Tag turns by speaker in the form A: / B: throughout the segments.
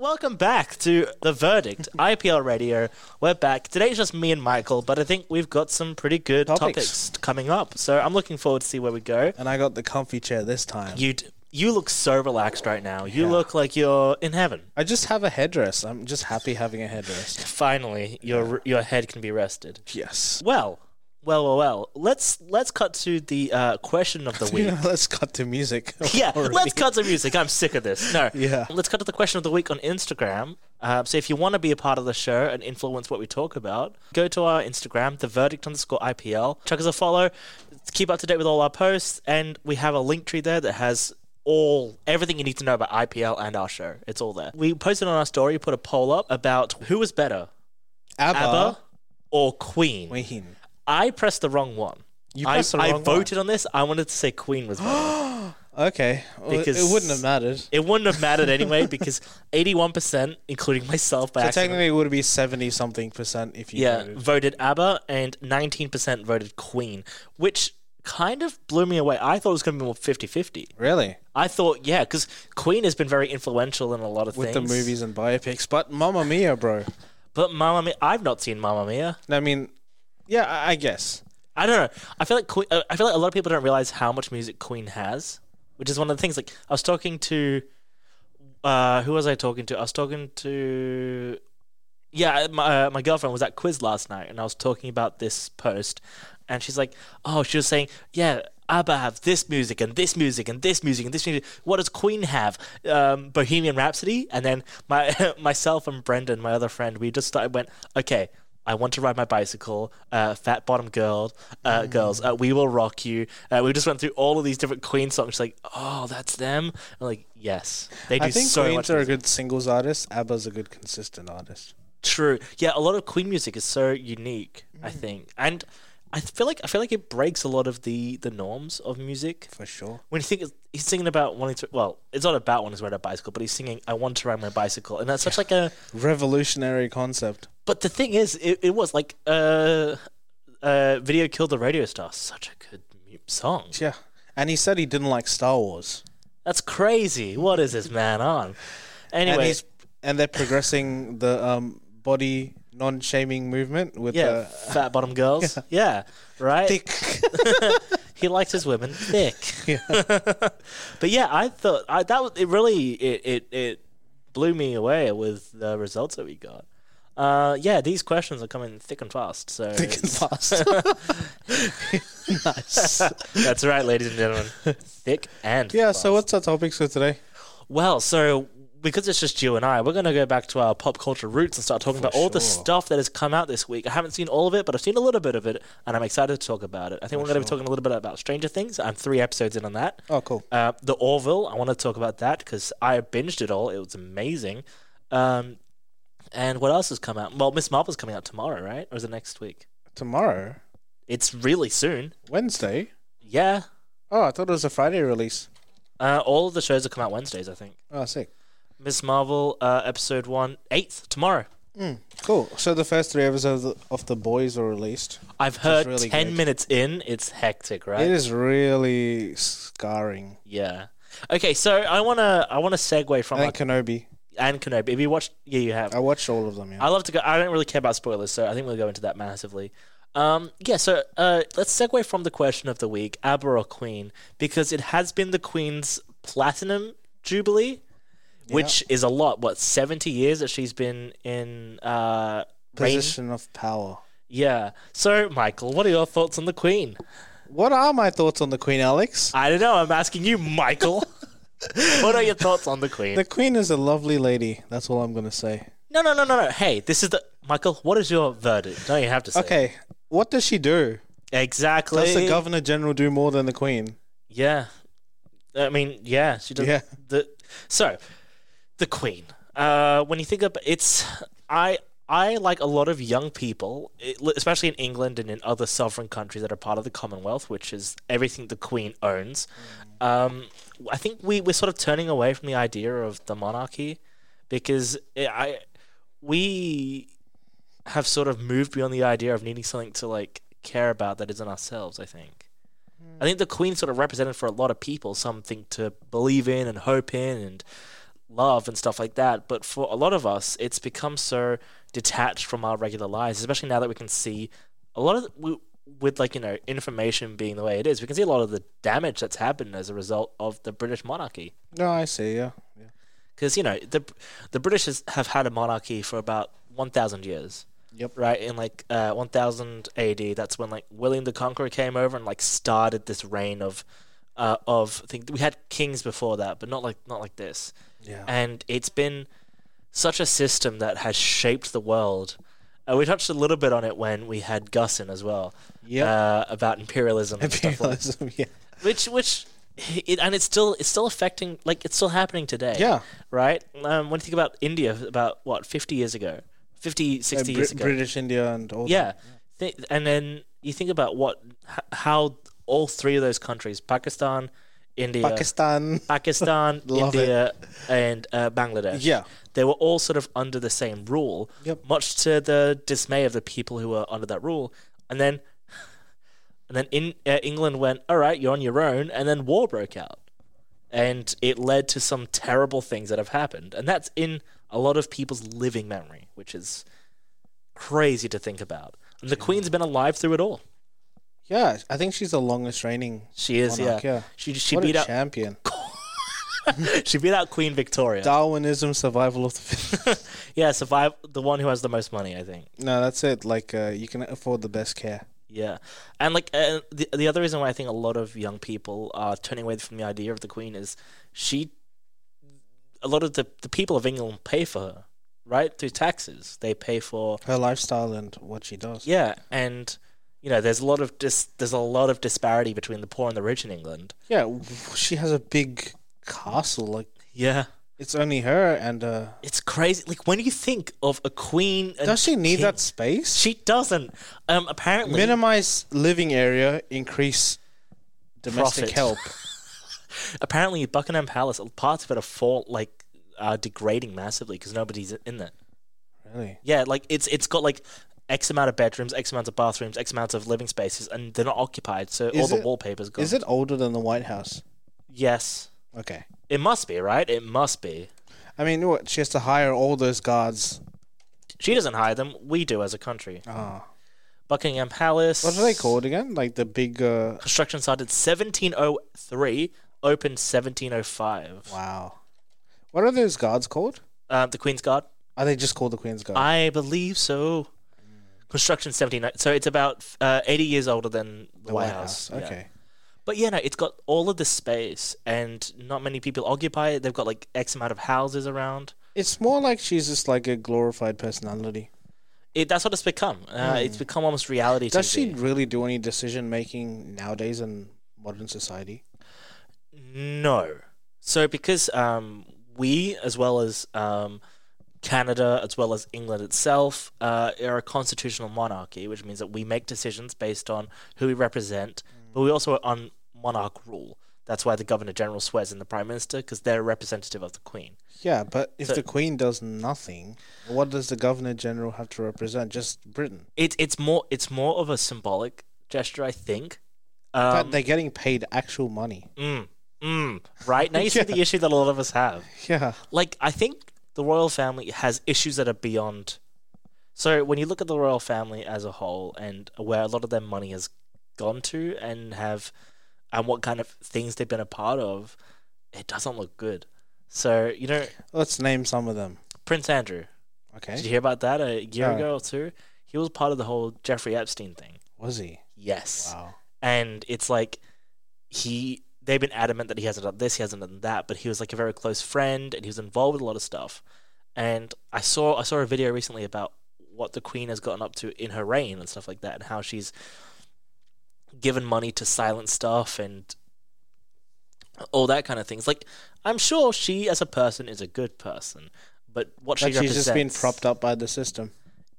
A: Welcome back to The Verdict, IPL Radio. We're back. Today it's just me and Michael, but I think we've got some pretty good topics,
B: Topics.
A: coming up. So I'm looking forward to see where we go.
B: And I got the comfy chair this time.
A: You d- you look so relaxed right now. You
B: Yeah.
A: look like you're in heaven.
B: I just have a headdress. I'm just happy having a headdress.
A: Finally, your your head can be rested.
B: yes.
A: Well, well, well, well. Let's let's cut to the uh, question of the week.
B: Yeah, let's cut to music.
A: Yeah,
B: already.
A: let's cut to music. I'm sick of this. No.
B: Yeah.
A: Let's cut to the question of the week on Instagram. Uh, so if you want to be a part of the show and influence what we talk about, go to our Instagram, the verdict underscore IPL. Chuck us a follow. Keep up to date with all our posts. And we have a link tree there that has all everything you need to know about IPL and our show. It's all there. We posted on our story, put a poll up about who was better,
B: ABBA.
A: ABBA or Queen.
B: Uh-huh. Queen.
A: I pressed the wrong one.
B: You
A: I,
B: pressed the
A: I
B: wrong one.
A: voted on this. I wanted to say Queen was better.
B: Okay. Well, it-
A: Because-
B: it wouldn't have mattered.
A: It wouldn't have mattered anyway because 81%, including myself by
B: So
A: accident,
B: technically, it would be seventy something percent if you
A: yeah,
B: voted.
A: voted ABBA and 19% voted Queen, which kind of blew me away. I thought it was going to be more 50 50.
B: Really,
A: I thought, yeah, because Queen has been very influential in a lot of
B: with
A: things.
B: the movies and biopics, but Mamma Mia, bro.
A: But Mamma Mia, I've not seen Mamma Mia.
B: I mean, yeah, I, I guess.
A: I don't know. I feel like Queen, uh, I feel like a lot of people don't realize how much music Queen has, which is one of the things. Like I was talking to, uh, who was I talking to? I was talking to, yeah, my uh, my girlfriend was at quiz last night, and I was talking about this post, and she's like, oh, she was saying, yeah. ABBA have this music and this music and this music and this music. What does Queen have? Um, Bohemian Rhapsody, and then my myself and Brendan, my other friend, we just started went. Okay, I want to ride my bicycle. Uh, Fat Bottom Girl, uh,
B: Mm.
A: girls, uh, we will rock you. Uh, we just went through all of these different Queen songs. She's like, oh, that's them. I'm like, yes, they do
B: I think
A: so
B: Queens
A: much.
B: are a
A: music."
B: good singles artist. ABBA's a good consistent artist.
A: True, yeah, a lot of Queen music is so unique. I
B: Mm.
A: think, and I feel like I feel like it breaks a lot of the the norms of music.
B: For sure.
A: When you think it's- he's singing about wanting to, well, it's not about wanting to ride a bicycle, but he's singing, "I want to ride my bicycle," and that's such like a
B: Revolutionary concept.
A: But the thing is, it, it was like uh, uh, "Video Killed the Radio Star." Such a good mu- song.
B: Yeah. And he said he didn't like Star Wars.
A: That's crazy. What is this man on?
B: and
A: Anyway,
B: he's and they're progressing the um, body non-shaming movement with
A: yeah,
B: the
A: fat bottom girls. Yeah, right.
B: thick.
A: He likes his women thick. but yeah, I thought I, that was, it. Really, it, it it blew me away with the results that we got. Uh, yeah, these questions are coming thick and fast. So
B: thick and fast. nice.
A: that's right, ladies and gentlemen, thick and
B: Yeah.
A: fast.
B: So what's our topics for today?
A: Well, so because it's just you and I, we're going to go back to our pop culture roots and start talking about all the
B: sure.
A: stuff that has come out this week. I haven't seen all of it, but I've seen a little bit of it, and I'm excited to talk about it. I think we're going to be talking a little bit about Stranger Things. I'm three episodes in on that.
B: Oh, cool.
A: Uh, the Orville, I want to talk about that because I binged it all. It was amazing. Um, and what else has come out? Well, Miss Marple's coming out tomorrow, right? Or is it next week?
B: Tomorrow,
A: It's really soon.
B: Wednesday.
A: Yeah.
B: Oh, I thought it was a Friday release.
A: Uh, all of the shows that come out Wednesdays, I think.
B: Oh, sick.
A: Miss Marvel, uh, episode one, eighth, tomorrow.
B: Cool. So the first three episodes of the, of the boys were released.
A: I've heard
B: really
A: 10
B: good.
A: minutes in, it's hectic, right?
B: It is really scarring.
A: Yeah. Okay, so I want to I want to segue from
B: And
A: like,
B: Kenobi.
A: and Kenobi. Have you watched Yeah, you have.
B: I watched all of them. Yeah.
A: I love to go I don't really care about spoilers, so I think we'll go into that massively. Um, yeah, so uh, let's segue from the question of the week, ABBA or Queen, because it has been the Queen's platinum jubilee, which is a lot. What seventy years that she's been in uh, reign?
B: Position of power.
A: Yeah. So, Michael, what are your thoughts on the Queen?
B: What are my thoughts on the Queen, Alex?
A: I don't know. I'm asking you, Michael. what are your thoughts on the Queen?
B: The Queen is a lovely lady. That's all I'm gonna say.
A: no, no, no, no, no. Hey, this is the Michael. What is your verdict? No, you have to say.
B: Okay, what does she do?
A: Exactly.
B: Does the Governor General do more than the Queen?
A: yeah. I mean, yeah. She does.
B: Yeah.
A: The so the Queen. Uh, when you think of it's, I I like a lot of young people, it- especially in England and in other sovereign countries that are part of the Commonwealth, which is everything the Queen owns. Um, I think we we're sort of turning away from the idea of the monarchy because it, I we have sort of moved beyond the idea of needing something to like care about that isn't ourselves. I think. I think the Queen sort of represented for a lot of people something to believe in and hope in and love and stuff like that. But for a lot of us, it's become so detached from our regular lives, especially now that we can see a lot of the, we, with like you know information being the way it is. We can see a lot of the damage that's happened as a result of the British monarchy.
B: No, I see. Yeah, yeah.
A: Because you know the the British has, have had a monarchy for about one thousand years.
B: Yep.
A: Right in like uh, one thousand AD, that's when like William the Conqueror came over and like started this reign of uh, of thing. We had kings before that, but not like not like this.
B: Yeah.
A: And it's been such a system that has shaped the world. Uh, we touched a little bit on it when we had Gussin as well.
B: Yep.
A: Uh, about imperialism. and stuff like-
B: Imperialism. Yeah.
A: which which it, and it's still it's still affecting like it's still happening today.
B: Yeah.
A: Right. Um, when you think about India, about what fifty years ago, 50, 60
B: And
A: years
B: Brit-
A: ago.
B: British India and all.
A: yeah. Th- and then you think about what h- how all three of those countries, Pakistan, India,
B: that. Pakistan.
A: Pakistan,
B: Love it.
A: India, and uh, Bangladesh.
B: Yeah.
A: They were all sort of under the same rule,
B: Yep.
A: much to the dismay of the people who were under that rule. And then, and then in, uh, England went, all right, you're on your own. And then war broke out. And it led to some terrible things that have happened. And that's in a lot of people's living memory, which is crazy to think about. And the Queen's been alive through it all.
B: Yeah. I think she's the longest reigning.
A: She is,
B: Monarch,
A: yeah.
B: yeah.
A: She, she
B: what
A: beat
B: a
A: out
B: champion.
A: she beat out Queen Victoria.
B: Darwinism, survival of the fittest.
A: yeah, survive the one who has the most money, I think.
B: no, that's it. Like uh, you can afford the best care.
A: Yeah, and like uh, the the other reason why I think a lot of young people are turning away from the idea of the Queen is she, a lot of the the people of England pay for her, right through taxes. They pay for
B: Her lifestyle and what she does.
A: yeah, and you know there's a lot of dis there's a lot of disparity between the poor and the rich in England.
B: Yeah, w- she has a big castle. Like
A: Yeah,
B: it's only her and uh
A: it's crazy. Like when you think of a Queen, and
B: does she need
A: king-
B: that space?
A: She doesn't. Um, apparently,
B: Minimize living area, increase domestic
A: Profit.
B: help.
A: apparently Buckingham Palace parts of it are fall like are degrading massively because nobody's in it.
B: really?
A: Yeah, like it's it's got like x amount of bedrooms, x amount of bathrooms, x amount of living spaces, and they're not occupied, so all
B: Is
A: the
B: it-
A: wallpaper's gone.
B: Is it older than the White House?
A: Yes,
B: Okay.
A: it must be right. It must be.
B: I mean, what she has to hire all those guards.
A: She doesn't hire them. We do as a country.
B: Ah,
A: Buckingham Palace.
B: what are they called again? Like the big. Uh,
A: Construction started 1703, opened 1705.
B: wow. What are those guards called?
A: Uh, the Queen's Guard.
B: Are they just called the Queen's Guard?
A: I believe so. Construction 79. So it's about uh, 80 years older than the,
B: the
A: White, House. yeah.
B: Okay.
A: But yeah, no, it's got all of the space, and not many people occupy it. They've got like X amount of houses around.
B: It's more like she's just like a glorified personality.
A: It, that's what it's become. Uh, It's become almost reality
B: Hmm. Does she
A: TV.
B: really do any decision making nowadays in modern society?
A: No. So because um, we, as well as um, Canada, as well as England itself, uh, are a constitutional monarchy, which means that we make decisions based on who we represent, but we also are on monarch rule. That's why the governor general swears in the prime minister because they're a representative of the queen.
B: Yeah, but if
A: So-
B: the Queen does nothing, what does the Governor General have to represent? Just Britain.
A: It's it's more it's more of a symbolic gesture, I think.
B: but
A: Um,
B: they're getting paid actual money.
A: mm, mm, right now, you see the issue that a lot of us have.
B: Yeah.
A: like I think the royal family has issues that are beyond. So when you look at the royal family as a whole and where a lot of their money has gone to and have and what kind of things they've been a part of, it doesn't look good. So you know,
B: Let's name some of them.
A: Prince Andrew. Did
B: Okay.
A: you hear about that a year
B: No.
A: ago or two? He was part of the whole Jeffrey Epstein thing.
B: Was he?
A: Yes
B: Wow.
A: and it's like he they've been adamant that he hasn't done this, he hasn't done that, but he was like a very close friend and he was involved with a lot of stuff. And I saw I saw a video recently about what the Queen has gotten up to in her reign and stuff like that, and how she's given money to silent stuff and all that kind of things. Like I'm sure she as a person is a good person, but what
B: But
A: she
B: she's just been
A: represents-
B: propped up by the system.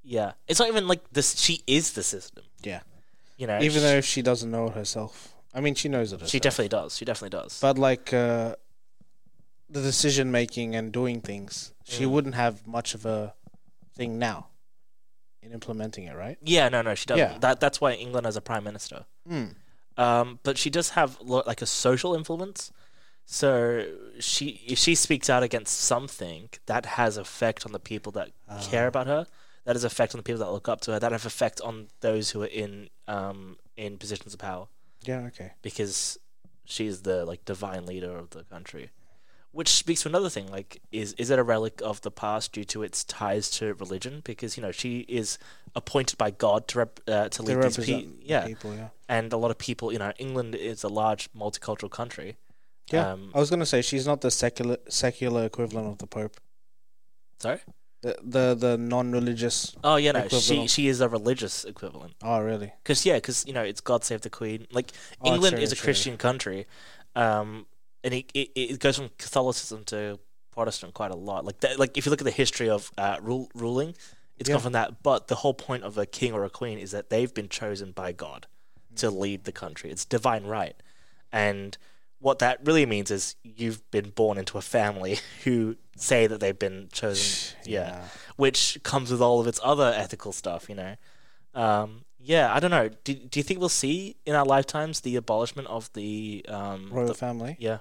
A: Yeah, it's not even like this. She is the system.
B: Yeah.
A: You know,
B: Even
A: she,
B: though she doesn't know it herself. I mean, she knows it herself.
A: she definitely does. She definitely does.
B: but like uh, the decision making and doing things, she
A: Mm.
B: wouldn't have much of a thing now in implementing it, right?
A: Yeah, no, no, she doesn't.
B: Yeah.
A: That that's why England has a prime minister.
B: Mm.
A: Um, but she does have lo- like a social influence. So she if she speaks out against something, that has effect on the people that care about her. That has effect on the people that look up to her. That have effect on those who are in um in positions of power
B: Yeah. Okay.
A: because she's the like divine leader of the country. Which speaks to another thing, like is is it a relic of the past due to its ties to religion? Because you know she is appointed by God to rep, uh, to
B: They
A: lead these
B: represent
A: people. Yeah,
B: people. Yeah.
A: and a lot of people, you know, England is a large multicultural country.
B: Yeah.
A: Um,
B: I was gonna say she's not the secular secular equivalent of the Pope.
A: Sorry.
B: The the, the non-religious.
A: Oh yeah, no, she
B: Equivalent.
A: she is a religious equivalent.
B: Oh really?
A: Because yeah, because you know it's God save the Queen. Like
B: Oh,
A: England
B: true,
A: is a
B: true.
A: Christian country, um, and it, it it goes from Catholicism to Protestant quite a lot. Like that, like if you look at the history of uh, rule, ruling, it's gone
B: Yeah.
A: from that. But the whole point of a king or a queen is that they've been chosen by God to
B: Mm.
A: lead the country. It's divine right, and what that really means is you've been born into a family who say that they've been chosen. yeah which comes with all of its other ethical stuff, you know. Um, yeah, I don't know. Do, do you think we'll see in our lifetimes the abolishment of the um
B: Royal
A: the-
B: family.
A: yeah.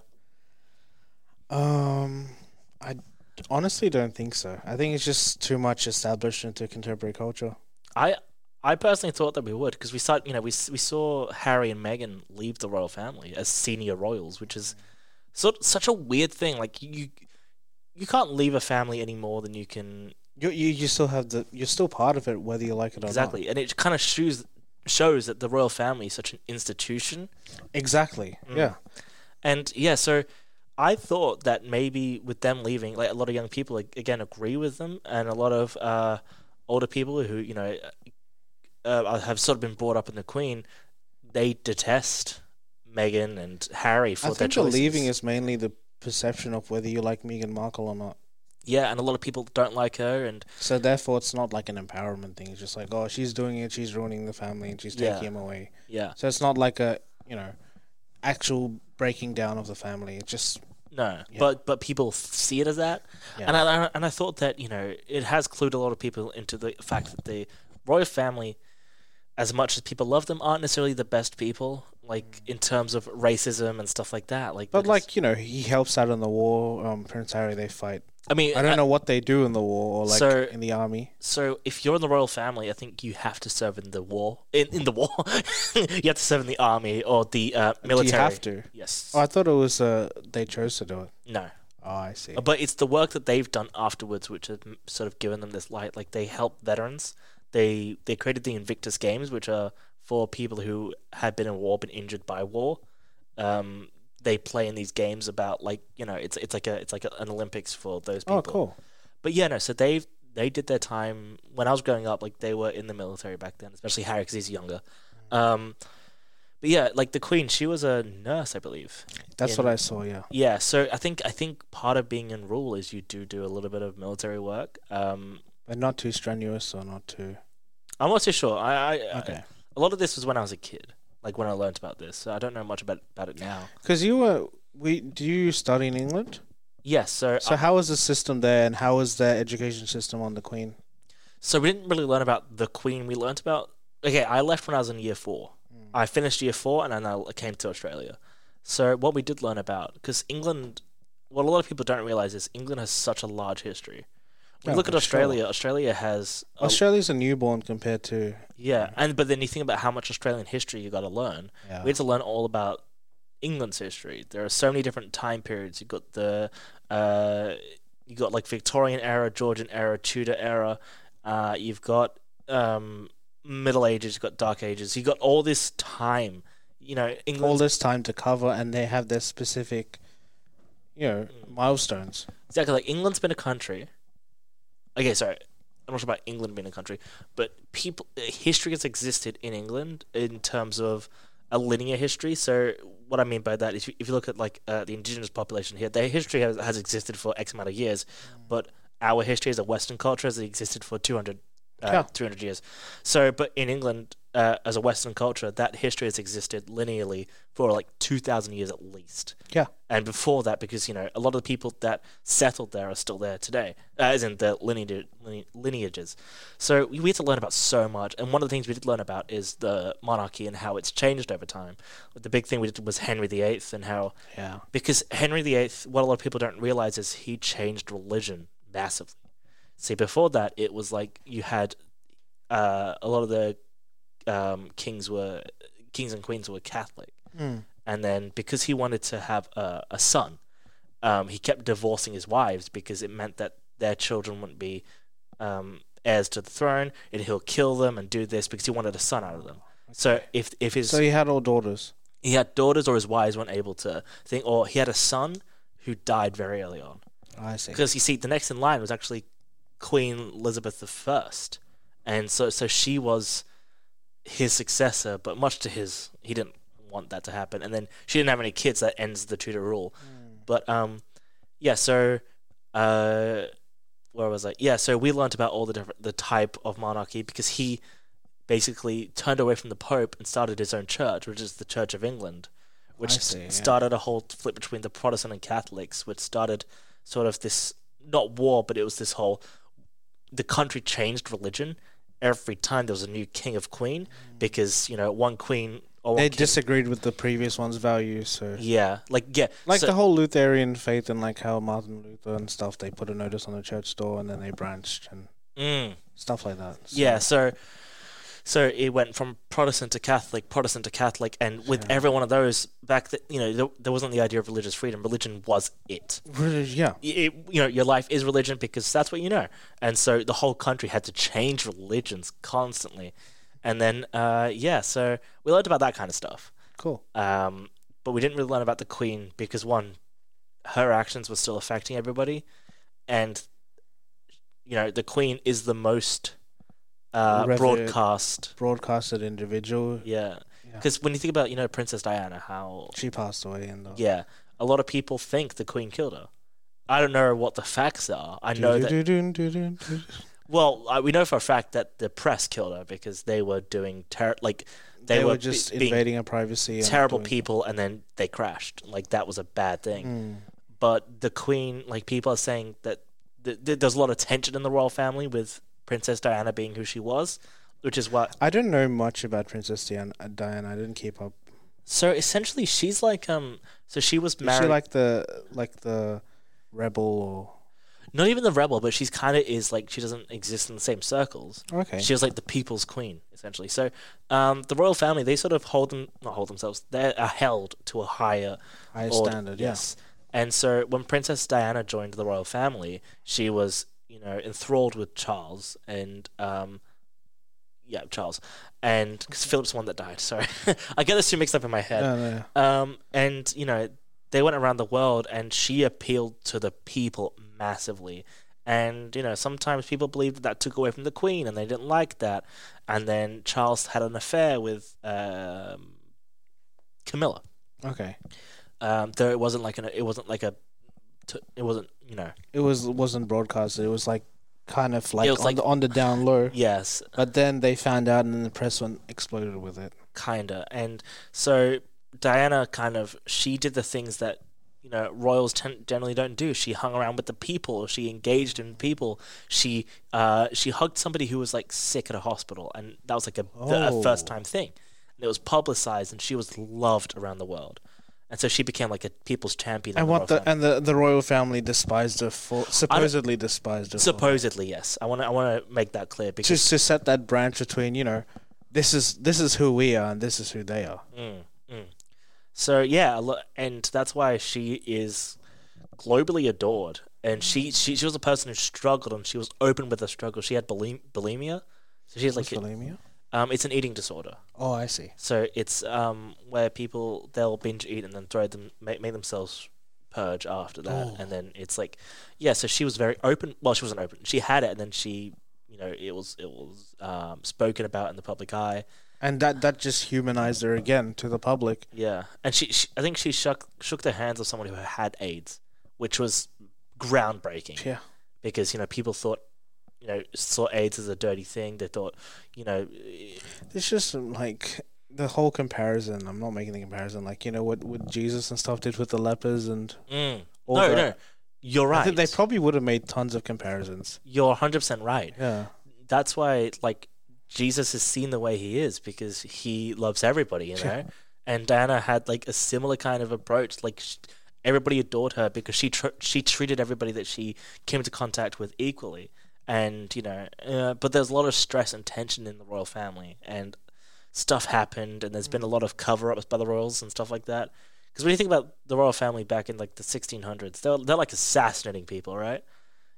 B: Um, I honestly don't think so. I think it's just too much established into contemporary culture.
A: I I personally thought that we would because we saw you know we s- we saw Harry and Meghan leave the royal family as senior royals, which is sort such a weird thing. Like you you can't leave a family any more than you can
B: You you, you still have the you're still part of it whether you like it or
A: exactly, and it kind of shows shows that the royal family is such an institution
B: not. Exactly.
A: Mm.
B: Yeah.
A: And yeah, so I thought that maybe with them leaving, like a lot of young people like, again agree with them, and a lot of uh, older people who you know uh, have sort of been brought up in the Queen, they detest Meghan and Harry for
B: I
A: their
B: think
A: choices.
B: believing is mainly the perception of whether you like Meghan Markle or not.
A: yeah, and a lot of people don't like her, and
B: So therefore, it's not like an empowerment thing. It's just like, oh, she's doing it. She's ruining the family, and she's taking
A: Yeah.
B: him away.
A: yeah,
B: So it's not like a you know actual breaking down of the family. It's just
A: no,
B: Yeah.
A: but but people see it as that,
B: Yeah.
A: and I and I thought that you know it has clued a lot of people into the fact that the royal family as much as people love them, aren't necessarily the best people, like in terms of racism and stuff like that. Like,
B: Mm. but
A: because-
B: like you know he helps out in the war. Um, Prince Harry they fight.
A: I mean,
B: I don't know what they do in the war or like
A: Uh, So-
B: in the army.
A: So, if you're in the royal family, I think you have to serve in the war. In in the war, you have to serve in the army or the uh, military.
B: Do you have to?
A: Yes.
B: Oh, I thought it was uh, they chose to do it.
A: no.
B: Oh, I see.
A: But it's the work that they've done afterwards which has m- sort of given them this light. Like they help veterans. They they created the Invictus Games, which are for people who had been in war but injured by war. Um, they play in these games about like you know it's it's like a it's like a, an Olympics for those people.
B: Oh, cool.
A: But yeah, no. So they they did their time when I was growing up. Like they were in the military back then, especially Harry because he's younger.
B: Mm.
A: Um, but yeah, like the Queen, she was a nurse, I believe.
B: That's
A: in-
B: what I saw. Yeah.
A: Yeah, so I think I think part of being in rule is you do do a little bit of military work. Um,
B: But not too strenuous or not too.
A: I'm not too sure. I, I
B: Okay.
A: a lot of this was when I was a kid, like when I learned about this. So I don't know much about about it now.
B: Because you were. We do you study in England?
A: Yes, so uh,
B: So how is the system there, and how is their education system on the Queen?
A: So we didn't really learn about the Queen. We learned about okay. I left when I was in year four. I finished year four and then I came to Australia. So what we did learn about because England, what a lot of people don't realize is England has such a large history. When
B: Yeah,
A: you look at
B: for
A: Australia. Australia has a-
B: Australia's a newborn compared to.
A: yeah, and but then you think about how much Australian history you got to learn.
B: Yeah.
A: We had to learn all about England's history. There are so many different time periods. You got the uh, you got like Victorian era, Georgian era, Tudor era. Uh, you've got um, Middle Ages. You've got Dark Ages. You got all this time. You know,
B: all
A: England
B: this time to cover, and they have their specific, you know,
A: Mm.
B: milestones.
A: exactly like England's been a country. Okay, sorry. I'm not sure about England being a country, but people history has existed in England in terms of a linear history. So what I mean by that is, if you look at like uh, the indigenous population here, their history has, has existed for X amount of years, but our history as a Western culture has existed for 200 uh,
B: Yeah.
A: 300 years. So, but in England, uh, as a Western culture, that history has existed linearly for like 2,000 years at least.
B: Yeah.
A: And before that, because, you know, a lot of the people that settled there are still there today, uh, as in the lineage, line- lineages. So we, we had to learn about so much. And one of the things we did learn about is the monarchy and how it's changed over time. The big thing we did was Henry VIII and how
B: Yeah.
A: because Henry VIII, what a lot of people don't realize is he changed religion massively. See, before that, it was like you had uh, a lot of the um, kings were kings and queens were Catholic,
B: Mm.
A: and then because he wanted to have a, a son, um, he kept divorcing his wives because it meant that their children wouldn't be um, heirs to the throne, and he'll kill them and do this because he wanted a son out of them. So if if his
B: So he had all daughters.
A: he had daughters or his wives weren't able to think, or he had a son who died very early on.
B: I see.
A: Because you see, the next in line was actually Queen Elizabeth I, and so so she was his successor, but much to his, he didn't want that to happen. And then she didn't have any kids. That ends the Tudor rule. But um, yeah. So uh, where was I? Yeah. So we learnt about all the different the type of monarchy because he basically turned away from the Pope and started his own church, which is the Church of England, which
B: I see, yeah.
A: started a whole flip between the Protestant and Catholics, which started sort of this not war, but it was this whole the country changed religion every time there was a new king of queen because you know one queen or one
B: Mm. They
A: king-
B: disagreed with the previous one's values, so
A: yeah like yeah
B: like
A: so-
B: the whole Lutheran faith and like how Martin Luther and stuff. They put a notice on the church door and then they branched and
A: Mm.
B: stuff like that. So-
A: Yeah, so so it went from Protestant to Catholic, Protestant to Catholic, and with
B: Yeah.
A: every one of those back, th- you know, there, there wasn't the idea of religious freedom. Religion was it.
B: Really, yeah.
A: Y- it. You know, your life is religion because that's what you know, and so the whole country had to change religions constantly, and then uh, yeah, so we learned about that kind of stuff.
B: Cool.
A: Um, but we didn't really learn about the Queen because one, her actions were still affecting everybody, and you know the Queen is the most uh,
B: Revered.
A: broadcast.
B: Broadcasted individual.
A: Yeah,
B: Yeah.
A: because when you think about you know Princess Diana, how
B: She passed away and uh,
A: yeah, a lot of people think the Queen killed her. I don't know what the facts are. I
B: do-
A: know
B: do-
A: that
B: do- do- do- do- do-
A: well, I, we know for a fact that the press killed her because they were doing ter- like they,
B: They were
A: be-
B: just
A: being
B: invading her privacy. and
A: terrible
B: doing-
A: people, and then they crashed. Like that was a bad thing.
B: Mm.
A: but the queen like people are saying that th- th- there's a lot of tension in the royal family with princess diana being who she was which is what
B: I don't know much about Princess Diana. Diana. I didn't keep up.
A: so essentially she's like um so she was
B: Is
A: married
B: she like the like the rebel
A: not even the rebel but she's kind of is like she doesn't exist in the same circles
B: or okay?
A: she was like the people's queen essentially so um the royal family they sort of hold them not hold themselves they are held to a higher
B: High
A: Old-
B: standard. Yeah.
A: And so when Princess Diana joined the royal family, she was, you know, enthralled with Charles and, um, yeah, Charles. And because Philip's the one that died, sorry. I get this two mixed up in my head.
B: No, no, no.
A: Um, and, you know, they went around the world and she appealed to the people massively. And, you know, sometimes people believed that that took away from the queen and they didn't like that. And then Charles had an affair with um, Camilla
B: Okay.
A: um, though it wasn't like an it wasn't like a t- it wasn't you know
B: It was wasn't broadcasted. It was like kind of like,
A: was
B: on,
A: like-
B: the, on the down low.
A: yes
B: But then they found out, and then the press went exploded with it.
A: kinda and so Diana kind of she did the things that you know royals ten- generally don't do she hung around with the people she engaged in people she uh she hugged somebody who was like sick at a hospital and that was like a,
B: Oh.
A: a first time thing and it was publicized and she was loved around the world and so she became like a people's champion in
B: And
A: the
B: what
A: royal
B: the
A: family.
B: and the, the royal family despised her for supposedly despised her for,
A: supposedly yes i want to i want to make that clear because
B: just to set that branch between you know, this is this is who we are and this is who they are.
A: Mm, mm. So yeah, a lo- and that's why she is globally adored. And she, she she was a person who struggled, and she was open with her struggle. She had bulim- bulimia, so she had
B: What's
A: like
B: bulimia?
A: um, it's an eating disorder.
B: Oh, I see.
A: So it's um where people they'll binge eat and then throw them make, make themselves purge after that,
B: Oh.
A: and then it's like yeah. So she was very open. Well, she wasn't open. She had it, and then she you know it was it was um, spoken about in the public eye.
B: And that that just humanized her again to the public.
A: Yeah, and she, she I think she shook shook the hands of someone who had AIDS, which was groundbreaking
B: Yeah.
A: because you know people thought you know saw AIDS as a dirty thing. They thought, you know, eh,
B: It's just um, like the whole comparison. I'm not making the comparison. Like you know what what Jesus and stuff did with the lepers and
A: mm,
B: all
A: no,
B: that.
A: no, you're
B: I
A: right.
B: think they probably would have made tons of comparisons.
A: you're 100 percent right.
B: Yeah.
A: That's why like Jesus is seen the way he is because he loves everybody, you know. and Diana had like a similar kind of approach. Like sh- everybody adored her because she tr- she treated everybody that she came into contact with equally. And you know, uh, but there's a lot of stress and tension in the royal family, and stuff happened, and there's been a
B: Mm.
A: lot of cover-ups by the royals and stuff like that. Because when you think about the royal family back in like the 1600s, they're they're like assassinating people, right?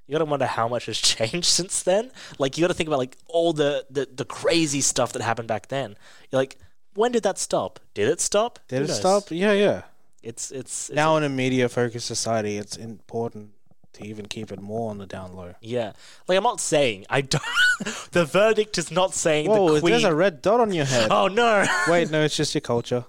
A: You gotta wonder how much has changed since then. Like you gotta think about like all the, the the crazy stuff that happened back then. You're like, when did that stop? Did it stop?
B: Did
A: Who
B: it
A: knows?
B: stop? Yeah, yeah.
A: It's it's, it's
B: Now in a media focused society, it's important to even keep it more on the down low.
A: yeah. Like I'm not saying I don't. the verdict is not saying
B: Whoa,
A: the queen.
B: there's a red dot on your head.
A: oh no!
B: Wait, no, it's just your culture.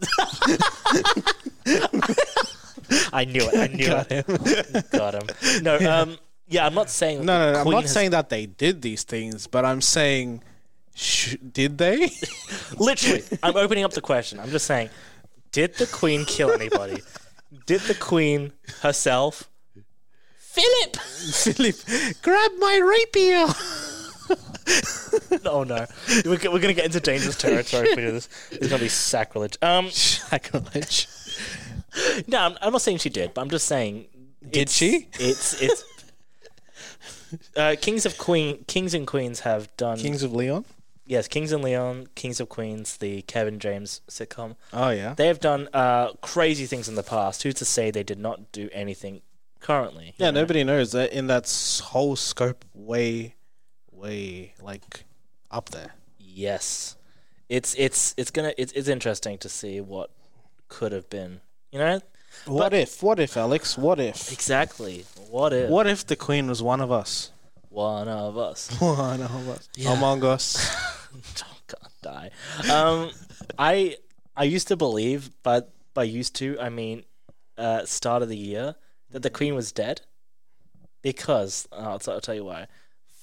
A: I knew it. I knew
B: Got
A: it. Got him. No. Um. Yeah, I'm not saying. that
B: No,
A: the
B: no, no I'm
A: queen
B: not
A: has-
B: saying that they did these things, but I'm saying, sh- did they?
A: Literally, I'm opening up the question. I'm just saying, did the Queen kill anybody? did the Queen herself? Philip.
B: Philip, grab my rapier.
A: Oh no, we're, g- we're gonna get into dangerous territory if we do this. It's gonna be sacrilege. Um.
B: Sacrilege.
A: No, I'm, I'm not saying she did, but I'm just saying.
B: Did
A: it's-
B: she?
A: It's it's. Uh, kings of Queen, kings and queens have done
B: Kings of Leon.
A: yes, kings and Leon, kings of queens, the Kevin James sitcom.
B: Oh yeah.
A: They have done uh, crazy things in the past. Who's to say they did not do anything currently? you
B: Yeah,
A: know?
B: nobody knows. They're in that s- whole scope, way, way like up there.
A: Yes, it's it's it's gonna it's it's interesting to see what could have been. You know
B: What if? What if, Alex? What if?
A: exactly what if
B: What if the queen was one of us?
A: one of us
B: One of us.
A: Yeah.
B: Among us.
A: oh god die um i i used to believe but by used to i mean uh start of the year that the queen was dead because oh, I'll, t- I'll tell you why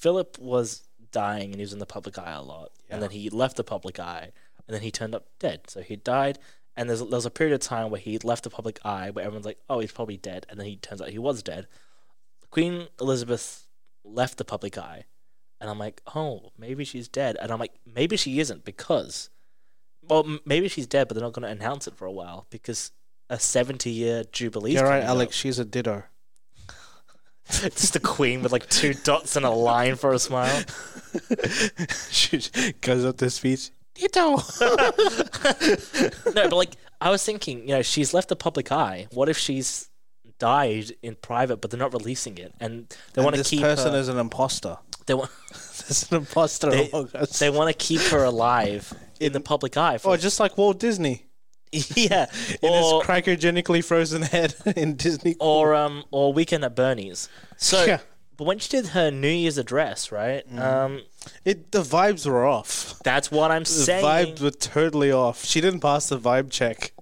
A: philip was dying and he was in the public eye a lot and then he left the public eye and then he turned up dead so he died and there's, there was a period of time where he left the public eye where everyone's like oh he's probably dead and then he turns out he was dead queen elizabeth left the public eye and I'm like, oh, maybe she's dead. And I'm like, maybe she isn't because, well, m- maybe she's dead, but they're not going to announce it for a while because a 70 year jubilee.
B: You're right, Alex. She's a ditto.
A: it's just the queen with like two dots and a line for a smile.
B: she goes up to speech. Ditto.
A: No, but like I was thinking, you know, she's left the public eye. What if she's died in private, but they're not releasing it, and they want to
B: this
A: keep
B: person
A: her,
B: is an imposter.
A: they want
B: There's an imposter
A: They-
B: among us.
A: they want to keep her alive in the public eye. For,
B: or just like Walt Disney
A: yeah,
B: in
A: or,
B: his cryogenically frozen head in Disney.
A: or um or weekend at Bernie's. So,
B: Yeah. Mm.
A: but when she did her New Year's address, right? Um,
B: It the vibes were off.
A: that's what I'm
B: The
A: saying.
B: vibes were totally off. She didn't pass the vibe check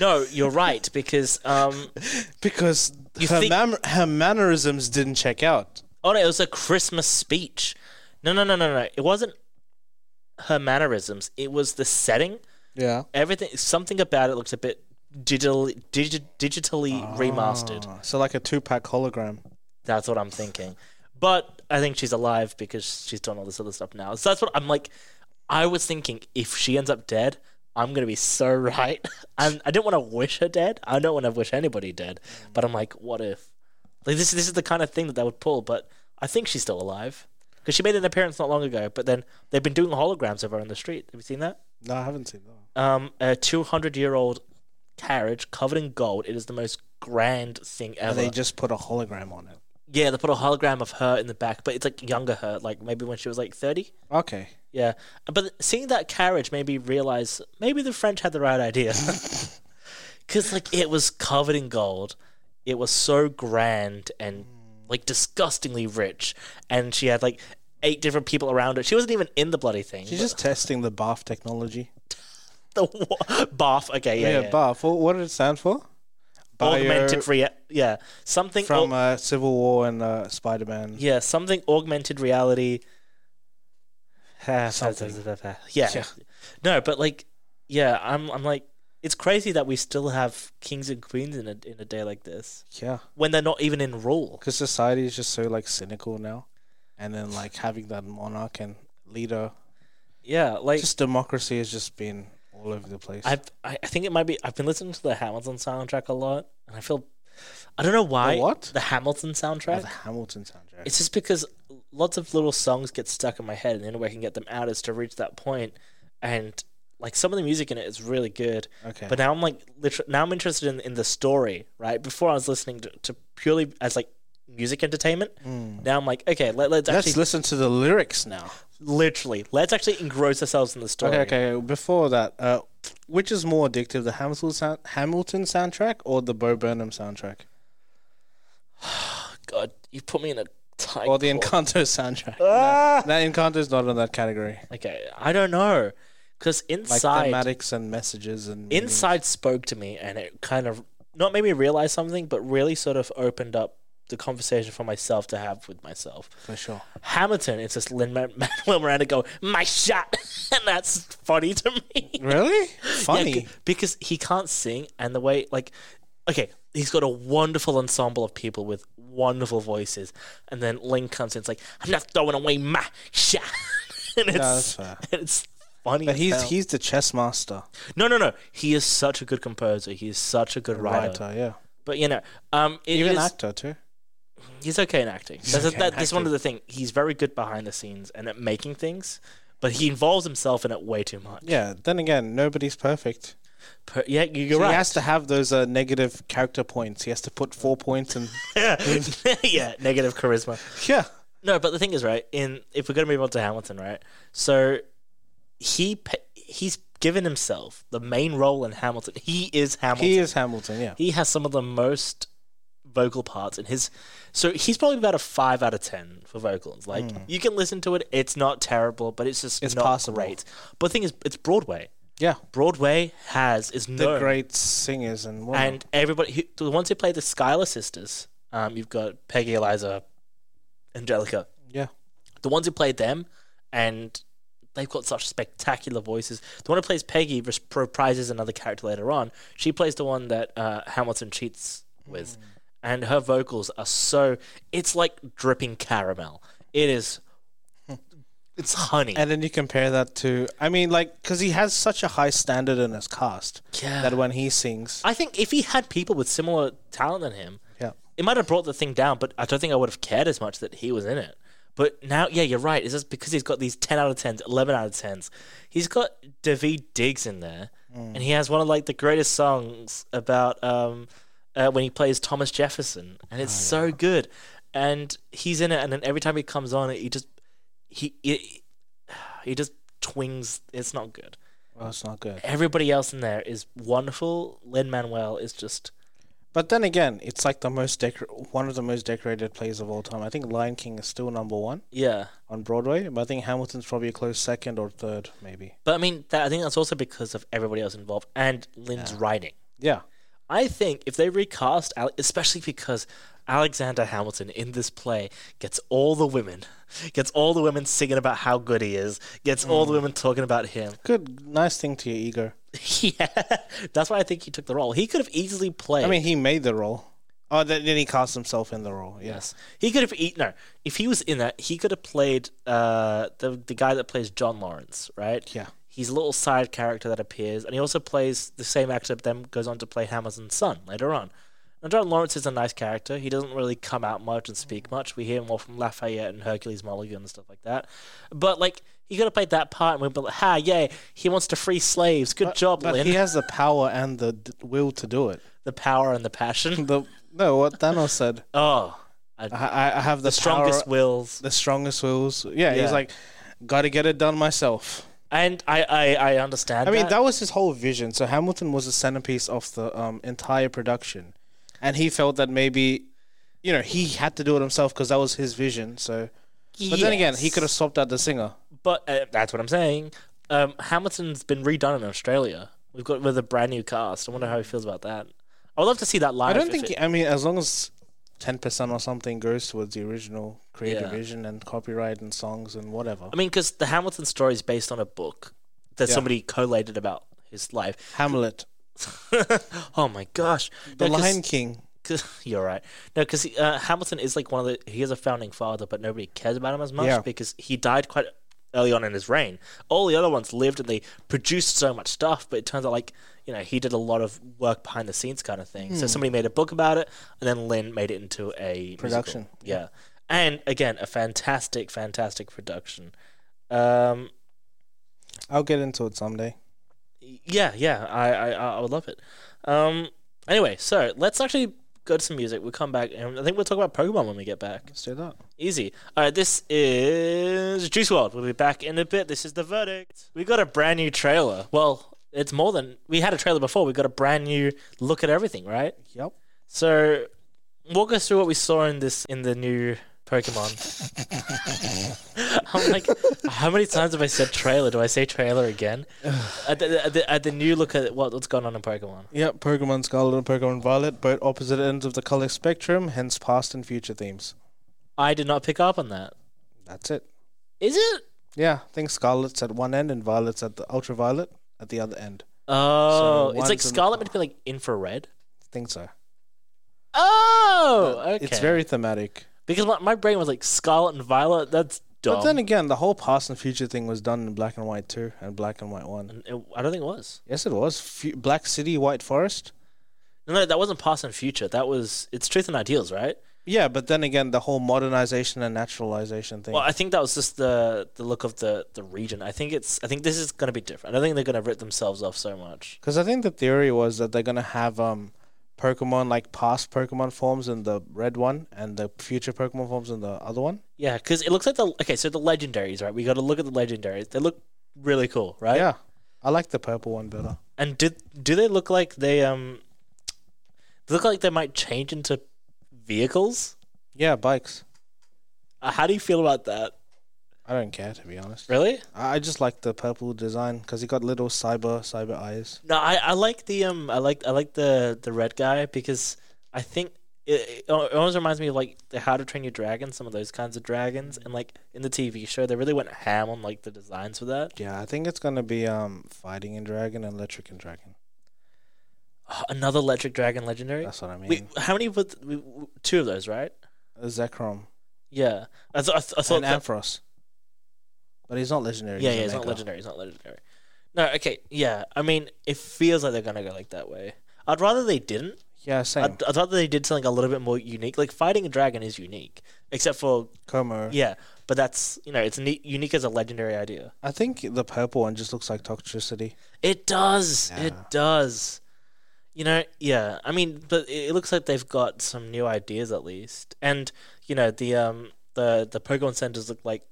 A: No, you're right because um,
B: because
A: You
B: her
A: think-
B: mam- her mannerisms didn't check out.
A: oh no, it was a Christmas speech. No, no, no, no, no. It wasn't her mannerisms. It was the setting.
B: Yeah.
A: Everything, something about it looks a bit digitally digi- digitally remastered.
B: Oh, So like a two pack hologram.
A: That's what I'm thinking. But I think she's alive because she's done all this other stuff now. So that's what I'm like. I was thinking if she ends up dead, I'm gonna be so right. And I didn't want to wish her dead. I don't want to wish anybody dead. But I'm like, what if? Like this, this is the kind of thing that they would pull. But I think she's still alive because she made an appearance not long ago. But then they've been doing holograms of her on the street. Have you seen that?
B: No, I haven't seen that.
A: Um, a 200 year old carriage covered in gold. It is the most grand thing ever.
B: And they just put a hologram on it.
A: Yeah, they put a hologram of her in the back, but it's like younger her, like maybe when she was like 30.
B: Okay.
A: Yeah. But seeing that carriage made me realize maybe the French had the right idea. Because, like, it was covered in gold. It was so grand and, like, disgustingly rich. And she had, like, eight different people around her. She wasn't even in the bloody thing.
B: She's just testing the BAF technology.
A: the wa- bath. Okay, yeah.
B: Yeah,
A: yeah.
B: BAF. What, what did it stand for?
A: augmented rea- yeah something
B: from
A: au-
B: uh, Civil War and uh, Spider Man.
A: yeah something augmented reality. yeah.
B: Something.
A: yeah, no, but like yeah, I'm I'm like it's crazy that we still have kings and queens in a in a day like this
B: Yeah,
A: when they're not even in rule.
B: because society is just so like cynical now, and then like having that monarch and leader,
A: Yeah, like
B: just democracy has just been all over the place.
A: I've, I I think it might be I've been listening to the Hamilton soundtrack a lot, and I feel I don't know why
B: what?
A: the Hamilton
B: Oh,
A: soundtrack.
B: the Hamilton soundtrack.
A: It's just because lots of little songs get stuck in my head, and the only way I can get them out is to reach that point. And like some of the music in it is really good,
B: okay,
A: but now I'm like literally now I'm interested in, in the story. Right before I was listening to, to purely as like music entertainment. Now I'm like, okay, let, let's
B: Mm. let's
A: actually
B: listen to the lyrics now.
A: literally let's actually engross ourselves in the story.
B: Okay, okay. Before that, uh, which is more addictive, the Hamilton sound- Hamilton soundtrack or the Bo Burnham soundtrack,
A: God, you put me in a tight.
B: or the
A: corner.
B: Encanto soundtrack?
A: Ah!
B: That Encanto is not in that category.
A: Okay, I don't know, because
B: Like
A: inside
B: thematics and messages and meaning.
A: inside spoke to me, and it kind of not made me realize something, but really sort of opened up the conversation for myself to have with myself.
B: for sure.
A: Hamilton, it's just Lin Manuel Miranda go my shot, and that's funny to me.
B: Really
A: Yeah,
B: funny.
A: c- because he can't sing, and the way like, okay, he's got a wonderful ensemble of people with wonderful voices, and then Lin comes in, it's like I'm not throwing away my shot, and it's
B: that's fair.
A: and it's funny.
B: But
A: as
B: he's
A: hell.
B: he's the chess master
A: No, no, no. He is such a good composer. He is such a good writer.
B: writer. Yeah,
A: But you know, um, it
B: even
A: is-
B: actor too.
A: he's okay in acting. That's,
B: okay
A: that,
B: in
A: that's one of the thing. He's very good behind the scenes and at making things, but he involves himself in it way too much.
B: Yeah. Then again, nobody's perfect.
A: Per- yeah, you- you're
B: So
A: right.
B: He has to have those uh, negative character points. He has to put four points and
A: yeah. yeah, negative charisma.
B: yeah.
A: No, but the thing is, right? In if we're gonna move on to Hamilton, right? So he pa- he's given himself the main role in Hamilton. He is Hamilton.
B: He is Hamilton. Yeah.
A: he has some of the most vocal parts in his so he's probably about a five out of ten for vocals like you can listen to it it's not terrible but it's just
B: Hmm. It's
A: not
B: passable.
A: great but the thing is it's broadway
B: Yeah.
A: broadway has is
B: The
A: known
B: great singers and whatnot.
A: and everybody who, the ones who play the skylar sisters um, you've got peggy eliza angelica
B: yeah.
A: the ones who played them and they've got such spectacular voices the one who plays peggy res- reprises another character later on she plays the one that uh, hamilton cheats with and her vocals are so it's like dripping caramel it is it's honey
B: And then you compare that to, I mean, like, because he has such a high standard in his cast
A: Yeah.
B: that when he sings,
A: i think if he had people with similar talent than him
B: yeah,
A: it might have brought the thing down, but I don't think I would have cared as much that he was in it. But now, yeah, you're right. It's just because he's got these 10 out of 10s, 11 out of 10s. He's got David Diggs in there, and he has one of like the greatest songs about um, uh, when he plays Thomas Jefferson, and it's so good. And he's in it, and then every time he comes on, he just he he, he just twings. It's not good.
B: well, it's not good.
A: Everybody else in there is wonderful. Lin Manuel is just
B: But then again, it's like the most decor- one of the most decorated plays of all time. I think Lion King is still number one
A: yeah.
B: on Broadway, but I think Hamilton's probably a close second or third, maybe.
A: But I mean, that, I think that's also because of everybody else involved and Lynn's writing.
B: Yeah,
A: I think if they recast, Ale- especially because Alexander Hamilton in this play gets all the women, gets all the women singing about how good he is, gets all the
B: Mm.
A: women talking about him.
B: good, nice thing to your ego.
A: yeah, that's why I think he took the role. He could have easily played.
B: I mean, he made the role. Oh, then then he cast himself in the role. Yeah.
A: yes, he could have eaten. No, if he was in that, he could have played uh, the the guy that plays John Lawrence, right?
B: Yeah.
A: He's a little side character that appears, and he also plays the same actor, but then goes on to play Hamilton's son later on. And John Lawrence is a nice character. He doesn't really come out much and speak much. We hear more from Lafayette and Hercules Mulligan and stuff like that. But like, he could have played that part, and we'd be like, "Ha, yay! He wants to free slaves. Good job,
B: But
A: Lynn.
B: he has the power and the d- will to do it.
A: the power and the passion.
B: The no, what Thanos said.
A: Oh,
B: I, I- I have the,
A: the strongest
B: power-
A: wills.
B: the strongest wills. Yeah,
A: Yeah.
B: he's like, gotta get it done myself.
A: And I, I, I understand.
B: I mean, that was his whole vision. So Hamilton was the centerpiece of the um, entire production, and he felt that maybe, you know, he had to do it himself because that was his vision. So, but then again, he
A: Yes.
B: could have swapped out the singer.
A: But uh, that's what I'm saying. Um, Hamilton's been redone in Australia. We've got with a brand new cast. I wonder how he feels about that. I would love to see that live.
B: I don't
A: if
B: think.
A: it-
B: I mean, as long as ten percent or something goes towards the original creative
A: Yeah.
B: vision and copyright and songs and whatever.
A: I mean, because the Hamilton story is based on a book that
B: Yeah.
A: somebody collated about his life.
B: Hamlet,
A: oh my gosh,
B: The
A: No, 'cause-
B: Lion King.
A: 'cause- you're right. No, because uh, Hamilton is like one of the. He is a founding father, but nobody cares about him as much
B: Yeah.
A: because he died quite early on in his reign. All the other ones lived and they produced so much stuff, but it turns out like you know he did a lot of work behind the scenes kind of thing.
B: Hmm.
A: So somebody made a book about it, and then Lynn made it into a
B: Production,
A: musical. Yeah. and again a fantastic, fantastic production. Um,
B: I'll get into it someday.
A: yeah, yeah, I, I, I would love it. Um, anyway, so let's actually go to some music. We'll come back, and I think we'll talk about Pokemon when we get back.
B: Let's do that.
A: Easy. All right, this is Juice World. We'll be back in a bit. This is the verdict. We got a brand new trailer. Well, it's more than we had a trailer before. We got a brand new look at everything, right?
B: Yep.
A: So, walk us through what we saw in this in the new Pokemon. I'm like, how many times have I said trailer? Do I say trailer again? at, the, at, the, at the new look at what, what's going on in Pokemon.
B: Yep. Pokemon Scarlet and Pokemon Violet, both opposite ends of the color spectrum, hence past and future themes.
A: I did not pick up on that.
B: That's it.
A: Is it?
B: Yeah, I think Scarlet's at one end and Violet's at the ultraviolet at the other end.
A: Oh,
B: So
A: it's like
B: one's in-
A: Scarlet meant to be like infrared.
B: I think so.
A: Oh, okay.
B: It's very thematic.
A: because my, my brain was like Scarlet and Violet. That's dumb.
B: But then again, the whole past and future thing was done in black and white two and black and white one.
A: And it- I don't think it was.
B: Yes, it was. Fu- black City, White Forest.
A: No, no, that wasn't past and future. That was it's truth and ideals, right?
B: Yeah, but then again, the whole modernization and naturalization thing.
A: Well, I think that was just the the look of the the region. I think it's I think this is going to be different. I don't think they're going to rip themselves off so much.
B: Because I think the theory was that they're gonna have um, Pokemon like past Pokemon forms in the red one, and the future Pokemon forms in the other one.
A: Yeah, because it looks like the okay. So the legendaries, right? We got to look at the legendaries. They look really cool, right?
B: Yeah, I like the purple one better.
A: And did do they look like they um they look like they might change into vehicles?
B: Yeah, bikes.
A: Uh, How do you feel about that?
B: I don't care to be honest.
A: Really?
B: I I just like the purple design because he got little cyber cyber eyes.
A: No, I, I like the um I like I like the the red guy because I think it, it al- it always reminds me of like the How to Train Your Dragon, some of those kinds of dragons, and like in the TV show they really went ham on like the designs for that.
B: Yeah, I think it's gonna be um fighting and dragon and electric and dragon.
A: Oh, Another electric dragon legendary.
B: That's what I mean.
A: Wait, how many? With we, we- two of those, right?
B: Zekrom
A: Yeah, I, th- I, th- I thought.
B: and
A: That,
B: Ampharos. But he's not legendary.
A: yeah,
B: he's
A: yeah,
B: a
A: it's not
B: mega.
A: legendary. It's not legendary. No, okay, yeah. I mean, it feels like they're gonna go like that way. I'd rather they didn't.
B: Yeah, same.
A: I'd, I'd rather they did something a little bit more unique. Like fighting a dragon is unique, except for
B: Como.
A: Yeah, but that's you know it's ne- unique as a legendary idea.
B: I think the purple one just looks like toxicity.
A: It does. It
B: Yeah.
A: does. You know, yeah. I mean, but it, it looks like they've got some new ideas at least, and you know the um the the Pokemon centers look like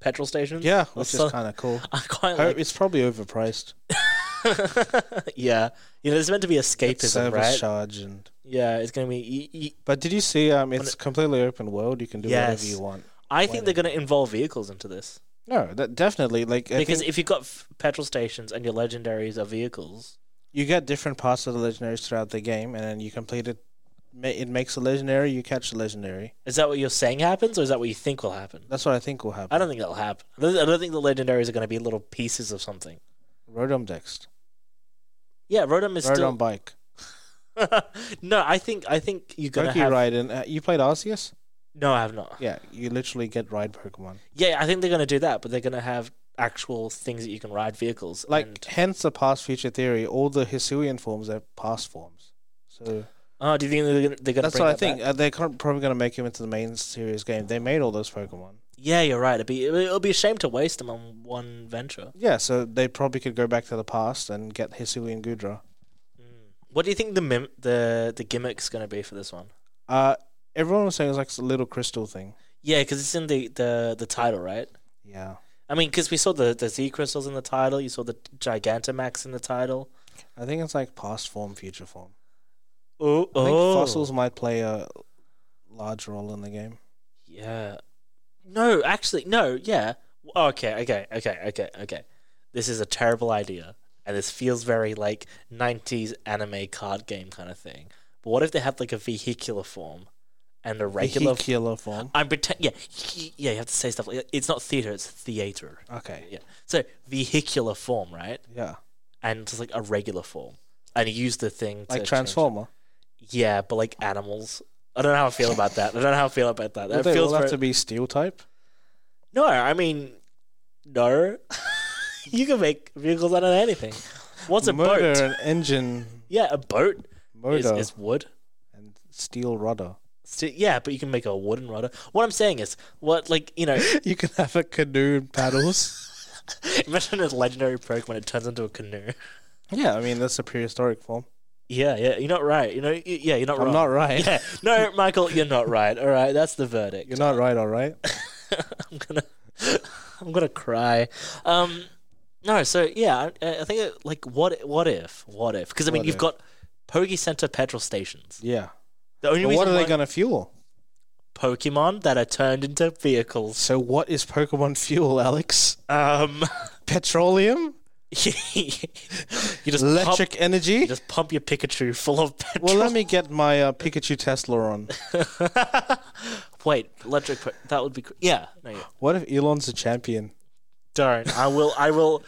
A: petrol stations.
B: Yeah, Oh,
A: or
B: which
A: some-
B: is kind of cool.
A: I quite
B: Ho-
A: like.
B: it's probably overpriced.
A: yeah, you know, it's meant to be escapism,
B: service
A: right?
B: charge and.
A: Yeah, it's gonna be. y- y-
B: But did you see? Um, it's completely open world. You can do
A: Yes.
B: whatever you want.
A: I think they're gonna involve vehicles into this
B: No, that definitely. Like I
A: because
B: think
A: if you've got f- petrol stations and your legendaries are vehicles,
B: you get different parts of the legendaries throughout the game, and then you complete it. ma- It makes a legendary. You catch a legendary.
A: is that what you're saying happens, or is that what you think will happen?
B: That's what I think will happen.
A: I don't think that'll happen. I don't, I don't think the legendaries are going to be little pieces of something.
B: Rotom Dext.
A: Yeah, Rotom is
B: Rotom bike.
A: still. no, I think I think you're going to
B: Donkey
A: have.
B: ride and uh, you played Arceus.
A: No, I have not.
B: Yeah, you literally get ride Pokemon.
A: Yeah, I think they're going to do that, but they're going to have actual things that you can ride vehicles.
B: Like
A: and-
B: hence the past future theory. All the Hisuian forms are past forms. So
A: oh, do you think they're going to? They're gonna
B: that's
A: bring
B: what I
A: that
B: think.
A: back?
B: Uh, they're kind of probably going to make him into the main series game. They made all those Pokemon.
A: Yeah, you're right. It'd be it'll be a shame to waste them on one venture.
B: Yeah, so they probably could go back to the past and get Hisui and Gudra.
A: What do you think the mim- the the gimmick's going to be for this one?
B: Uh, everyone was saying it was like a little crystal thing.
A: Yeah, because it's in the, the the title, right?
B: Yeah.
A: I mean, because we saw the the Z crystals in the title, you saw the Gigantamax in the title.
B: I think it's like past form, future form.
A: Oh,
B: I think
A: oh.
B: fossils might play a large role in the game.
A: Yeah. No, Oh, actually, no. Yeah. Okay, okay, okay, okay, okay. This is a terrible idea. and this feels very like 90s anime card game kind of thing. But what if they had like a vehicular form and a regular? f-
B: Vehicular form.
A: I'm pretend. Yeah, he- yeah. You have to say stuff like it's not theater. It's theater.
B: Okay.
A: Yeah. So vehicular form, right?
B: Yeah.
A: And just like a regular form, and you use the thing to
B: Like
A: change-
B: Transformer.
A: Yeah, but like animals. I don't know how I feel about that. I don't know how I feel about that.
B: Would
A: That
B: they
A: feels
B: all have
A: very-
B: to be steel type?
A: No, I mean, no. you can make vehicles out of anything. What's a
B: Motor
A: boat?
B: and engine.
A: Yeah, a boat is,
B: Motor
A: is wood.
B: and steel rudder.
A: So, yeah, but you can make a wooden rudder. What I'm saying is, what like you know,
B: You can have a canoe and paddles.
A: imagine a legendary Pokemon it turns into a canoe.
B: yeah, I mean that's a prehistoric form.
A: Yeah, yeah, you're not right. You know, y- yeah, you're not
B: I'm
A: wrong.
B: not right.
A: Yeah, no, Michael, you're not right. All right, that's the verdict.
B: You're not right, all right.
A: I'm gonna, I'm gonna cry. Um, no, so yeah, I, I think it, like what, what if, what if? Because I mean,
B: What
A: you've
B: if?
A: got Poke Center petrol stations.
B: Yeah.
A: The only
B: But
A: reason
B: what are they
A: why-
B: going to fuel?
A: Pokemon that are turned into vehicles.
B: So what is Pokemon fuel, Alex?
A: Um,
B: Petroleum?
A: you just
B: Electric
A: Pump,
B: energy?
A: you just pump your Pikachu full of petrol.
B: Well, let me get my uh, Pikachu Tesla on.
A: Wait, electric. pe- That would be. cr- Yeah. No, yeah.
B: What if Elon's a champion?
A: Don't. I will. I will.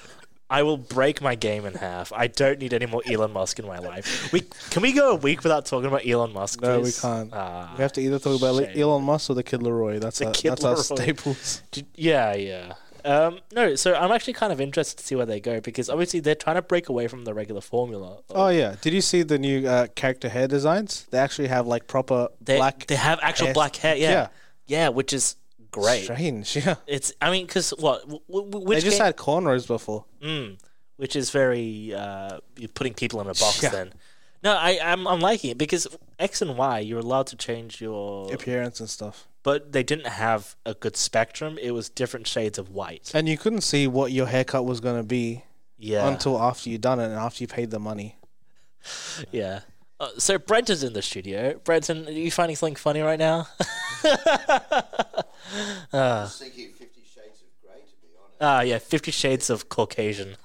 A: I will break my game in half. I don't need any more Elon Musk in my life. We can we go a week without talking about Elon Musk?
B: No, we
A: please?
B: can't.
A: Ah.
B: We have to either talk about like,
A: shame.
B: Elon Musk or the Kid Leroy. That's our,
A: Kid
B: that's our
A: Laroi.
B: staples.
A: Did- yeah, yeah. Um, no, so I'm actually kind of interested to see where they go because obviously they're trying to break away from the regular formula. of-
B: Oh yeah, did you see the new uh, character hair designs? They actually have like proper
A: they,
B: black.
A: they have actual
B: hair-
A: black hair. Yeah.
B: yeah.
A: yeah, which is great.
B: Strange, yeah.
A: It's I mean because what w- w- w-
B: They
A: which
B: just
A: game-
B: had cornrows before.
A: Mm, which is very uh, you're putting people in a box.
B: Yeah.
A: Then no, I I'm, I'm liking it because X and Y you're allowed to change your,
B: Appearance and stuff.
A: but they didn't have a good spectrum. It was different shades of white.
B: And you couldn't see what your haircut was gonna be
A: Yeah,
B: until after you done it and after you paid the money.
A: yeah. Uh, so Brenton's in the studio. Brenton, are you finding something funny right now?
C: was thinking Fifty Shades of Grey, to be honest.
A: Ah, yeah, Fifty Shades of Caucasian.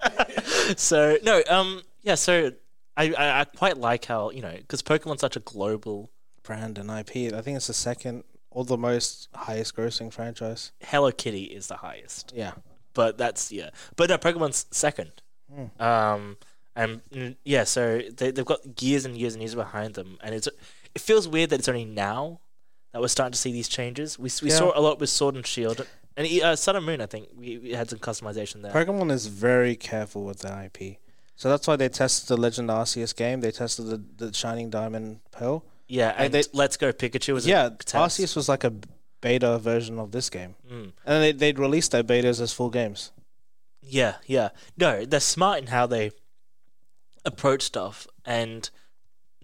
A: so no, um, yeah, so I, I I quite like how you know because Pokemon's such a global.
B: Brand and IP. I think it's the second or the most highest grossing franchise.
A: Hello Kitty is the highest,
B: Yeah.
A: but that's yeah, but no, Pokemon's second.
B: Hmm.
A: Um, and mm, yeah, so they they've got years and years and years behind them, and it's it feels weird that it's only now that we're starting to see these changes. We we
B: Yeah.
A: saw a lot with Sword and Shield. And uh, Sun and Moon, I think we, we had some customization there.
B: Pokemon is very careful with their IP. So that's why they tested the Legend Arceus game. They tested the, the Shining Diamond Pearl.
A: yeah, and
B: they-
A: Let's Go Pikachu was
B: yeah,
A: a test.
B: Arceus was like a beta version of this game.
A: Mm.
B: And they, they'd release their betas as full games.
A: Yeah, yeah. No, they're smart in how they approach stuff and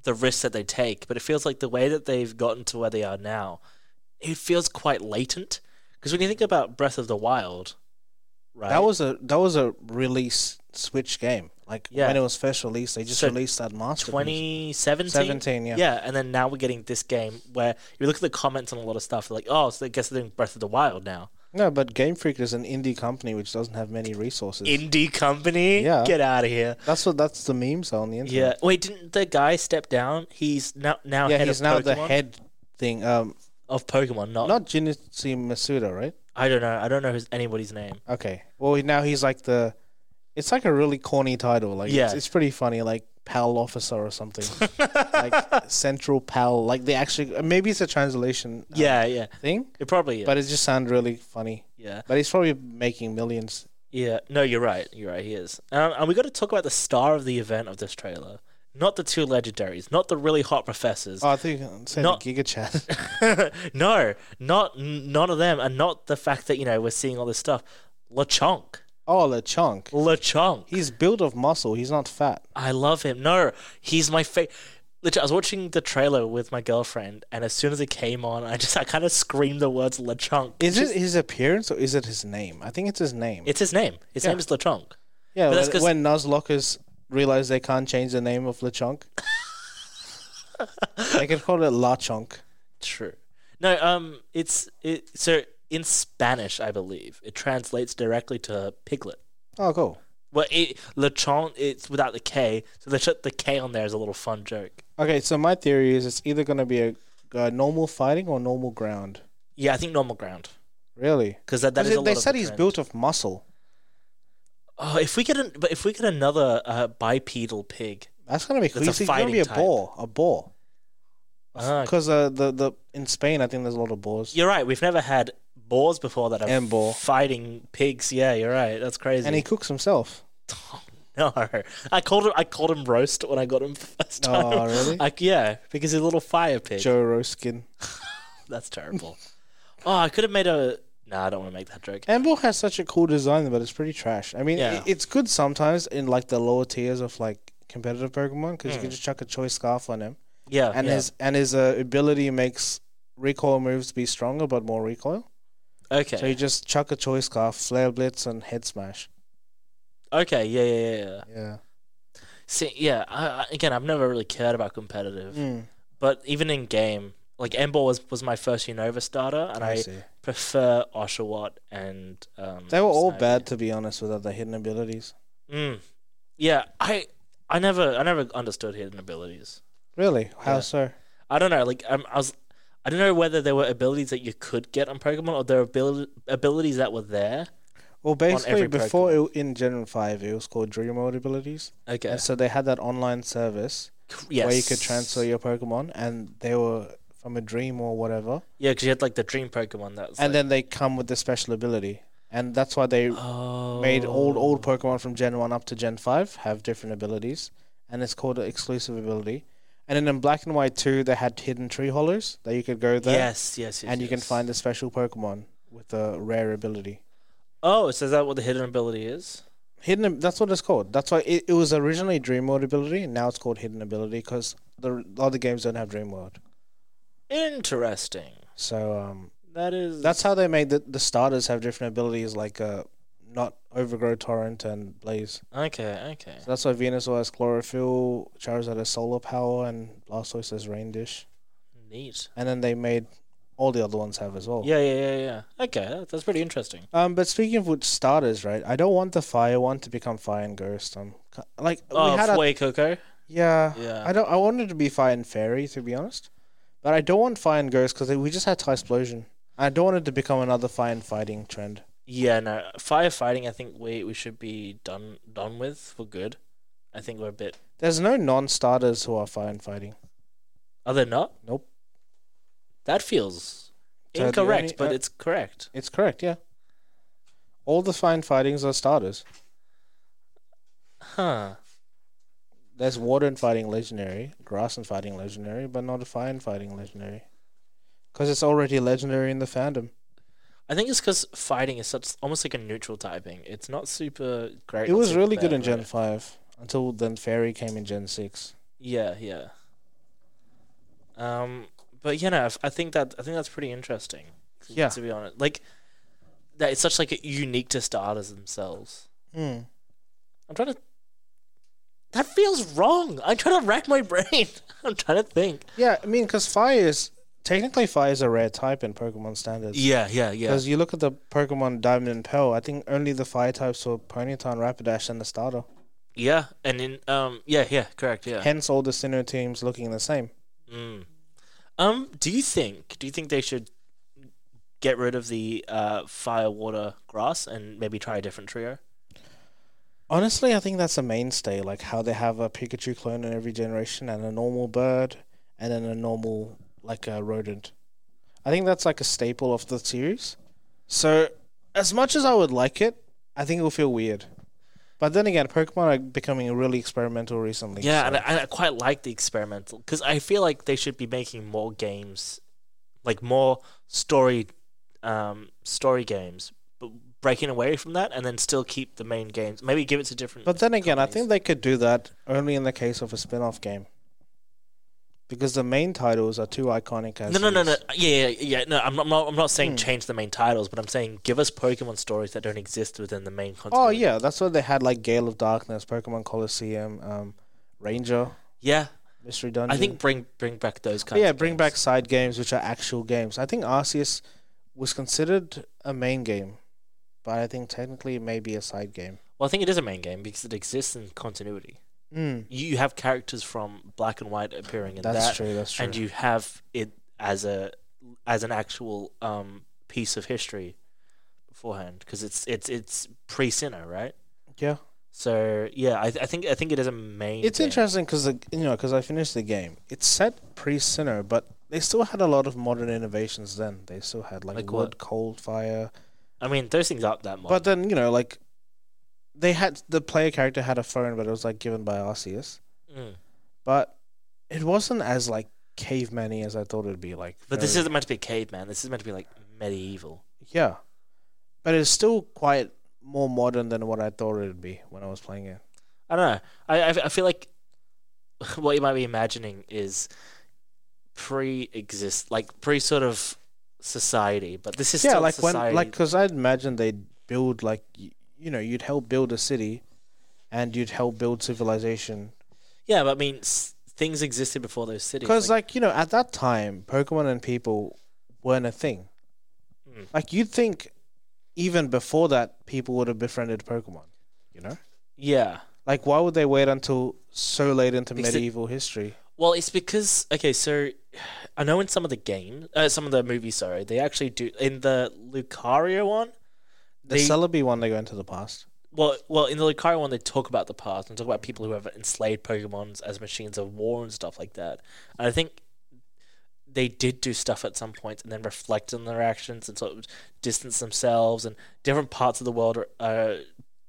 A: the risks that they take, but it feels like the way that they've gotten to where they are now, it feels quite latent. Because when you think about Breath of the Wild, right?
B: That was a that was a release Switch game. Like
A: Yeah.
B: when it was first released, they just
A: So
B: released that masterpiece.
A: 2017.
B: 17, yeah.
A: Yeah, and then now we're getting this game where you look at the comments on a lot of stuff, they're like, oh, so I guess they're doing Breath of the Wild now.
B: No, but Game Freak is an indie company which doesn't have many resources.
A: Indie company?
B: Yeah.
A: Get out of here.
B: that's what that's the memes are on the
A: Yeah.
B: internet.
A: Wait, didn't the guy step down? He's now now
B: yeah,
A: head
B: he's
A: of
B: now
A: Pokemon?
B: the head thing. Um,
A: of Pokemon, not
B: not Junichi Masuda, right?
A: I don't know. I don't know his, anybody's name.
B: Okay. Well, he- now he's like the. It's like a really corny title. Like, it's,
A: Yeah.
B: it's pretty funny. Like PAL officer or something. like Central PAL. Like they actually uh, maybe it's a translation uh,
A: Yeah, yeah.
B: thing,
A: It probably is.
B: but it just sounds really funny.
A: yeah,
B: But he's probably making millions.
A: yeah. No, you're right. You're right. He is. Um, and we got to talk about the star of the event of this trailer. Not the two legendaries. Not the really hot professors.
B: Oh, I think you said
A: Not-
B: Giga Chat.
A: no, not n- none of them, and not the fact that you know we're seeing all this stuff. Lechonk,
B: oh, LeChonk.
A: Lechonk.
B: He's built of muscle. He's not fat.
A: I love him. No, he's my favorite. Literally, I was watching the trailer with my girlfriend, and as soon as it came on, I just I kind of screamed the words Lechonk.
B: Is it his appearance or is it his name? I think it's his name.
A: It's his name. His name is Lechonk.
B: yeah,
A: but that's
B: when,
A: 'cause-
B: when Nuzlockers realize they can't change the name of LeChonk. they could call it LaChonk.
A: True. No, um, it's it. So in Spanish, I believe it translates directly to piglet,
B: Oh, cool.
A: Well, it, Lechon, it's without the K, so they shut the K on there as a little fun joke.
B: Okay, so my theory is it's either going to be a, a normal fighting or normal ground.
A: Yeah, I think normal ground
B: Really?
A: because that, that
B: 'Cause
A: is
B: they-
A: a lot
B: they
A: of the
B: said he's
A: trend.
B: built of muscle.
A: Oh, if we get an, but if we get another uh, bipedal pig,
B: That's gonna be cool.
A: That's a
B: He's gonna be
A: fighting
B: a
A: type.
B: boar, a boar.
A: Ah,
B: Because uh, the the in Spain, I think there's a lot of boars.
A: you're right. We've never had boars before that are
B: And boar.
A: fighting pigs. Yeah, you're right. That's crazy.
B: And he cooks himself.
A: No, I called him. I called him roast when I got him first time.
B: Oh, really?
A: Like, yeah, because he's a little fire pig.
B: Joe Roskin.
A: That's terrible. oh, I could have made a. No, I don't want to make that joke.
B: Amble has such a cool design, but it's pretty trash. I mean,
A: Yeah.
B: i- it's good sometimes in like the lower tiers of like competitive Pokemon because you can just chuck a choice scarf on him,
A: Yeah,
B: and
A: yeah.
B: his and his uh, ability makes recoil moves be stronger but more recoil.
A: okay,
B: So you just chuck a choice scarf, flare blitz, and head smash.
A: okay, yeah, yeah, yeah, yeah.
B: Yeah.
A: See, yeah. I, I, again, I've never really cared about competitive,
B: Mm,
A: but even in game, like Embor was was my first Unova starter, and
B: I,
A: I,
B: see.
A: prefer Oshawott and um,
B: They were all
A: Snivy.
B: bad to be honest without the hidden abilities.
A: Mm. Yeah, I I never I never understood hidden abilities.
B: Really? How
A: Yeah.
B: so?
A: I don't know. Like um, I was, I don't know whether there were abilities that you could get on Pokemon or there were abil- abilities that were there.
B: Well, basically,
A: every
B: before it, in Gen Five, it was called Dream Mode abilities,
A: Okay.
B: and so they had that online service
A: yes.
B: where you could transfer your Pokemon, and they were from a dream or whatever,
A: Yeah, because you had like the dream Pokemon that. Was,
B: and
A: like,
B: then they come with the special ability, and that's why they
A: oh,
B: made all old Pokemon from Gen One up to Gen Five have different abilities, and it's called an exclusive ability. And then in Black and White Two, they had hidden tree hollows that you could go there,
A: Yes, yes, yes.
B: and you can
A: yes.
B: find the special Pokemon with a rare ability.
A: Oh, so is that what the hidden ability is?
B: Hidden. That's what it's called. That's why it, it was originally Dream World ability, and now it's called Hidden Ability because the other games don't have Dream World.
A: Interesting.
B: So um,
A: That is.
B: that's how they made the, the starters have different abilities, like uh, not Overgrow Torrent and Blaze.
A: okay. Okay.
B: So that's why Venusaur has Chlorophyll, Charizard has Solar Power, and Blastoise has Rain Dish.
A: Neat.
B: And then they made all the other ones have as well.
A: Yeah, yeah, yeah, yeah. Okay, that- that's pretty interesting.
B: Um, but speaking of which starters, right? I don't want the Fire one to become Fire and Ghost. Um, c- like
A: oh,
B: we had a
A: Fue Coco.
B: Yeah.
A: Yeah.
B: I don't. I wanted to be Fire and Fairy, to be honest, but I don't want Fire and Ghost because we just had Thai Explosion. I don't want it to become another Fire and Fighting trend.
A: Yeah, no. Firefighting, I think we we should be done done with for good. I think we're a bit.
B: There's no non-starters who are Fire and Fighting.
A: Are there not?
B: Nope.
A: That feels
B: So the
A: incorrect,
B: only-
A: but
B: uh,
A: it's correct.
B: It's correct. Yeah. All the Fire and Fightings are starters.
A: Huh.
B: There's Water and Fighting Legendary, Grass and Fighting Legendary, but not a Fire and Fighting Legendary, because it's already legendary in the fandom.
A: I think it's because fighting is such almost like a neutral typing. It's not super great.
B: It
A: not
B: was
A: super
B: really good
A: bad,
B: in Gen
A: right?
B: Five until then. Fairy came in Gen Six.
A: Yeah, yeah. Um, but you know, I f- I think that I think that's pretty interesting.
B: Yeah.
A: To be honest, like that it's such like a unique to starters themselves.
B: Hmm.
A: I'm trying to. That feels wrong. I'm trying to rack my brain. I'm trying to think.
B: Yeah, I mean, because fire is technically fire is a rare type in Pokemon standards.
A: Yeah, yeah, yeah.
B: Because you look at the Pokemon Diamond and Pearl, I think only the fire types were Ponyta, Rapidash, and the starter.
A: Yeah, and in um, yeah, yeah, correct, yeah.
B: Hence, all the Sinnoh teams looking the same.
A: Mm. Um, do you think do you think they should get rid of the uh, fire, water, grass, and maybe try a different trio?
B: Honestly, I think that's a mainstay, like how they have a Pikachu clone in every generation and a normal bird and then a normal like a rodent. I think that's like a staple of the series. So, as much as I would like it, I think it will feel weird. But then again, Pokemon are becoming really experimental recently.
A: Yeah,
B: so-
A: and I, and I quite like the experimental because I feel like they should be making more games, like more story, um, story games, but breaking away from that and then still keep the main games. Maybe give it to different.
B: But then again, I
A: companies.
B: think they could do that only in the case of a spin off game. Because the main titles are too iconic as
A: No, no, no,
B: is.
A: no. Yeah, yeah, yeah. No, I'm, I'm not. I'm not saying
B: Hmm.
A: change the main titles, but I'm saying give us Pokemon stories that don't exist within the main.
B: Oh
A: continuity.
B: yeah, that's why they had like Gale of Darkness, Pokemon Coliseum, um, Ranger,
A: yeah.
B: Mystery Dungeon.
A: I think bring bring back those
B: But
A: kinds.
B: yeah,
A: of
B: bring
A: games.
B: back side games which are actual games. I think Arceus was considered a main game, but I think technically it may be a side game.
A: Well, I think it is a main game because it exists in continuity.
B: Mm.
A: You you have characters from Black and White appearing in
B: That's
A: Hmm, that,
B: true. That's true.
A: and you have it as a as an actual um, piece of history beforehand because it's it's it's pre Sinner, right?
B: yeah.
A: So yeah, I, th- I think I think it is a main.
B: It's
A: game.
B: interesting because you know because I finished the game. It's set pre Sinner, but they still had a lot of modern innovations then. They still had like,
A: Like
B: wood,
A: what?
B: coal, fire.
A: I mean, those things aren't that much.
B: But then you know like they had the player character had a phone, but it was like given by Arceus.
A: Mm.
B: But it wasn't as like caveman-y as I thought it'd be. Like,
A: But this
B: very-
A: isn't meant to be caveman. This is meant to be like medieval.
B: yeah, but it's still quite more modern than what I thought it'd be when I was playing it.
A: I don't know. I I, I feel like what you might be imagining is pre-exist, like pre sort of society. But this is
B: yeah,
A: still
B: like
A: society.
B: when like because I'd imagine they'd build like y- you know you'd help build a city, and you'd help build civilization
A: yeah, but I mean, s- things existed before those cities.
B: because like, you know at that time Pokemon and people weren't a thing.
A: Mm.
B: Like you'd think, even before that, people would have befriended Pokemon. You know,
A: yeah.
B: like why would they wait until so late into
A: Because it-
B: medieval history?
A: Well, it's because okay, so I know in some of the game, uh, some of the movies, sorry, they actually do in the Lucario one.
B: The
A: they-
B: Celebi one they go into the past.
A: Well, well, in the Lucario one, they talk about the past and talk about people who have enslaved Pokemons as machines of war and stuff like that. And I think they did do stuff at some point and then reflect on their actions and sort of distance themselves. And different parts of the world are uh,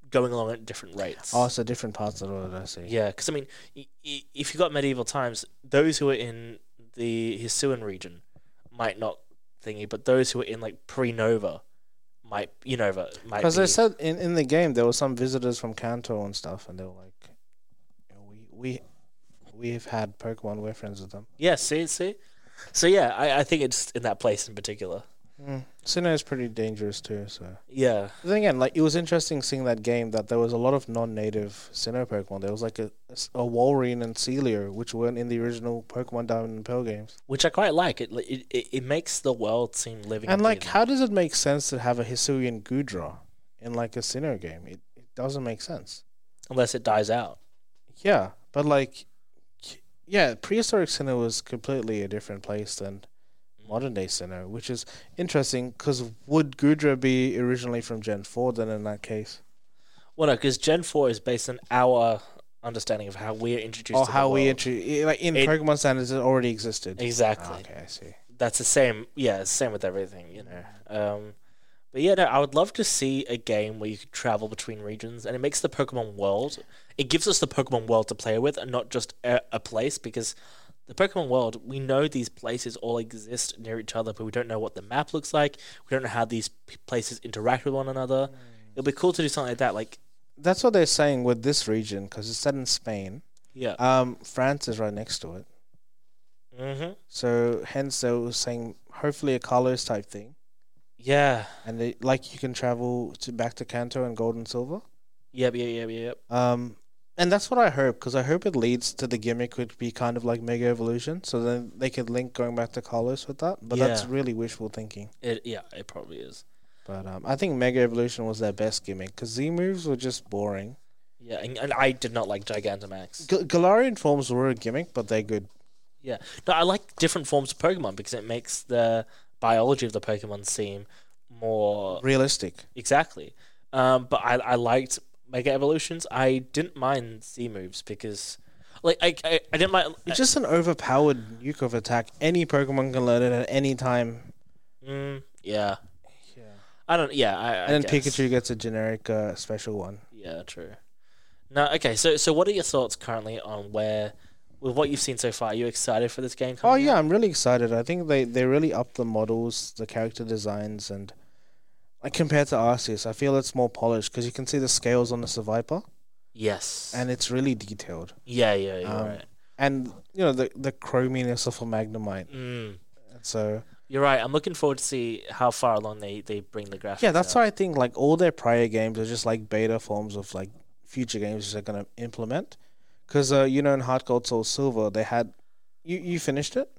A: going along at different rates.
B: Oh, so different parts of the world. I see.
A: Yeah, because I mean, y- y- if you got medieval times, those who are in the Hisuian region might not thingy, but those who are in like pre-Nova might, you Nova might.
B: Because
A: be-
B: they said in, in the game there were some visitors from Kanto and stuff, and they were like, you know, "We we we've had Pokemon. We're friends with them."
A: Yeah, see, see. So yeah, I, I think it's in that place in particular.
B: Mm. Sinnoh is pretty dangerous too. So
A: Yeah,
B: But then again, like it was interesting seeing that game that there was a lot of non-native Sinnoh Pokemon. There was like a a s- a Walrein and Celio, which weren't in the original Pokemon Diamond and Pearl games.
A: which I quite like. It it, it, it makes the world seem living.
B: And like,
A: breathing.
B: how does it make sense to have a Hisuian Gudra in like a Sinnoh game? It it doesn't make sense.
A: unless it dies out.
B: Yeah, but like, yeah, prehistoric Sinnoh was completely a different place than modern day Sinnoh, which is interesting because would Gudra be originally from Gen 4 then in that case?
A: Well, no, because Gen Four is based on our understanding of how we're introduced.
B: Or
A: to the
B: how we
A: world.
B: introduce, like in
A: It-
B: Pokemon standards, it already existed.
A: exactly.
B: Ah, okay, I see.
A: that's the same. Yeah, it's the same with everything, you know. Um, but yeah, no, I would love to see a game where you could travel between regions, and it makes the Pokemon world. It gives us the Pokemon world to play with, and not just a, a place. Because the Pokemon world, we know these places all exist near each other, but we don't know what the map looks like. We don't know how these p- places interact with one another. It'll be cool to do something like that. Like,
B: That's what they're saying with this region because it's set in Spain.
A: yeah,
B: Um, France is right next to it.
A: hmm
B: So hence they were saying hopefully a Carlos type thing.
A: yeah,
B: And they, like you can travel to back to Kanto and Gold and Silver.
A: yep, yep, yep, yep.
B: Um, and that's what I hope because I hope it leads to the gimmick would be kind of like Mega Evolution, so then they could link going back to Carlos with that. But that's
A: Yeah.
B: really wishful thinking.
A: It, yeah, it probably is.
B: But um, I think Mega Evolution was their best gimmick because Z moves were just boring.
A: Yeah, and, and I did not like Gigantamax.
B: G- Galarian forms were a gimmick, but they're good.
A: Yeah. No, I like different forms of Pokemon because it makes the biology of the Pokemon seem more
B: Realistic.
A: exactly. Um, but I, I liked Mega Evolutions. I didn't mind Z moves because, like, I I, I didn't mind.
B: It's just an overpowered nuke of attack. Any Pokemon can learn it at any time.
A: Mm, yeah.
B: Yeah.
A: I don't. Yeah. I, I
B: And then
A: guess.
B: Pikachu gets a generic uh, special one.
A: Yeah. True. No. Okay. So so what are your thoughts currently on where, with what you've seen so far? Are you excited for this game?
B: Oh
A: Coming
B: yeah,
A: out?
B: I'm really excited. I think they they really upped the models, the character designs, and like compared to Arceus, I feel it's more polished because you can see the scales on the Survivor,
A: Yes.
B: and it's really detailed.
A: yeah. Yeah. You're
B: Um,
A: right.
B: And you know the the chrominess of a Magnemite.
A: Mm.
B: So
A: You're right. I'm looking forward to see how far along they, they bring the graphics.
B: yeah, that's
A: out.
B: why I think like all their prior games are just like beta forms of like future games they're gonna implement. Because uh, you know in Heart Gold Soul Silver they had you you finished it.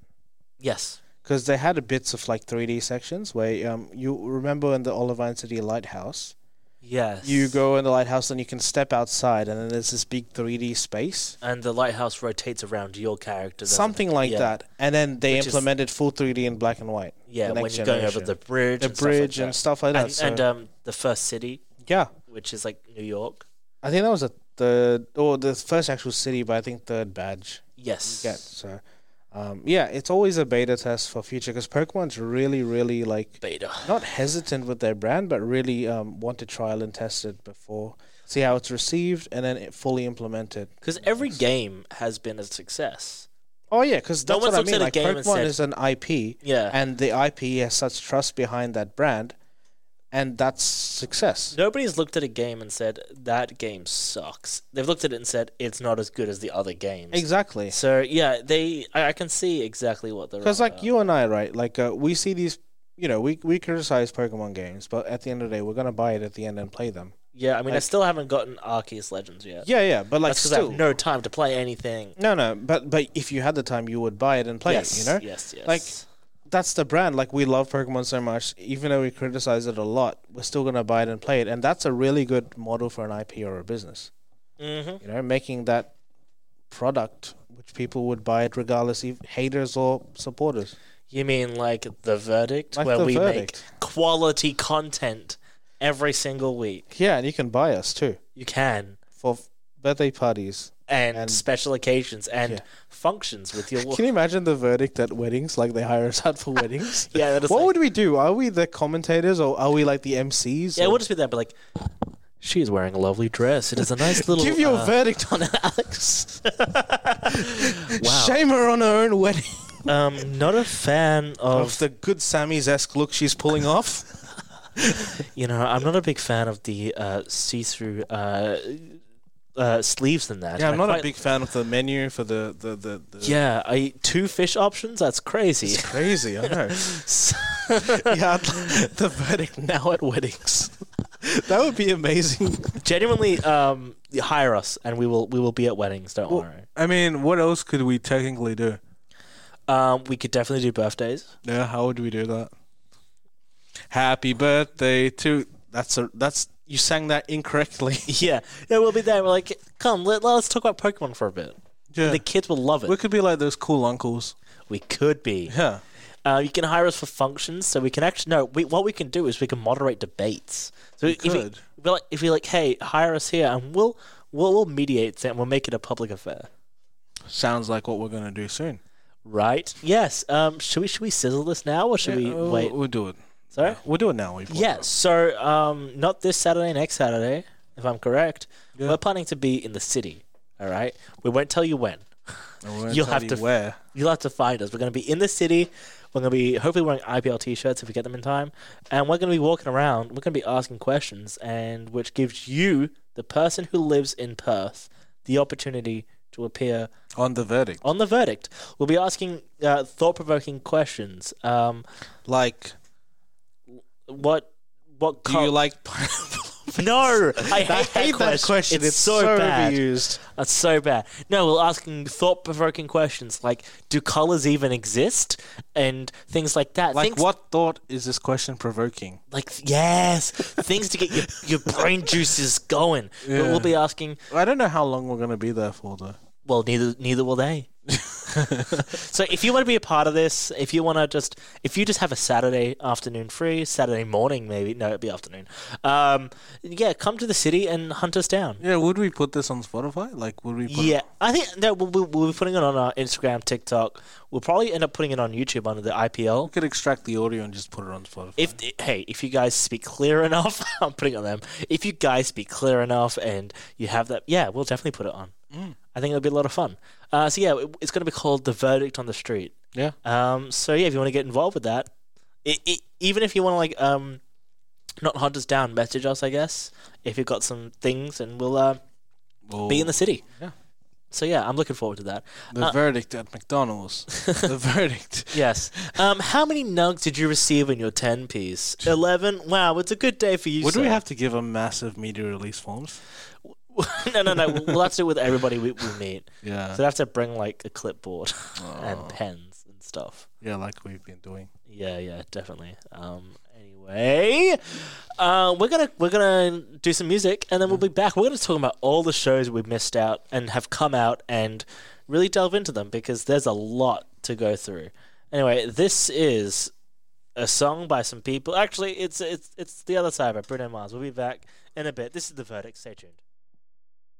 A: Yes.
B: because they had a bits of like 3D sections where um you remember in the Olivine City lighthouse
A: Yes.
B: You go in the lighthouse and you can step outside, and then there's this big 3D space.
A: And the lighthouse rotates around your character. doesn't
B: something
A: it?
B: like
A: Yeah.
B: that. And then they
A: Which is-
B: implemented full 3D in black and white.
A: Yeah,
B: the
A: when
B: next
A: you're going over
B: generation.
A: the bridge,
B: the
A: and
B: bridge
A: stuff like
B: and stuff like
A: that.
B: that.
A: and,
B: so,
A: and um, the first city,
B: yeah,
A: which is like New York.
B: I think that was a, the or the first actual city, but I think third badge you
A: Yes.
B: get. So, um, yeah, it's always a beta test for future because Pokemon's really, really like
A: Beta.
B: not hesitant with their brand, but really um, want to trial and test it before see how it's received and then it fully implemented.
A: Because every game has been a success.
B: Oh yeah, because
A: No one's
B: that's what I
A: looked
B: mean.
A: at a
B: Like
A: game and
B: Pokemon
A: said-
B: is an IP,
A: Yeah.
B: and the IP has such trust behind that brand, and that's success.
A: Nobody's looked at a game and said that game sucks. They've looked at it and said it's not as good as the other games.
B: Exactly.
A: So yeah, they I, I can see exactly what they're
B: Because
A: on
B: like
A: about.
B: you and I, right? Like uh, we see these, you know, we we criticize Pokemon games, but at the end of the day, we're gonna buy it at the end and play them.
A: Yeah, I mean I
B: like-
A: still haven't gotten Arceus Legends yet.
B: Yeah, yeah, but like
A: That's because I
B: still,
A: have no time to play anything.
B: no, no, but but if you had the time, you would buy it and play
A: yes,
B: it. You know,
A: Yes, yes.
B: Like, that's the brand. Like we love Pokemon so much, even though we criticize it a lot, we're still gonna buy it and play it, and that's a really good model for an IP or a business.
A: hmm
B: You know, making that product which people would buy it regardless, if haters or supporters.
A: You mean like the verdict
B: Like
A: where
B: The
A: we
B: Verdict.
A: make quality content every single week?
B: Yeah, and you can buy us too
A: You can.
B: for f- birthday parties.
A: And,
B: And-
A: special occasions and
B: Yeah.
A: functions with your
B: Can you imagine the verdict at weddings? Like they hire us out for weddings.
A: Yeah, that is
B: What
A: like-
B: would we do? Are we the commentators or are we like the MCs?
A: Yeah,
B: or-
A: we'll just be there, but like, she's wearing a lovely dress. It is a nice little.
B: give your
A: uh,
B: verdict on Alex.
A: Wow.
B: Shame her on her own wedding.
A: um, not a fan of,
B: Of the good Sammy's esque look she's pulling off.
A: you know, I'm not a big fan of the uh, see-through uh, uh, sleeves in that.
B: Yeah, I'm
A: I
B: not a
A: quite-
B: big fan of the menu for the the the. the
A: Yeah, I two fish options. That's crazy.
B: It's crazy, I know. yeah, I'd- the verdict now at weddings. that would be amazing.
A: Genuinely, um, hire us, and we will we will be at weddings. Don't
B: Well-
A: worry.
B: I mean, what else could we technically do?
A: Um, we could definitely do birthdays.
B: Yeah, how would we do that? Happy birthday to that's a that's you sang that incorrectly.
A: Yeah, yeah, we'll be there. We're like, come, let, let's talk about Pokemon for a bit.
B: yeah.
A: The kids will love it.
B: We could be like those cool uncles.
A: We could be.
B: Yeah.
A: Uh, you can hire us for functions, so we can actually no. We, what we can do is we can moderate debates. So if we,
B: could.
A: we're like, if you're like, hey, hire us here, and we'll we'll, we'll mediate it and we'll make it a public affair,
B: Sounds like what we're gonna do soon.
A: right? Yes. Um. Should we should we sizzle this now or should we
B: we'll,
A: wait?
B: We'll do it.
A: Sorry.
B: We'll do it now. We
A: Yeah. So um, not this Saturday, next Saturday, if I'm correct. We're planning to be in the city. All right. We won't tell you when. You'll have to-
B: wear.
A: You'll have to find us. We're going to be in the city. We're going to be hopefully wearing IPL t-shirts if we get them in time, and we're going to be walking around. We're going to be asking questions, and which gives you, the person who lives in Perth, the opportunity to appear
B: on the verdict.
A: on the verdict. We'll be asking uh, thought-provoking questions. Um,
B: Like,
A: what? What?
B: do
A: col-
B: you like?
A: no, I hate,
B: I
A: that,
B: hate
A: question.
B: that question.
A: It's, so, bad.
B: overused.
A: That's so bad. No, we're asking thought-provoking questions like, do colors even exist, and things like that.
B: Like,
A: things
B: what thought is this question provoking?
A: like th- yes, things to get your, your brain juices going. But
B: Yeah.
A: we'll be asking.
B: I don't know how long we're gonna be there for though.
A: Well, neither neither will they. so if you want to be a part of this, if you want to just if you just have a Saturday afternoon free, Saturday morning maybe no, it'd be afternoon. Um, yeah, come to the city and hunt us down.
B: Yeah, would we put this on Spotify? Like, would we? Put
A: Yeah, I think no, we'll, we'll, we'll be putting it on our Instagram, TikTok. We'll probably end up putting it on YouTube under the IPL.
B: We could extract the audio and just put it on Spotify.
A: If hey, if you guys speak clear enough, I'm putting it on them. If you guys speak clear enough and you have that, yeah, we'll definitely put it on. I think it'll be a lot of fun. Uh, so yeah, it- it's going to be called the verdict on the street.
B: yeah.
A: Um, so yeah, if you want to get involved with that, it, it, even if you want to like um, not hunt us down, message us, I guess. If you've got some things, and we'll uh, be in the city.
B: Yeah.
A: So yeah, I'm looking forward to that.
B: The
A: uh,
B: verdict at McDonald's. the verdict.
A: Yes. Um, how many nugs did you receive in your ten piece? Eleven. Wow, it's a good day for you.
B: Would we
A: sir.
B: have to give them massive media release forms?
A: no, no, no. We'll have to do it with everybody we, we meet.
B: Yeah.
A: So they have to bring like a clipboard and pens and stuff.
B: yeah, like we've been doing.
A: Yeah, yeah, definitely. Um, anyway, anyway. Uh, we're gonna we're gonna do some music and then we'll be back. We're gonna talk about all the shows we missed out and have come out and really delve into them because there's a lot to go through. Anyway, this is a song by some people. Actually, it's it's it's the other side by Bruno Mars. We'll be back in a bit. This is the verdict. Stay tuned.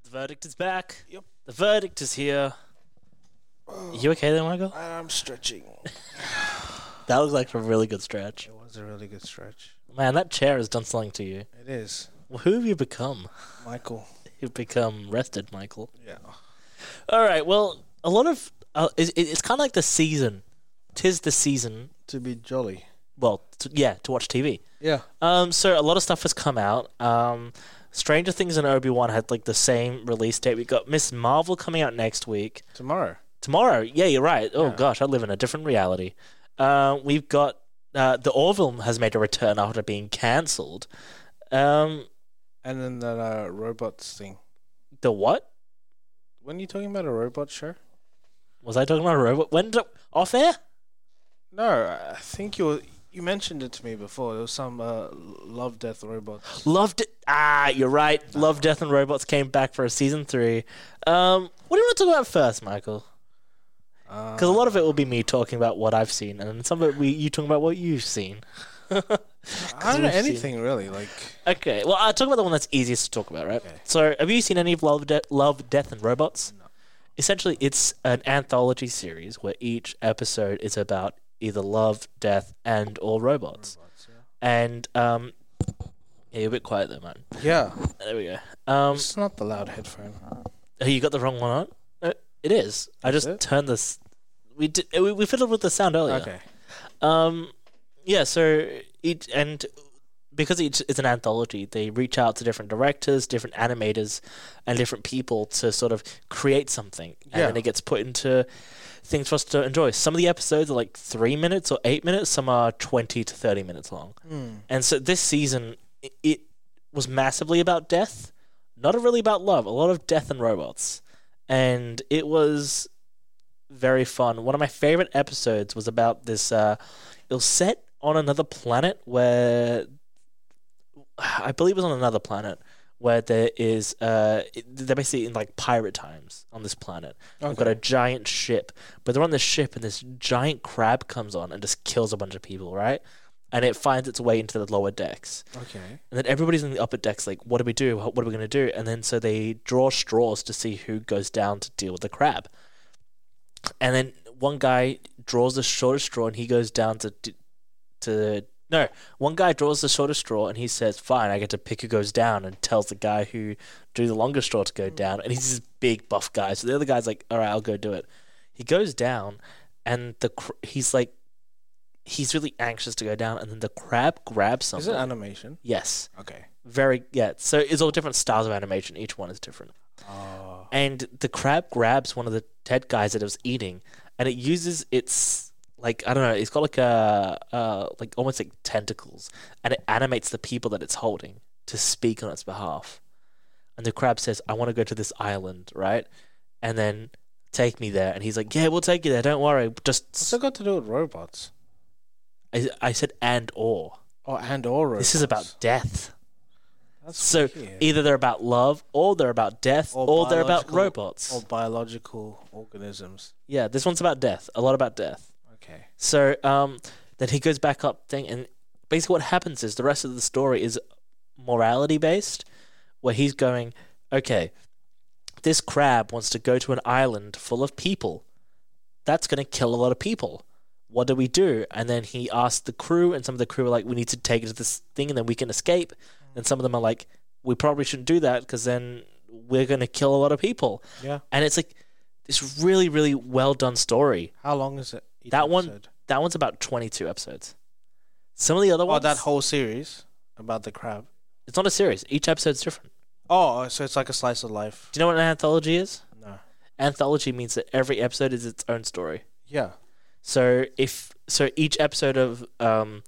A: The verdict is back.
B: Yep.
A: The verdict is here. You okay there, Michael?
B: I'm stretching.
A: That looked like a really good stretch.
B: It was a really good stretch.
A: Man, that chair has done something to you.
B: It is.
A: Who have you become?
B: Michael.
A: You've become rested, Michael.
B: Yeah.
A: All right. Well, a lot of uh, it's, it's kind of like the season. Tis the season.
B: To be jolly.
A: Well, to, yeah, to watch TV.
B: Yeah.
A: Um, so a lot of stuff has come out. Um, Stranger Things and Obi Wan had like the same release date. We got Miss Marvel coming out next week
B: Tomorrow.
A: tomorrow. Yeah, you're right. Oh
B: Yeah.
A: gosh, I live in a different reality. Uh, we've got uh, the Orville has made a return after being cancelled. Um,
B: And then that uh, robots thing.
A: the what
B: When you talking about a robot show?
A: was I talking about? A robot? When did I- off air?
B: No, I think you were, you mentioned it to me before. There was some uh, love death robots.
A: Loved it. Ah, you're right. Love, Death, and Robots came back for a season three. Um, what do you want to talk about first, Michael?
B: Because
A: Because a lot of it will be me talking about what I've seen, and some of it we you talking about what you've seen.
B: I don't know
A: we've seen-
B: anything really. Like
A: Okay, well, I'll talk about the one that's easiest to talk about, right?
B: Okay.
A: So, have you seen any of Love, De- Love, Death, and Robots? Essentially, it's an anthology series where each episode is about either love, death, and or robots. And um, yeah, you're a bit quiet there, man.
B: yeah,
A: There we go. Um,
B: it's not the loud headphone.
A: oh, you got the wrong one on. Uh, It is. I just
B: it?
A: turned this. We did. We, we fiddled with the sound earlier.
B: Okay,
A: Um, yeah. So each and because each is an anthology, they reach out to different directors, different animators, and different people to sort of create something, and then
B: Yeah.
A: it gets put into things for us to enjoy. Some of the episodes are like three minutes or eight minutes. Some are twenty to thirty minutes long.
B: Hmm.
A: Mm. And so this season, i- it was massively about death, not really about love. A lot of death and robots, and it was very fun. One of my favorite episodes was about this. Uh, it was set on another planet where I believe it was on another planet where there is uh, it- they're basically in like pirate times on this planet. We've got
B: Okay.
A: a giant ship, but they're on this ship and this giant crab comes on and just kills a bunch of people, right? And it finds its way into the lower decks.
B: okay,
A: And then everybody's in the upper decks, like, what do we do? What what are we going to do? And then so they draw straws to see who goes down to deal with the crab. And then one guy draws the shortest straw and he goes down to. d- to No, one guy draws the shortest straw and he says, fine, I get to pick who goes down and tells the guy who drew the longest straw to go down. And he's this big buff guy. So the other guy's like, all right, I'll go do it. He goes down and the cr- he's like, he's really anxious to go down. And then the crab grabs something.
B: is it animation?
A: yes
B: Okay.
A: very yeah. So it's all different styles of animation. Each one is different.
B: Oh,
A: And the crab grabs one of the dead guys that it was eating, and it uses its like I don't know. It's got like a uh, like almost like tentacles, and it animates the people that it's holding to speak on its behalf. And the crab says, "I want to go to this island, right?" And then take me there. And he's like, "Yeah, we'll take you there. Don't worry.
B: what's
A: Just
B: that got to do with robots?
A: I, I said and or
B: Or and or robots?
A: this is about death."
B: That's
A: So
B: weird.
A: either they're about love, or they're about death, or,
B: Or
A: they're about
B: biological-
A: robots.
B: or biological organisms.
A: Yeah, this one's about death. A lot about death.
B: Okay.
A: So um, then he goes back up thing, and basically what happens is the rest of the story is morality based, where he's going, okay, this crab wants to go to an island full of people. That's going to kill a lot of people. What do we do? And then he asked the crew, and some of the crew were like, we need to take it to this thing, and then we can escape. And some of them are like, we probably shouldn't do that because then we're going to kill a lot of people.
B: Yeah.
A: And it's like this really, really well done story.
B: How long is it? each
A: That one-
B: episode?
A: That one's about 22 episodes. Some of the other
B: Oh,
A: ones,
B: that whole series about the crab.
A: it's not a series. Each episode's different.
B: Oh, so it's like a slice of life.
A: Do you know what an anthology is?
B: No.
A: Anthology means that every episode is its own story.
B: Yeah.
A: So if so, each episode of um,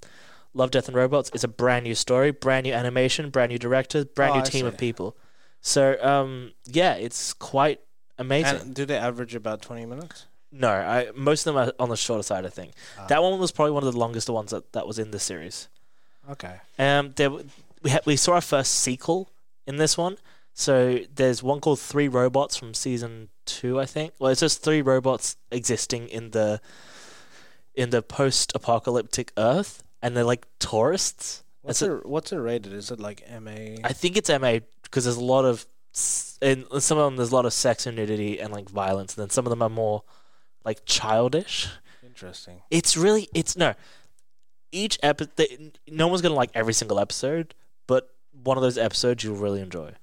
A: Love, Death, and Robots is a brand new story, brand new animation, brand new directors, brand
B: Oh,
A: new
B: I
A: team of
B: see.
A: people. So um, yeah, it's quite amazing.
B: And do they average about 20 minutes?
A: No, I
B: Ah.
A: most of them are on the shorter side. I think that one was probably one of the longest ones that, that was in the series.
B: Okay.
A: Um, there w- we ha- we saw our first sequel in this one. So there's one called Three Robots from season two, I think. Well, it's just three robots existing in the in the post-apocalyptic Earth, and they're like tourists.
B: What's
A: That's
B: it? What's it rated? Is it like MA?
A: I think it's MA because there's a lot of s- in some of them there's a lot of sex and nudity and like violence, and then some of them are more like childish.
B: Interesting.
A: It's really it's no. Each episode, no one's gonna like every single episode, but one of those episodes you'll really enjoy.
B: It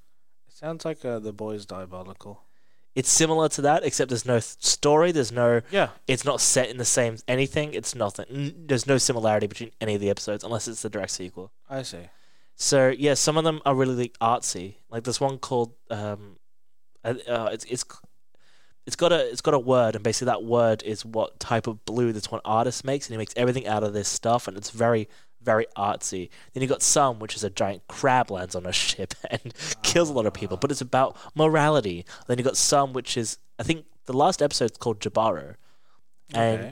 B: sounds like uh, the boys diabolical.
A: It's similar to that, except there's no th- story. There's no.
B: Yeah.
A: It's not set in the same anything. It's nothing. N- There's no similarity between any of the episodes unless it's the direct sequel.
B: I see.
A: So yeah, some of them are really like, artsy. Like this one called um, uh, uh, it's it's it's got a it's got a word, and basically that word is what type of blue this one artist makes, and he makes everything out of this stuff, and it's very very artsy. Then you got some, which is a giant crab lands on a ship and kills a lot of people, but it's about morality. Then you got some, which is I think the last episode's called Jabaro, and
B: Okay.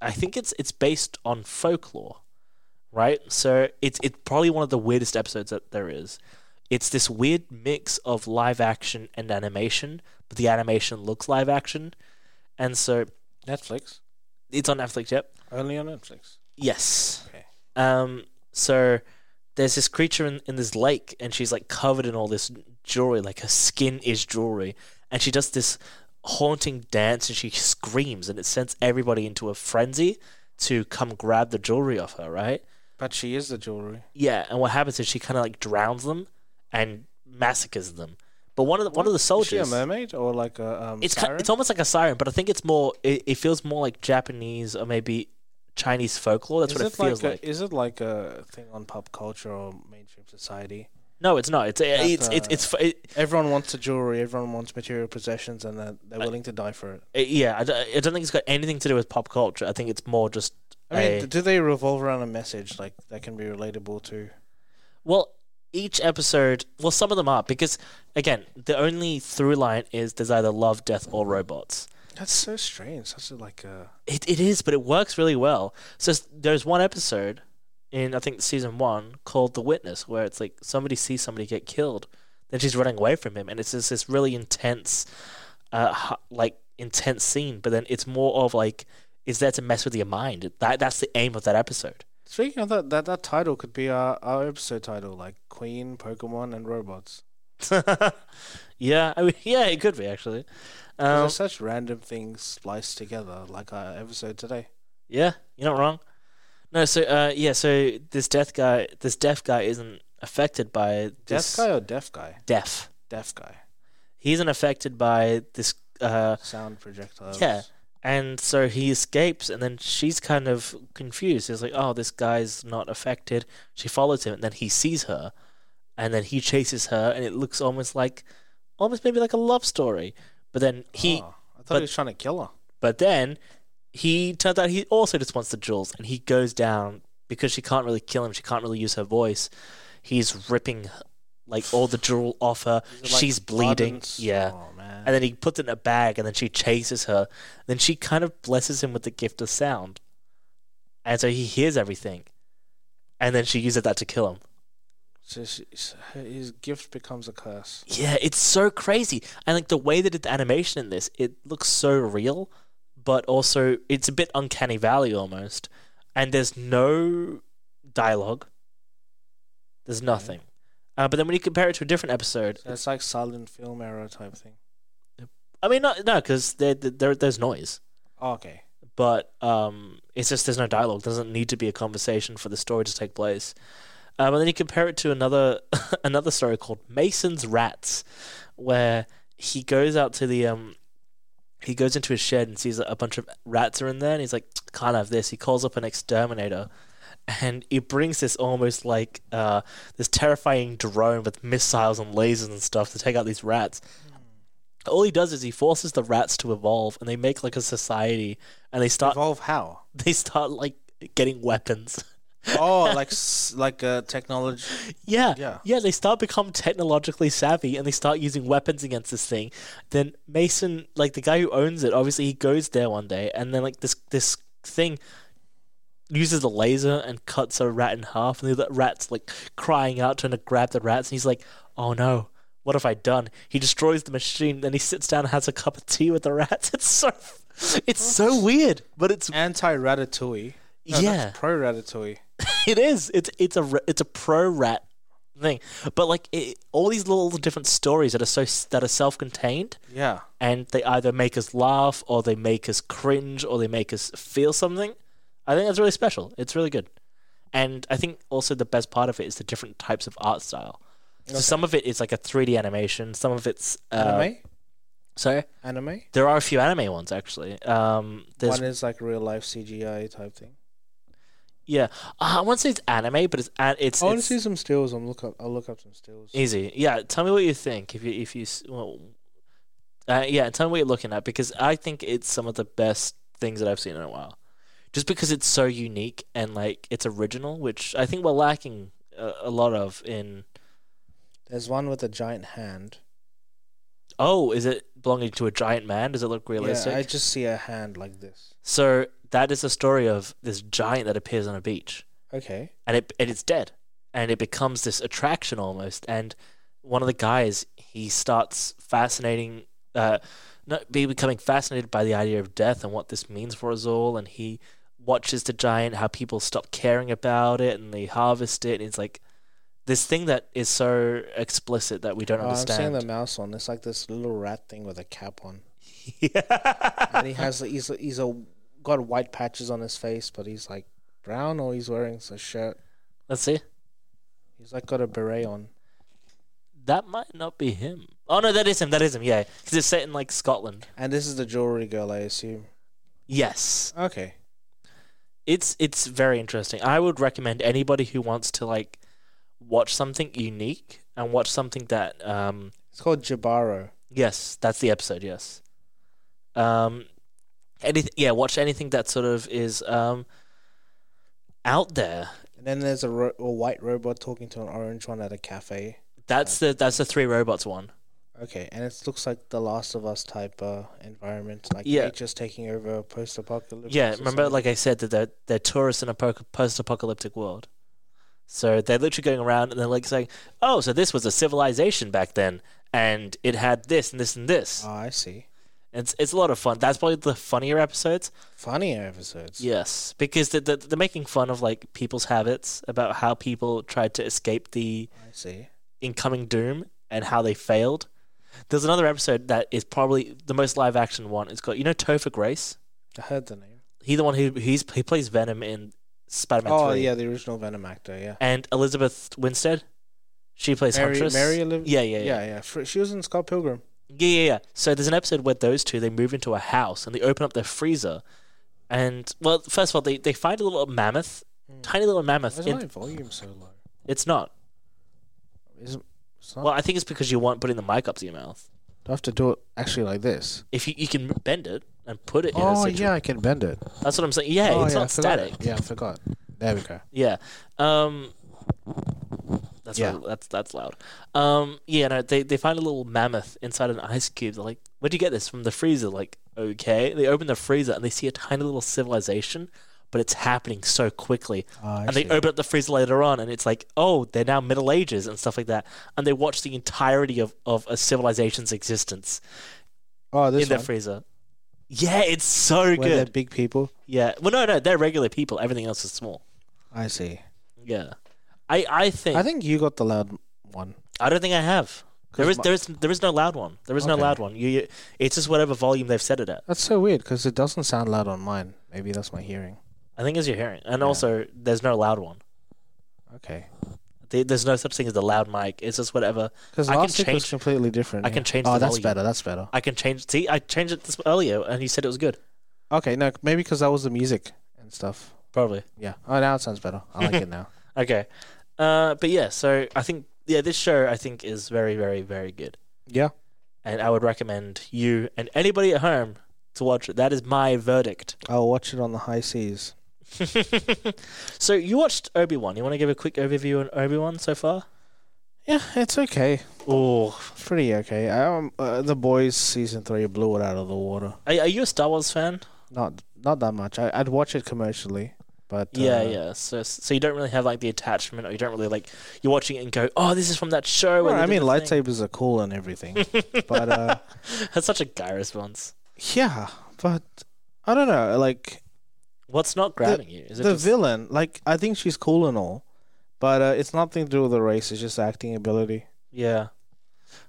A: I think it's it's based on folklore, right? So it's it's probably one of the weirdest episodes that there is. It's this weird mix of live action and animation, but the animation looks live action, and so
B: Netflix.
A: it's on Netflix. Yep.
B: Only on Netflix.
A: Yes.
B: Okay.
A: Um. So there's this creature in, in this lake, and she's like covered in all this jewelry. Like her skin is jewelry, and she does this haunting dance, and she screams, and it sends everybody into a frenzy to come grab the jewelry off her. Right.
B: But she is the jewelry.
A: Yeah. And what happens is she kind of like drowns them and massacres them. But one of the, one of the
B: Is she a
A: soldiers.
B: mermaid or like a um?
A: It's ki-
B: siren?
A: it's almost like a siren, but I think it's more. It, it feels more like Japanese or maybe Chinese folklore. That's
B: is
A: what it,
B: it
A: feels like.
B: A, is it like a thing on pop culture or mainstream society?
A: No, it's not. It's it's
B: That's,
A: it's it's, it,
B: Everyone wants the jewelry. Everyone wants material possessions, and they're, they're willing to die for it.
A: it- yeah. I, don't- I don't think it's got anything to do with pop culture. I think it's more just.
B: I mean,
A: a-
B: d- do they revolve around a message like that can be relatable to?
A: well, each episode. Well, some of them are because again, the only through line is there's either love, death, or robots.
B: That's so strange. Such a like a
A: It it is, but it works really well. So s- there's one episode in I think season one called The Witness, where it's like somebody sees somebody get killed, then she's running away from him, and it's just this really intense, uh, hu- like intense scene. But then it's more of like it's there to mess with your mind. That that's the aim of that episode.
B: Speaking of that, that that title could be our, our episode title, like Queen, Pokemon, and robots.
A: yeah, I mean, yeah, it could be actually.
B: 'Cause
A: Um,
B: They're such random things spliced together, like our episode today.
A: Yeah, you're not wrong. No, so uh, yeah, so this death guy, this deaf guy isn't affected by this
B: Deaf guy or deaf guy?
A: deaf.
B: Deaf guy.
A: He isn't affected by this, uh,
B: Sound projectiles.
A: Yeah. and so he escapes, and then she's kind of confused. She's like, "Oh, this guy's not affected." She follows him, and then he sees her, and then he chases her, and it looks almost like, almost maybe like a love story. But then he,
B: Oh, I thought
A: but-
B: he was trying to kill her.
A: But then he turns out he also just wants the jewels, and he goes down because she can't really kill him. She can't really use her voice. He's ripping like all the jewel off her.
B: Is it, like,
A: She's
B: blood
A: bleeding.
B: and s-
A: Yeah.
B: Oh man.
A: And then he puts it in a bag, and then she chases her. Then she kind of blesses him with the gift of sound, and so he hears everything. And then she uses that to kill him.
B: So she, s- her- his gift becomes a curse.
A: Yeah, it's so crazy. And like the way they did the animation in this, it looks so real, but also it's a bit uncanny valley almost. And there's no dialogue. There's nothing. Uh, but then when you compare it to a different episode,
B: So it's like silent film era type thing.
A: I mean, not, no, because there, there, there's noise,
B: Oh, okay.
A: but um, it's just there's no dialogue. There doesn't need to be a conversation for the story to take place. Um, and then you compare it to another another story called Mason's Rats, where he goes out to the um, he goes into his shed and sees that a bunch of rats are in there, and he's like, "Can't have this." He calls up an exterminator, and he brings this almost like uh, this terrifying drone with missiles and lasers and stuff to take out these rats. All he does is he forces the rats to evolve, and they make like a society, and they start
B: Evolve how?
A: they start like getting weapons.
B: Oh, like s- like uh, technology.
A: Yeah,
B: Yeah.
A: They start become technologically savvy, and they start using weapons against this thing. Then Mason, like the guy who owns it, obviously he goes there one day, and then like this this thing uses the laser and cuts a rat in half, and the other rat's like crying out, trying to grab the rats, and he's like, "Oh no, what have I done?" He destroys the machine, then he sits down and has a cup of tea with the rats. It's so, it's so weird, but it's
B: Anti Ratatouille.
A: yeah,
B: Pro Ratatouille.
A: it is. It's it's a ra- it's a pro rat thing, but like it, all these little different stories that are so s- that are self contained,
B: Yeah.
A: and they either make us laugh or they make us cringe or they make us feel something. I think that's really special. It's really good. And I think also the best part of it is the different types of art style. So some of it is like a 3D animation, some of it's uh,
B: Anime?
A: So
B: Anime?
A: there are a few anime ones actually. Um, there's
B: One is like real life CGI type thing.
A: yeah, uh, I won't say it's anime, but it's an, it's,
B: I want to
A: it's
B: see some stills. I'm look up. I'll look up some stills.
A: easy. Yeah, tell me what you think if you if you s- well, uh, yeah, tell me what you're looking at because I think it's some of the best things that I've seen in a while, just because it's so unique and like it's original, which I think we're lacking a, a lot of in.
B: There's one with a giant hand.
A: Oh, is it belonging to a giant man? Does it look realistic?
B: Yeah, I just see a hand like this.
A: So that is the story of this giant that appears on a beach,
B: Okay.
A: and it and it's dead, and it becomes this attraction almost. And one of the guys he starts fascinating, uh, not be becoming fascinated by the idea of death and what this means for us all, and he watches the giant, how people stop caring about it, and they harvest it, and it's like. This thing that is so explicit that we don't
B: Oh, I'm seeing
A: understand.
B: the mouse on. It's like this little rat thing with a cap on,
A: yeah.
B: and he has he's he's a got white patches on his face, but he's like brown, or he's wearing a shirt.
A: Let's see.
B: He's like got a beret on.
A: That might not be him. Oh no, that is him. That is him. Yeah, because it's set in like Scotland.
B: And this is the jewelry girl, I assume.
A: Yes,
B: Okay.
A: it's it's very interesting. I would recommend anybody who wants to like watch something unique and watch something that um
B: It's called Jabaro.
A: yes, that's the episode. Yes, um, anything. Yeah, watch anything that sort of is um out there.
B: And then there's a, ro- a white robot talking to an orange one at a cafe.
A: That's the that's the three robots one.
B: Okay, and it looks like the Last of Us type uh, environment, like
A: Yeah.
B: nature's taking over post-apocalypse.
A: Yeah, remember, like I said, that they're, they're tourists in a po- post-apocalyptic world. So they're literally going around and they're like saying, "Oh, so this was a civilization back then, and it had this and this and this."
B: Oh, I see.
A: It's it's a lot of fun. That's probably the funnier episodes.
B: Funny episodes.
A: Yes, because they're, they're, they're making fun of like people's habits about how people tried to escape the
B: I see.
A: incoming doom and how they failed. There's another episode that is probably the most live-action one. It's got you know Topher Grace.
B: I heard the name.
A: He the one who he's he plays Venom in Spider-Man.
B: Oh
A: 3.
B: yeah, the original Venom actor. Yeah.
A: and Elizabeth Winstead. She plays
B: Mary,
A: Huntress.
B: Mary Oliv-
A: yeah, yeah, yeah, yeah,
B: yeah, yeah. Fr- She was in Scott Pilgrim.
A: yeah, yeah. So there's an episode where those two they move into a house and they open up their freezer, and well, first of all, they they find a little mammoth, tiny little mammoth.
B: Why's
A: in-
B: Hmm. my volume so low?
A: it's not.
B: Is it, it's not,
A: Well, I think it's because you want putting the mic up to your mouth.
B: do I have to do it actually like this?
A: If you, you can bend it and put it.
B: oh
A: in a situ-
B: yeah, I can bend it.
A: that's what I'm saying. Yeah,
B: oh,
A: it's
B: yeah, I
A: not
B: forgot.
A: static.
B: Yeah, I forgot. There we go.
A: Yeah. Um that's
B: Yeah.
A: really- that's that's loud. Um yeah, no, they they find a little mammoth inside an ice cube. They're like, Where'd you get this? From the freezer, like, okay. They open the freezer and they see a tiny little civilization, but it's happening so quickly.
B: Ah, I
A: and they
B: see.
A: open up the freezer later on and it's like, oh, they're now middle ages and stuff like that. And they watch the entirety of, of a civilization's existence
B: Oh, this
A: in their
B: one.
A: freezer. Yeah, it's so
B: Where they're
A: good.
B: big people.
A: Yeah. Well no no, they're regular people. Everything else is small.
B: I see.
A: Yeah. I, I think
B: I think you got the loud one.
A: I don't think I have. There
B: 'Cause
A: is
B: my-
A: there is there is no loud one. There is
B: Okay.
A: no loud one. You, you it's just whatever volume they've set it at.
B: That's so weird because it doesn't sound loud on mine. Maybe that's my hearing.
A: I think as you're hearing, and
B: Yeah.
A: also there's no loud one.
B: Okay.
A: There- There's no such thing as the loud mic. It's just whatever
B: Because
A: I can
B: last week was
A: change-
B: completely different.
A: I
B: yeah.
A: can change
B: Oh,
A: the
B: that's
A: volume.
B: better. That's better.
A: I can change. See, I changed it this earlier, and you said it was good.
B: Okay, no, maybe because that was the music and stuff.
A: Probably
B: Yeah. Oh, now it sounds better. I like it now.
A: okay. Uh, but yeah, so I think yeah, this show I think is very very very good,
B: Yeah.
A: and I would recommend you and anybody at home to watch it. That is my verdict.
B: I'll watch it on the high seas.
A: so you watched Obi Wan. You want to give a quick overview on Obi Wan so far?
B: Yeah, it's okay.
A: Oh,
B: Pretty okay. Um, uh, the boys season three blew it out of the water.
A: Are, are you a Star Wars fan?
B: Not not that much. I, I'd watch it commercially. But
A: Yeah,
B: uh,
A: yeah. So so you don't really have like the attachment, or you don't really like you're watching it and go, oh, this is from that show. where
B: well,
A: they
B: I
A: did
B: mean,
A: this thing."
B: lightsabers are cool and everything, but uh,
A: That's such a guy response.
B: yeah, but I don't know. Like
A: What's not grabbing you? Is it
B: the
A: just,
B: villain, like I think she's cool and all, but uh, it's nothing to do with the race. It's just acting ability.
A: Yeah,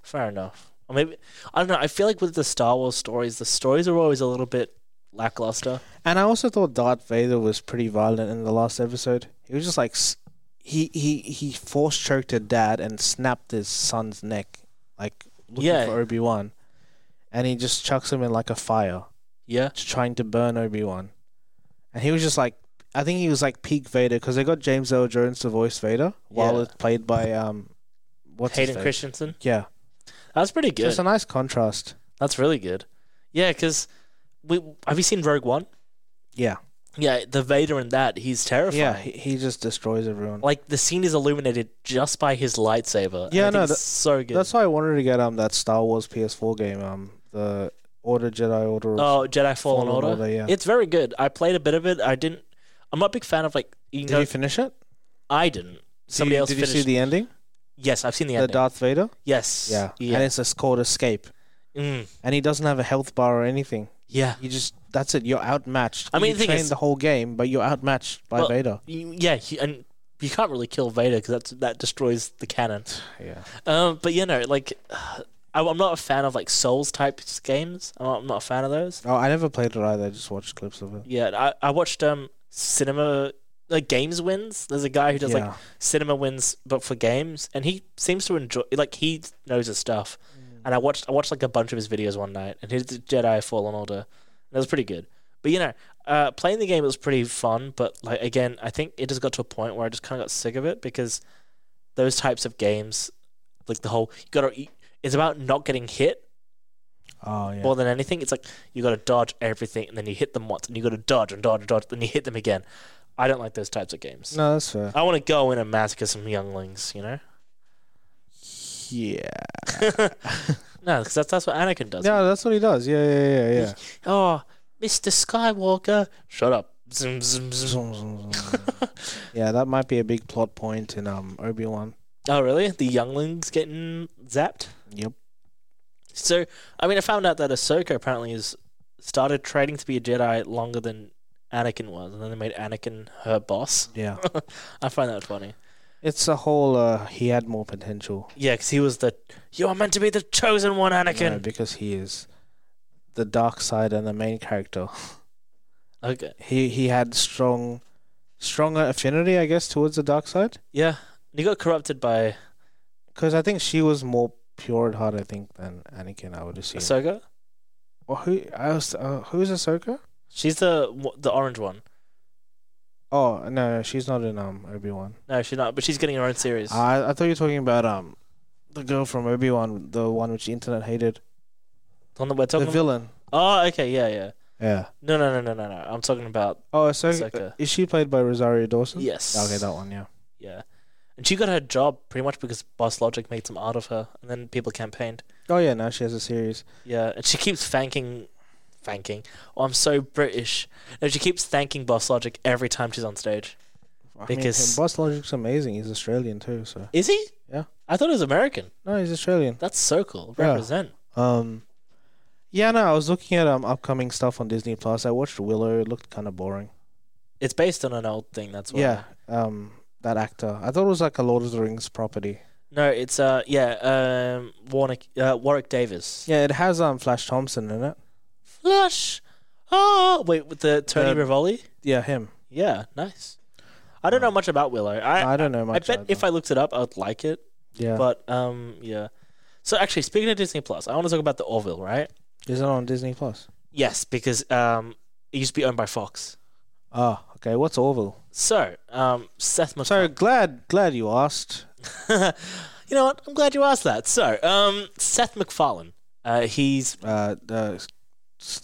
A: fair enough. Or maybe I don't know. I feel like with the Star Wars stories, the stories are always a little bit lackluster.
B: And I also thought Darth Vader was pretty violent in the last episode. He was just like, s- he he he force choked her dad and snapped his son's neck, like looking
A: Yeah.
B: for Obi Wan, and he just chucks him in like a fire,
A: Yeah,
B: t- trying to burn Obi Wan, and he was just like, I think he was like peak Vader because they got James Earl Jones to voice Vader while
A: Yeah.
B: it's played by um, what's his
A: Hayden
B: face?
A: Christensen.
B: Yeah,
A: That's pretty
B: so
A: good.
B: it's a nice contrast.
A: That's really good. Yeah, because we have you seen Rogue One?
B: Yeah,
A: Yeah, the Vader in that he's terrifying.
B: yeah, he, he just destroys everyone.
A: like the scene is illuminated just by his lightsaber. and
B: Yeah,
A: I think
B: no,
A: it's
B: that-
A: so good.
B: That's why I wanted to get um that Star Wars PS4 game um the Order Jedi Order.
A: Oh, Jedi Fallen, Order.
B: yeah.
A: It's very good. I played a bit of it. I didn't. I'm not a big fan of like. You
B: did
A: know,
B: you finish it?
A: I didn't. Somebody
B: did you,
A: else
B: Did
A: finished.
B: you see the ending?
A: yes, I've seen the,
B: the
A: ending.
B: Darth Vader.
A: yes.
B: Yeah.
A: Yeah.
B: And it's just called Escape,
A: Mm.
B: and he doesn't have a health bar or anything.
A: yeah.
B: You just that's it. You're outmatched.
A: I mean,
B: you
A: the thing
B: trained
A: is-
B: the whole game, but you're outmatched by
A: Well-
B: Vader.
A: You- Yeah. He, and you can't really kill Vader because that's that destroys the canon.
B: Yeah.
A: Um, but you know, like, I, I'm not a fan of like Souls type games. I'm not, I'm not a fan of those.
B: Oh, I never played it either. I just watched clips of it.
A: Yeah. I, I watched um cinema like games wins. There's a guy who does like
B: yeah.
A: cinema wins but for games and he seems to enjoy like he knows his stuff and i watched i watched like a bunch of his videos one night and he did jedi fallen order and that was pretty good but you know uh, playing the game was pretty fun but like again i think it just got to a point where i just kind of got sick of it because those types of games like the whole you gotta it's about not getting hit
B: oh yeah.
A: more than anything it's like you gotta dodge everything and then you hit them once and you gotta dodge and dodge and dodge then you hit them again i don't like those types of games
B: no, that's fair.
A: i want to go in and massacre some younglings you know
B: Yeah.
A: no, because that's, that's what Anakin does.
B: Yeah, that's what he does. Yeah, yeah, yeah, yeah. yeah.
A: Oh, Mr. Skywalker, shut up. Zoom, zoom, zoom.
B: Zoom, zoom, zoom. yeah, that might be a big plot point in um Obi Wan.
A: Oh, really? The younglings getting zapped?
B: Yep.
A: So, I mean, I found out that Ahsoka apparently has started training to be a Jedi longer than Anakin was, and then they made Anakin her boss.
B: Yeah.
A: I find that funny.
B: It's a whole. Uh, he had more potential.
A: Yeah, because he was the. You are meant to be the chosen one,
B: No,
A: Anakin.
B: because he is the dark side and the main character.
A: Okay.
B: He he had strong, stronger affinity, I guess, towards the dark side.
A: Yeah. And He got corrupted by
B: Because I think she was more pure at heart. I think than Anakin. I would assume. So,
A: Ahsoka.
B: well, who I was, uh, who's Ahsoka?
A: She's the the orange one.
B: Oh no, no, she's not in um Obi Wan.
A: No, she's not, but she's getting her own series.
B: I I thought you were talking about um the girl from Obi Wan, the one which the internet hated,
A: The one that we're talking
B: the
A: about.
B: villain.
A: Oh, okay, yeah, yeah.
B: Yeah.
A: No, no, no, no, no, no. I'm talking about
B: Oh, Ahsoka,
A: Ahsoka.
B: is she played by Rosario Dawson?
A: yes.
B: Okay, that one. Yeah.
A: Yeah, and she got her job pretty much because Boss Logic made some art of her, and then people campaigned.
B: Oh yeah, now she has a series.
A: Yeah, and she keeps thanking, thanking. Oh, I'm so British. No, she keeps thanking Boss Logic every time she's on stage.
B: I
A: Because-
B: mean, Boss Logic's amazing. He's Australian too, so
A: Is he?
B: Yeah.
A: I thought it was American.
B: no, he's Australian.
A: That's so cool.
B: Yeah.
A: Represent.
B: Um, yeah, no, I was looking at um upcoming stuff on Disney Plus. I watched Willow. It looked kind of boring.
A: It's based on an old thing. That's why.
B: Yeah. Um, that actor. I thought it was like a Lord of the Rings property.
A: No, it's uh yeah um Warwick uh, Warwick Davis.
B: Yeah, it has um Flash Thompson in it.
A: Flush. Oh wait, with the Tony
B: The-
A: Rivoli.
B: Yeah, him.
A: Yeah, nice. I don't know much about Willow. I
B: I, don't know
A: I
B: much.
A: bet if I looked it up, I'd like it.
B: yeah,
A: But um, yeah. So actually, speaking of Disney Plus, I want to talk about the Orville, right?
B: is it on Disney Plus?
A: Yes, because um, it used to be owned by Fox.
B: Oh, okay. What's Orville?
A: So um, Seth
B: So
A: MacFarlane.
B: glad, glad you asked.
A: you know what? I'm glad you asked that. So um, Seth MacFarlane. Uh, he's
B: Uh, the,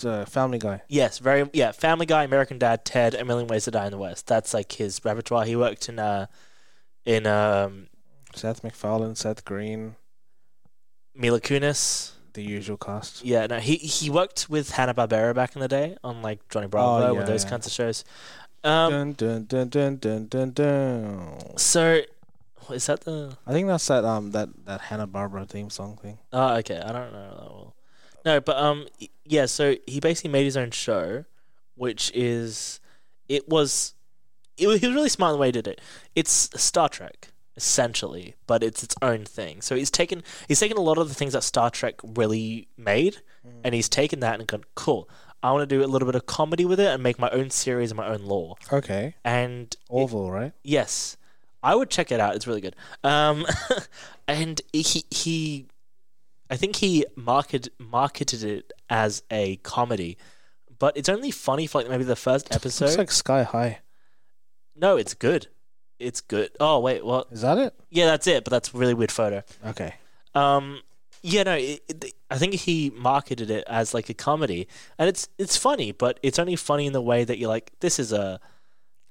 B: the Family Guy.
A: yes, very yeah. Family Guy, American Dad, Ted, A Million Ways to Die in the West. That's like his repertoire. He worked in uh, in um,
B: Seth MacFarlane, Seth Green,
A: Mila Kunis.
B: the usual cast.
A: Yeah, no, he he worked with Hanna Barbera back in the day on like Johnny Bravo and
B: Oh, yeah,
A: those
B: yeah.
A: kinds of shows. Um,
B: dun, dun, dun, dun, dun, dun, dun.
A: So, is that the?
B: I think that's that um that that Hanna Barbera theme song thing.
A: Oh, okay. I don't know that well. No, but um, y- yeah. So he basically made his own show, which is, it was, it was, he was really smart in the way he did it. It's Star Trek essentially, but it's its own thing. So he's taken he's taken a lot of the things that Star Trek really made, and he's taken that and gone cool. I want to do a little bit of comedy with it and make my own series and my own lore.
B: Okay,
A: And
B: Orville, right?
A: Yes, I would check it out. It's really good. Um, and he he, I think he marketed marketed it as a comedy, but it's only funny for like maybe the first episode.
B: Looks like Sky High.
A: no, it's good. It's good. Oh wait, what?
B: Is that it?
A: Yeah, that's it. But that's a really weird photo.
B: Okay.
A: Um, yeah, no, it, it, I think he marketed it as like a comedy, and it's it's funny, but it's only funny in the way that you're like, this is a,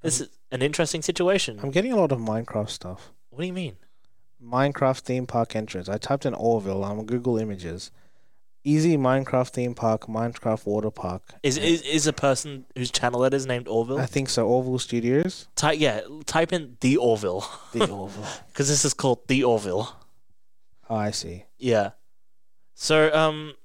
A: this is an interesting situation.
B: Um, I'm getting a lot of Minecraft stuff.
A: what do you mean?
B: Minecraft theme park entrance. I typed in Orville on Google Images. Easy Minecraft theme park, Minecraft water park.
A: Is is, is a person whose channel it is named Orville?
B: I think so. Orville Studios.
A: type yeah, type in the Orville
B: The Orville.
A: because this is called the Orville.
B: Oh, I see.
A: Yeah. So um,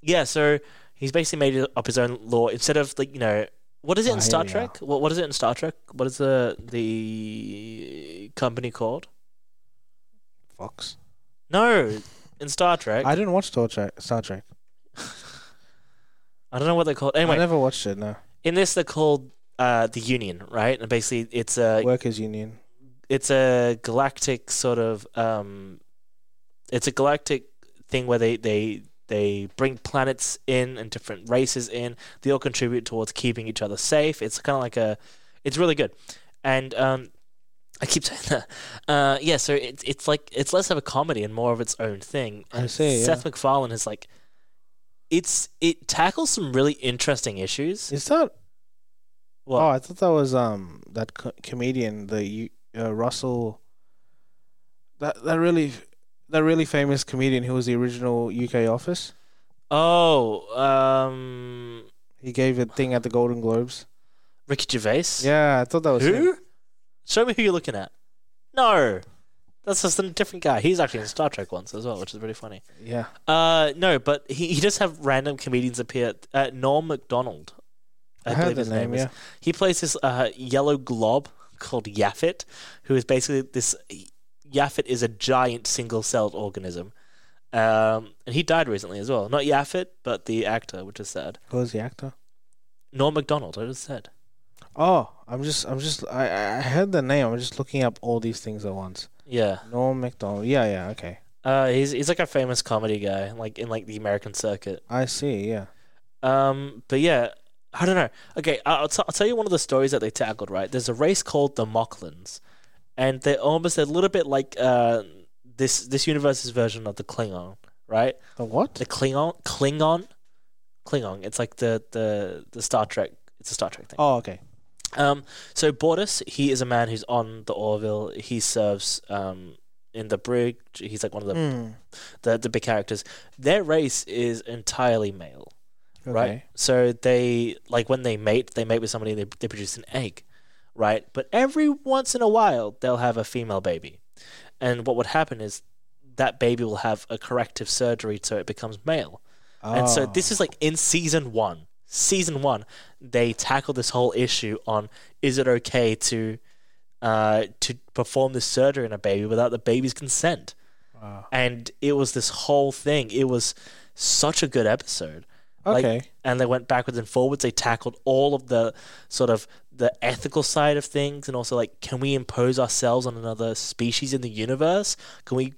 A: yeah. So he's basically made it up his own law instead of like you know what is it
B: Ah,
A: in Star
B: here we are.
A: Trek? What what is it in Star Trek? What is the the company called?
B: Fox.
A: No, in Star Trek.
B: I
A: I,
B: didn't watch Star Trek. Star Trek.
A: don't know what they're called. Anyway,
B: I never watched it. No.
A: in this they're called uh the Union, right? And basically it's a
B: Workers Union.
A: it's a galactic sort of um it's a galactic thing where they they they bring planets in and different races in they all contribute towards keeping each other safe it's kind of like a it's really good and um I keep saying that. Uh, yeah, so it's it's like it's less of a comedy and more of its own thing.
B: I
A: And
B: see, yeah.
A: Seth MacFarlane is like, it's it tackles some really interesting issues.
B: Is that?
A: What?
B: Oh, I thought that was um that co- comedian the U- uh, Russell. That that really that really famous comedian who was the original UK Office.
A: Oh, um,
B: He gave a thing at the Golden Globes.
A: Ricky Gervais.
B: Yeah, I thought that was him.
A: Who? Show me who you're looking at. No, that's just a different guy. He's actually in Star Trek once as well, which is pretty funny.
B: Yeah.
A: Uh, no, but he, he does have random comedians appear. Uh, Norm Macdonald,
B: I, heard the name,
A: is.
B: yeah.
A: He plays this uh, yellow glob called Yaffet, who is basically this. Yaffet is a giant single-celled organism, um, and he died recently as well. Not Yaffet, but the actor, which is sad.
B: Who was the actor?
A: Norm Macdonald, I just said.
B: Oh, I'm just, I'm just, I, I I heard the name. I'm just looking up all these things at once.
A: Yeah.
B: Norm Macdonald. Yeah, yeah, okay.
A: Uh, he's he's like a famous comedy guy, like in like the American circuit.
B: I see, yeah.
A: Um, but yeah, I don't know. Okay, I- I'll, t- I'll tell you one of the stories that they tackled. Right, there's a race called the Mocklins, and they're almost a little bit like uh, this this universe's version of the Klingon. Right,
B: The what?
A: the Klingon, Klingon, Klingon. It's like the the the Star Trek. It's a Star Trek thing.
B: Oh, okay.
A: Um, so Bordas, he is a man who's on the Orville. He serves um in the brig. He's like one of the
B: Mm,
A: the the big characters, their race is entirely male,
B: okay.
A: right? So they like when they mate, they mate with somebody, they they produce an egg, right? But every once in a while, they'll have a female baby, and what would happen is that baby will have a corrective surgery so it becomes male. And so
B: Oh,
A: this is like in season one. Season one, they tackle this whole issue on is it okay to uh, to perform this surgery on a baby without the baby's consent?
B: wow.
A: and it was this whole thing. It was such a good episode. Like,
B: Okay.
A: and they went backwards and forwards. They tackled all of the sort of the ethical side of things, and also like, can we impose ourselves on another species in the universe? Can we,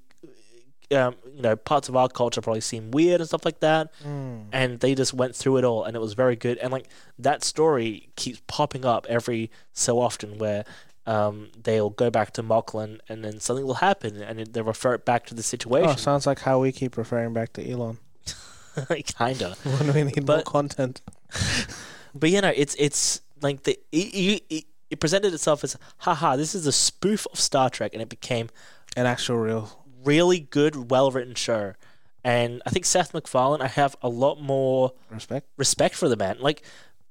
A: um, you know, parts of our culture probably seem weird and stuff like that.
B: Mm.
A: And they just went through it all, and it was very good. And like that story keeps popping up every so often, where um, they'll go back to Mocklin, and then something will happen, and it- they refer it back to the situation.
B: Oh, sounds like how we keep referring back to Elon
A: kind of.
B: when we need more
A: But-
B: content.
A: But you know, it's it's like the it, you- it, it presented itself as haha, this is a spoof of Star Trek, and it became
B: An actual real.
A: really good, well written show. And I think Seth MacFarlane, I have a lot more
B: Respect.
A: respect for the man. Like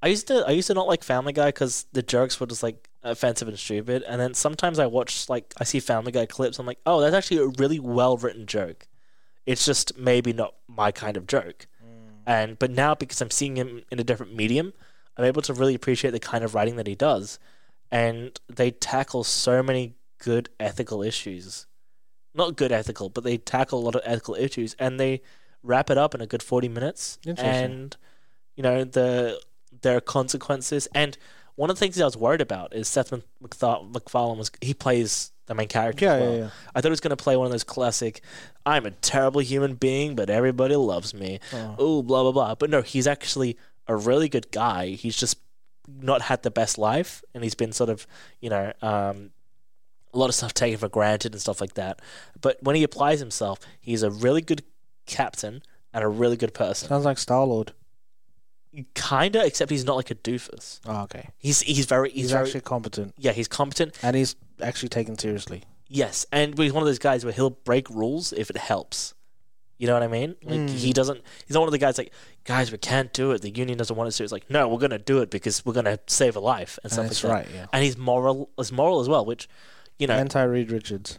A: I used to I used to not like Family Guy because the jokes were just like offensive and stupid. And then sometimes I watch like I see Family Guy clips. I'm like, oh, that's actually a really well written joke. It's just maybe not my kind of joke. And but now because I'm seeing him in a different medium, I'm able to really appreciate the kind of writing that he does. And they tackle so many good ethical issues. Not good ethical, but they tackle a lot of ethical issues and they wrap it up in a good 40 minutes.
B: Interesting.
A: And you know, the there are consequences and one of the things I was worried about is Seth Mac- MacFar- MacFarlane was he plays the main character. as
B: Yeah,
A: well.
B: yeah, yeah.
A: I thought he was going to play one of those classic, I'm a terrible human being, but everybody loves me.
B: Oh.
A: Oh, blah, blah, blah. But no, he's actually a really good guy. He's just not had the best life, and he's been sort of, you know, um, a lot of stuff taken for granted and stuff like that. But when he applies himself, he's a really good captain and a really good person.
B: Sounds like Star Lord.
A: Kinda, except he's not like a doofus.
B: Oh, okay.
A: He's he's very he's,
B: He's,
A: very,
B: actually competent
A: yeah he's competent.
B: and he's actually taken seriously.
A: Yes, and but he's one of those guys where he'll break rules if it helps. You know what I mean? Like
B: Mm.
A: he doesn't. He's not one of the guys like, guys, we can't do it. The union doesn't want us to. It's like, no, we're gonna do it because we're gonna save a life and
B: And
A: stuff
B: that's
A: like that.
B: right, yeah.
A: And he's moral, is moral as well. Which, you know,
B: Anti Reed Richards.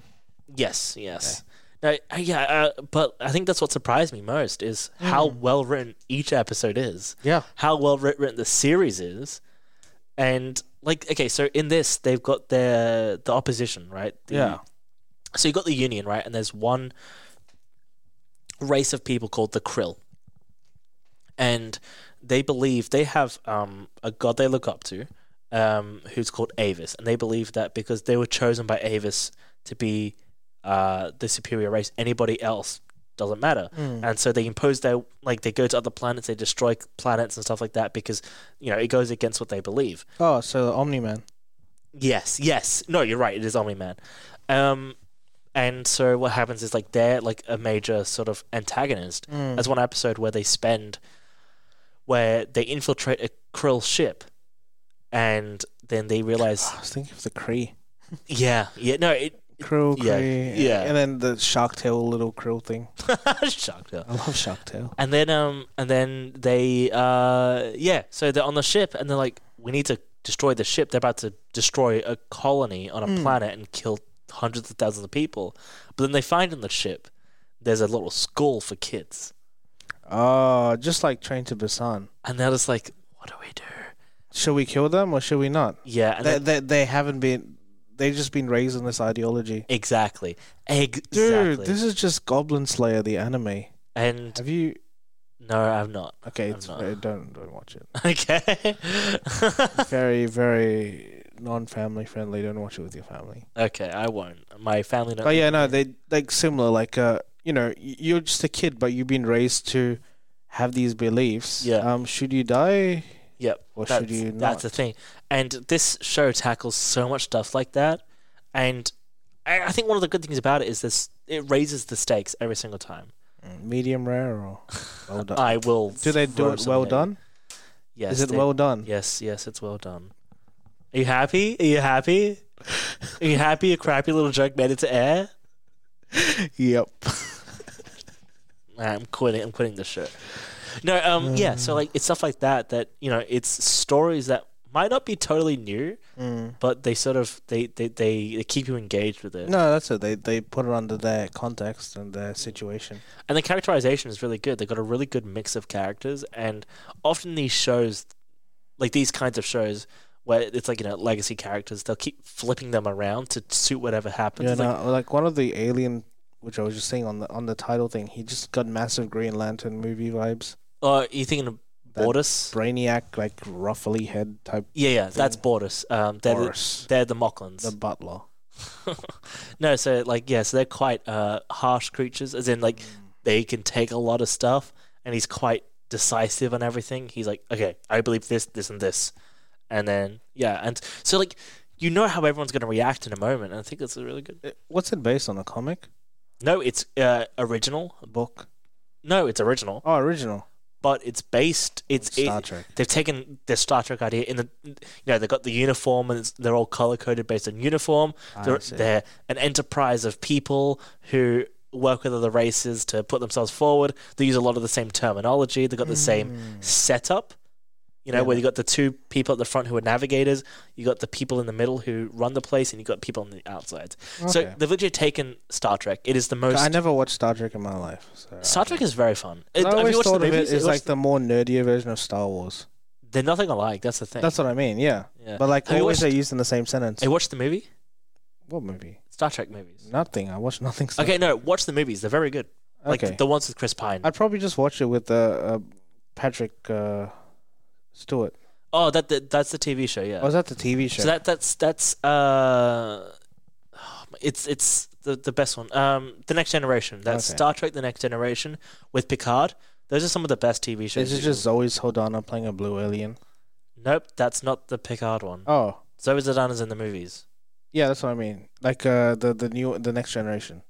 A: yes, yes. No, uh, yeah, uh, but I think that's what surprised me most is how
B: Hmm.
A: well written each episode is
B: Yeah.
A: how well writ- written the series is, and like okay, so in this they've got their the opposition, right? The-
B: Yeah.
A: So you have got the Union, right? And there's one race of people called the Krill, and they believe they have um, a god they look up to, um, who's called Avis, and they believe that because they were chosen by Avis to be uh, the superior race, anybody else doesn't matter. And so they impose their like they go to other planets, they destroy planets and stuff like that because you know it goes against what they believe.
B: Oh, so the Omni Man.
A: Yes, yes. No, you're right. It is Omni Man. Um, and so what happens is like they're like a major sort of antagonist. There's one episode where they spend where they infiltrate a krill ship, and then they realize,
B: Ah, I was thinking of the Kree.
A: yeah, yeah, no, it.
B: Krill,
A: Yeah,
B: Kree.
A: yeah.
B: And then the Shark Tale little Krill thing.
A: Shocked her.
B: I love Shark Tale.
A: And then um and then they uh yeah, so they're on the ship and they're like, We need to destroy the ship. They're about to destroy a colony on a
B: Hmm.
A: planet and kill hundreds of thousands of people. But then they find on the ship there's a little school for kids.
B: Oh, just like Train to Busan.
A: And they're just like, What do we do?
B: Should we kill them or should we not?
A: Yeah, and
B: They,
A: then-
B: they, they haven't been. They've just been raised in this ideology.
A: exactly. Exactly.
B: Dude, this is just Goblin Slayer, the anime.
A: and
B: Have you?
A: no, I'm not.
B: Okay,
A: I'm
B: it's,
A: not.
B: very- don't don't watch it.
A: Okay.
B: Very very non-family friendly. Don't watch it with your family.
A: okay, I won't. My family don't
B: But Oh, yeah, no, they like similar. Like uh, you know, y- you're just a kid, but you've been raised to have these beliefs.
A: Yeah.
B: Um, should you die?
A: Yep.
B: Or
A: that's,
B: should you
A: That's
B: not?
A: the thing. And this show tackles so much stuff like that. And I, I think one of the good things about it is this it raises the stakes every single time.
B: Mm, Medium rare or well done.
A: I will
B: Do they do
A: throw
B: it well
A: something at you.
B: done?
A: Yes.
B: Is it
A: they-
B: well done?
A: Yes, yes, it's well done. Are you happy? Are you happy? Are you happy your crappy little joke made it to air?
B: Yep.
A: I'm quitting. I'm quitting the show. No, um, yeah.
B: Mm.
A: So like, it's stuff like that that you know, it's stories that might not be totally new,
B: Mm.
A: but they sort of they they, they they keep you engaged with it.
B: No, that's it. They they put it under their context and their situation.
A: And the characterization is really good. They've got a really good mix of characters, and often these shows, like these kinds of shows, where it's like you know legacy characters, they'll keep flipping them around to suit whatever happens.
B: Yeah,
A: It's like-
B: no, like one of the alien, which I was just saying on the on the title thing, he just got massive Green Lantern movie vibes.
A: oh, you thinking of
B: That-
A: Bortus?
B: Brainiac, like ruffly head type.
A: Yeah, yeah, that's Bortus. Um, they're
B: Boris,
A: The, they're the Mocklins.
B: the butler.
A: no, so like yeah, so they're quite uh, harsh creatures, as in like they can take a lot of stuff, and he's quite decisive on everything. He's like, okay, I believe this, this, and this, and then yeah, and so like you know how everyone's going to react in a moment, and I think that's a really good.
B: Uh, What's it based on? A comic
A: No, it's uh, original.
B: book?
A: No, it's original,
B: Oh, original.
A: but it's based. It's
B: Star
A: it-
B: Trek.
A: They've taken their Star Trek idea in the, you know, they've got the uniform and it's, they're all color coded based on uniform.
B: I
A: They're,
B: see.
A: they're an enterprise of people who work with other races
B: Mm.
A: to put themselves forward. They use a lot of the same terminology. They've got the same setup. You know,
B: Yeah.
A: where you got the two people at the front who are navigators, you got the people in the middle who run the place, and you got people on the outsides. So
B: Okay.
A: they've literally taken Star Trek. It is the most.
B: I never watched Star Trek in my life. So
A: Star Trek is very fun.
B: I
A: It- have you
B: always
A: watched the
B: thought of it
A: movies? Have
B: as
A: you
B: like
A: watched
B: the more nerdier version of Star Wars.
A: the- they're nothing alike. That's the thing.
B: That's what I mean, yeah.
A: yeah.
B: But like
A: Have you
B: always
A: watched-
B: they're used in the same sentence.
A: Have you watched the movie?
B: what movie?
A: Star Trek movies.
B: Nothing. I watched nothing. Star-
A: Okay, no, watch the movies. They're very good. Like
B: okay.
A: the ones with Chris Pine.
B: I'd probably just watch it with uh, uh, Patrick uh, Stewart.
A: oh, that, that that's the TV show. Yeah.
B: Oh, is that the TV show?
A: So that that's that's uh, it's it's the the best one. Um, the Next Generation. That's
B: Okay.
A: Star Trek: The Next Generation with Picard. Those are some of the best TV shows.
B: Is it
A: you
B: just Zoe Saldana playing a blue alien?
A: can- Nope, that's not the Picard one.
B: Oh,
A: Zoe Saldana's in the movies.
B: yeah, that's what I mean. Like uh, the the new the next generation.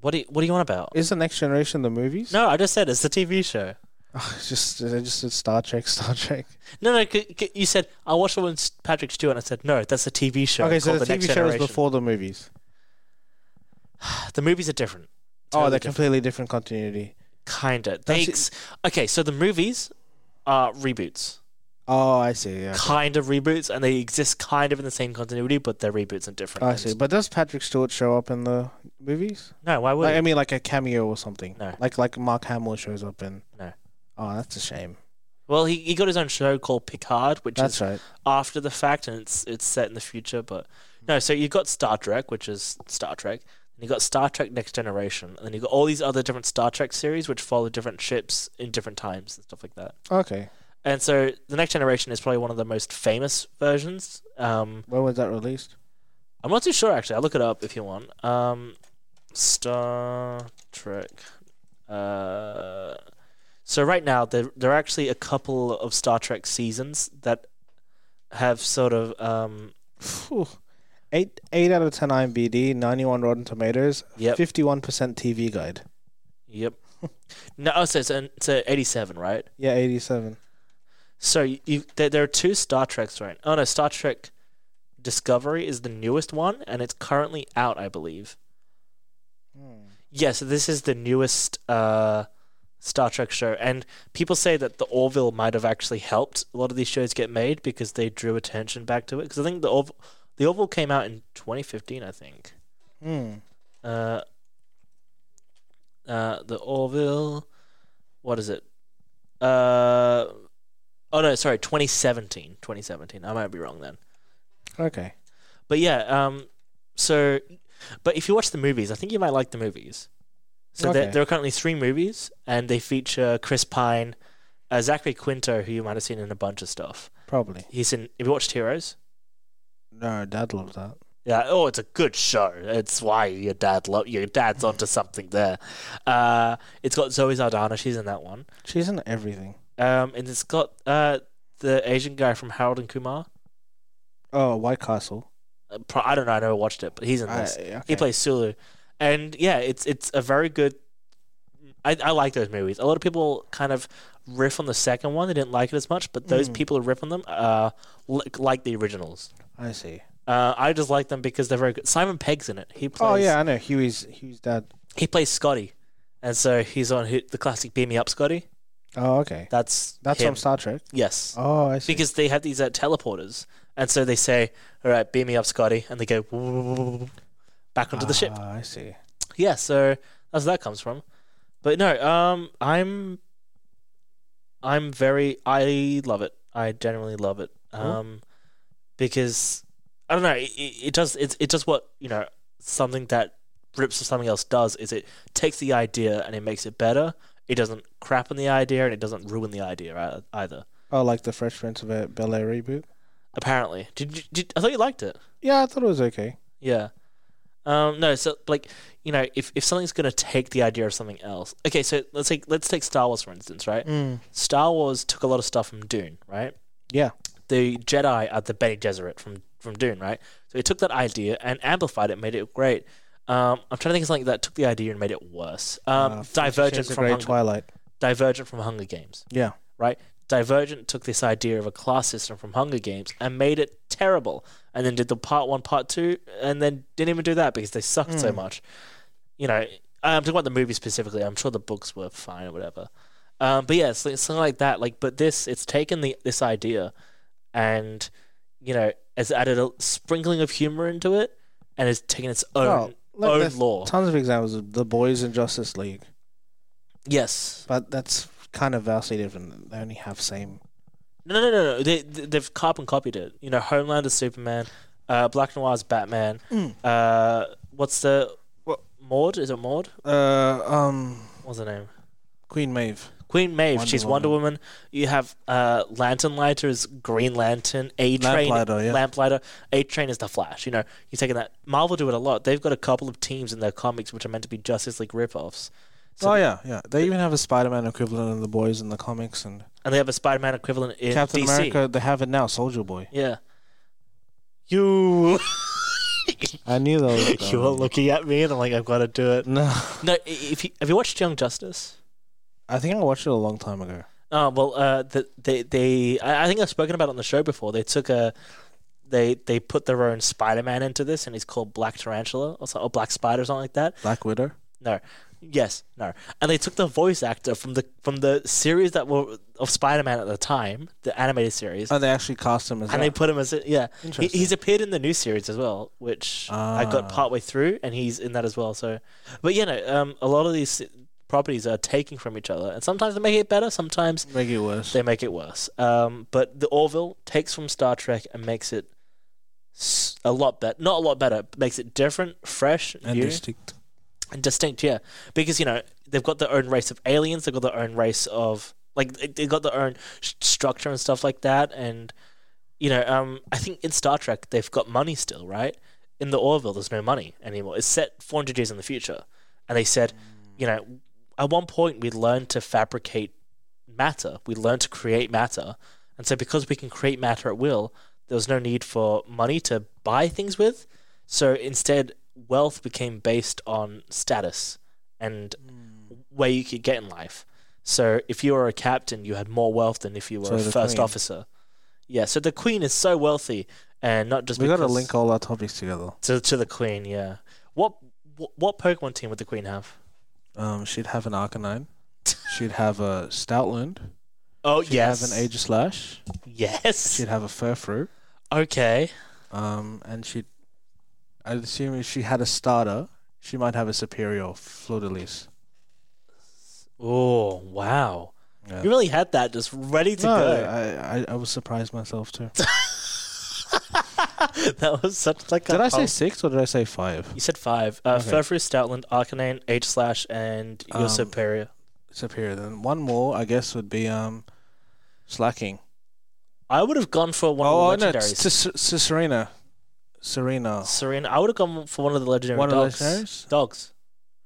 A: What do you, what do you want about?
B: Is the next generation the movies?
A: No, I just said it's the TV show.
B: Oh, it's just they just said Star Trek, Star Trek.
A: No, no, c- c- you said I watched the one with Patrick Stewart. and I said no, that's the TV show.
B: okay, so
A: called
B: the, TV
A: Next
B: show is
A: Generation."
B: before the movies.
A: the movies are different.
B: oh,
A: Totally
B: they're
A: different.
B: completely different continuity.
A: Kinda.
B: That's
A: They
B: it.
A: ex- okay, so the movies are reboots.
B: Oh, I see. Yeah,
A: kind of reboots, and they exist kind of in the same continuity, but their reboots are different.
B: I see. But does Patrick Stewart show up in the movies?
A: No, why would
B: Like, I
A: he?
B: mean, like a cameo or something.
A: No.
B: Like like Mark Hamill shows up in.
A: No.
B: Oh, that's a shame.
A: Well, he, he got his own show called Picard, which
B: That's
A: is
B: right.
A: after the fact, and it's it's set in the future. But no, so you've got Star Trek, which is Star Trek, and you've got Star Trek Next Generation, and then you've got all these other different Star Trek series which follow different ships in different times and stuff like that.
B: Okay.
A: And so the Next Generation is probably one of the most famous versions. Um,
B: When was that released?
A: I'm not too sure actually. I'll look it up if you want. Um, Star Trek. Uh, so right now there there are actually a couple of Star Trek seasons that have sort of um
B: Phew. Eight eight out of ten IMDb, ninety one Rotten Tomatoes,
A: yep
B: fifty one percent TV Guide.
A: yep. No, oh, so it's, an- it's a 87, right?
B: Yeah, eighty seven.
A: So you, you there, there are two Star Treks right. Oh no, Star Trek Discovery is the newest one, and it's currently out, I believe.
B: Hmm.
A: Yeah, so this is the newest uh, Star Trek show, and people say that the Orville might have actually helped a lot of these shows get made because they drew attention back to it. Because I think the Orville, the Orville came out in 2015, I think.
B: Hmm.
A: Uh, uh, the Orville, what is it? Uh, oh no, sorry, 2017, 2017. I might be wrong then.
B: Okay.
A: But yeah, um, so, but if you watch the movies, I think you might like the movies. So there,
B: Okay.
A: there are currently three movies, and they feature Chris Pine, uh, Zachary Quinto, who you might have seen in a bunch of stuff.
B: Probably.
A: He's in. Have you watched Heroes?
B: No, Dad loves that.
A: Yeah. Oh, it's a good show. It's why your dad lo- your dad's onto something there. Uh, it's got Zoe Saldana. She's in that one.
B: She's in everything.
A: Um, and it's got uh the Asian guy from Harold and Kumar.
B: Oh, White Castle.
A: Uh, pro- I don't know. I never watched it, but he's in
B: I-
A: this.
B: okay.
A: He plays Sulu, and yeah, it's it's a very good. I, I like those movies. A lot of people kind of riff on the second one; they didn't like it as much, but those
B: Mm.
A: people who riff on them uh, li- like the originals.
B: I see.
A: Uh, I just like them because they're very good. Simon Pegg's in it. He plays.
B: Oh yeah, I know. Huey's Huey's dad.
A: He plays Scotty, and so he's on who, the classic "Beam Me Up, Scotty."
B: Oh okay.
A: That's
B: That's
A: him.
B: from Star Trek.
A: yes.
B: Oh, I see.
A: Because they have these uh, teleporters, and so they say, "All right, beam me up, Scotty," and they go back onto the ship.
B: Ah, I see.
A: yeah, so that's where that comes from. But no, um, I'm, I'm very, I love it. I genuinely love it. Um, because I don't know, it, it it does, it's it does what you know, something that rips of something else does is it takes the idea and it makes it better. It doesn't crap on the idea and it doesn't ruin the idea ei- either.
B: Oh, like the Fresh Prince of Bel Air reboot.
A: Apparently, did, you- did I thought you liked it?
B: Yeah, I thought it was okay.
A: Yeah. Um, no, so like you know, if, if something's gonna take the idea of something else, okay. So let's take let's take Star Wars for instance, right?
B: Mm.
A: Star Wars took a lot of stuff from Dune, right?
B: Yeah.
A: The Jedi are the Bene Gesserit from from Dune, right? So it took that idea and amplified it, made it great. Um, I'm trying to think of something that took the idea and made it worse. Um,
B: Uh, Fifty
A: Divergent
B: Shades of
A: from
B: Grey,
A: Hunger,
B: Twilight.
A: Divergent from Hunger Games,
B: Yeah.
A: right? Divergent took this idea of a class system from Hunger Games and made it terrible, and then did the part one, part two, and then didn't even do that because they sucked so
B: Mm.
A: much. You know, I'm talking about the movie specifically. I'm sure the books were fine or whatever. Um, but yeah, it's, it's something like that. Like, but this it's taken the this idea, and you know, has added a sprinkling of humor into it, and has taken its own
B: Oh, look,
A: own
B: there's
A: lore.
B: Tons of examples of the boys in Justice League,
A: yes.
B: but that's kind of vastly different. They only have same.
A: No, no, no, no. They they- they've cop and copied it. You know, Homeland is Superman, uh, Black Noir's Batman. Uh, what's the
B: What?
A: Maud? Is it Maud?
B: Uh, um,
A: What's her name?
B: Queen Maeve.
A: Queen Maeve,
B: Wonder
A: she's
B: Woman.
A: Wonder Woman. You have uh, Lantern Lighter is Green Lantern. A Train,
B: Lamplighter, yeah.
A: Lamplighter. A Train is the Flash. You know, you're taking that. Marvel do it a lot. They've got a couple of teams in their comics which are meant to be Justice League ripoffs, So-
B: oh yeah, yeah. They even have a Spider-Man equivalent in the boys in the comics and
A: and they have a Spider-Man equivalent in
B: Captain
A: DC.
B: America. They have it now, Soldier Boy.
A: Yeah. You,
B: I knew that. Was
A: you were looking at me, and I'm like, I've got to do it.
B: No,
A: No, i- if you, have you watched Young Justice?
B: I think I watched it a long time ago.
A: Oh well, uh, the, they they I I think I've spoken about it on the show before. They took a they they put their own Spider Man into this, and he's called Black Tarantula or, so, or Black Spider or something like that.
B: Black Widow.
A: No, yes, no, and they took the voice actor from the from the series that were of Spider Man at the time, the animated series,
B: Oh, they actually cast him as.
A: and
B: that.
A: they put him as a, yeah. He,
B: Interesting.
A: he's appeared in the new series as well, which I got
B: Ah.
A: partway through, and he's in that as well. So, but you know, um, a lot of these properties are taking from each other, and sometimes they make it better, sometimes
B: Make it worse.
A: they make it worse. Um, but the Orville takes from Star Trek and makes it s- a lot better. Not a lot better, but makes it different, fresh,
B: and
A: new,
B: distinct.
A: and distinct. Yeah, because you know they've got their own race of aliens. They've got their own race of like they- they've got their own s- structure and stuff like that. And you know, um, I think in Star Trek they've got money still, right? In the Orville, there's no money anymore. It's set 400 years in the future, and they said, you know, at one point we learned to fabricate matter. We learned to create matter. And so because we can create matter at will, there was no need for money to buy things with. So instead, wealth became based on status and where you could get in life. So if you were a captain, you had more wealth than if you were
B: So
A: a
B: the
A: first
B: queen.
A: officer. Yeah, so the queen is so wealthy and not just
B: We got
A: because
B: to link all our topics together.
A: to to the queen, yeah. What what, what Pokemon team would the queen have?
B: Um, she'd have an Arcanine. she'd have a Stoutland.
A: Oh,
B: She'd
A: yes.
B: have an Aegislash.
A: yes.
B: She'd have a Furfru.
A: Okay.
B: Um, and she'd. I'd assume if she had a starter, she might have a Superior Fleur-de-Lis.
A: Oh, wow.
B: Yeah.
A: You really had that just ready to
B: No, uh,
A: go.
B: I, I, I was surprised myself too.
A: that was such like a
B: did I say
A: pol-
B: six or did I say five?
A: you said five. Uh
B: Okay.
A: Furfru, Stoutland, Arcanine, H slash, and your
B: Um,
A: superior.
B: Superior. Then one more, I guess, would be um, Slacking.
A: I would have gone for one
B: oh
A: of the
B: no, it's
A: legendaries.
B: S- S- Serena. Serena.
A: Serena. I would have gone for one of the legendary
B: One of the
A: dogs.
B: legendaries?
A: Dogs.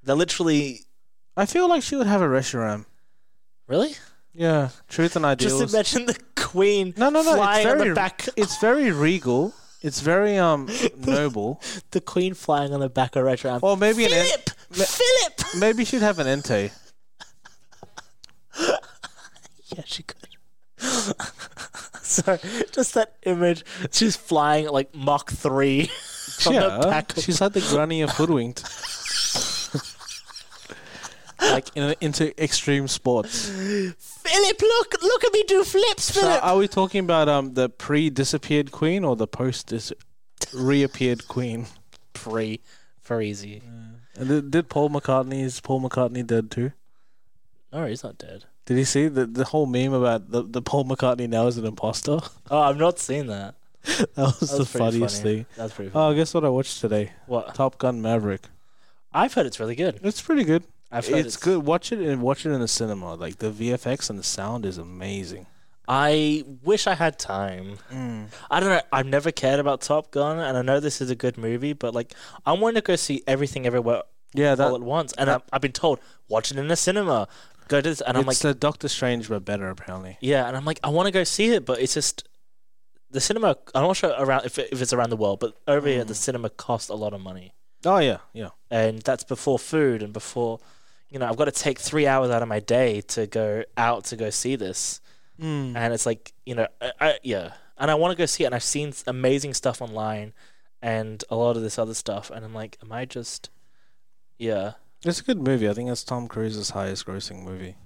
A: They're literally
B: I feel like she would have a Reshiram.
A: really?
B: Yeah, truth and ideals.
A: Just imagine the queen
B: No, no, no, it's
A: flying on
B: very-
A: the back
B: it's very regal. It's very um noble.
A: the queen flying on the back of Retram.
B: Or maybe an en-
A: Philip! Philip!
B: maybe she'd have an ente.
A: Yeah, she could. Sorry, just that image. She's flying at like Mach 3 from the
B: yeah,
A: back.
B: she's like the granny of hoodwinked. like in, into extreme sports.
A: Philip, look, look at me do flips,
B: So
A: Philip.
B: are we talking about um the pre-disappeared queen or the post-dis reappeared queen?
A: Free, very easy.
B: And did, did Paul McCartney's Paul McCartney dead too?
A: No, he's not dead.
B: Did you see the the whole meme about the, the Paul McCartney now is an imposter?
A: Oh, I've not seen that.
B: That
A: That
B: was the
A: was pretty
B: funniest
A: funny.
B: thing.
A: That's pretty funny.
B: Oh, guess what I watched today?
A: what?
B: Top Gun Maverick.
A: I've heard it's really good.
B: It's pretty good.
A: I've heard
B: It's, good. Watch it and watch it in the cinema. Like the VFX and the sound is amazing.
A: I wish I had time.
B: Mm.
A: I don't know. I've never cared about Top Gun, and I know this is a good movie, but like, I want to go see everything everywhere
B: Yeah, that
A: all at once. And I'm, I've been told, watch it in a cinema. Go to this, and I'm like,
B: it's the Doctor Strange but better apparently.
A: yeah, and I'm like, I want to go see it, but it's just the cinema. I'm not sure around if, it- if it's around the world, but over here, the
B: Mm.
A: cinema costs a lot of money,
B: Oh yeah, yeah.
A: and that's before food and before, you know, I've got to take three hours out of my day to go out to go see this,
B: Hmm.
A: and it's like, you know, I, I, yeah, and I want to go see it, and I've seen s- amazing stuff online, and a lot of this other stuff, and I'm like, am I just, yeah.
B: It's a good movie. I think it's Tom Cruise's highest grossing movie.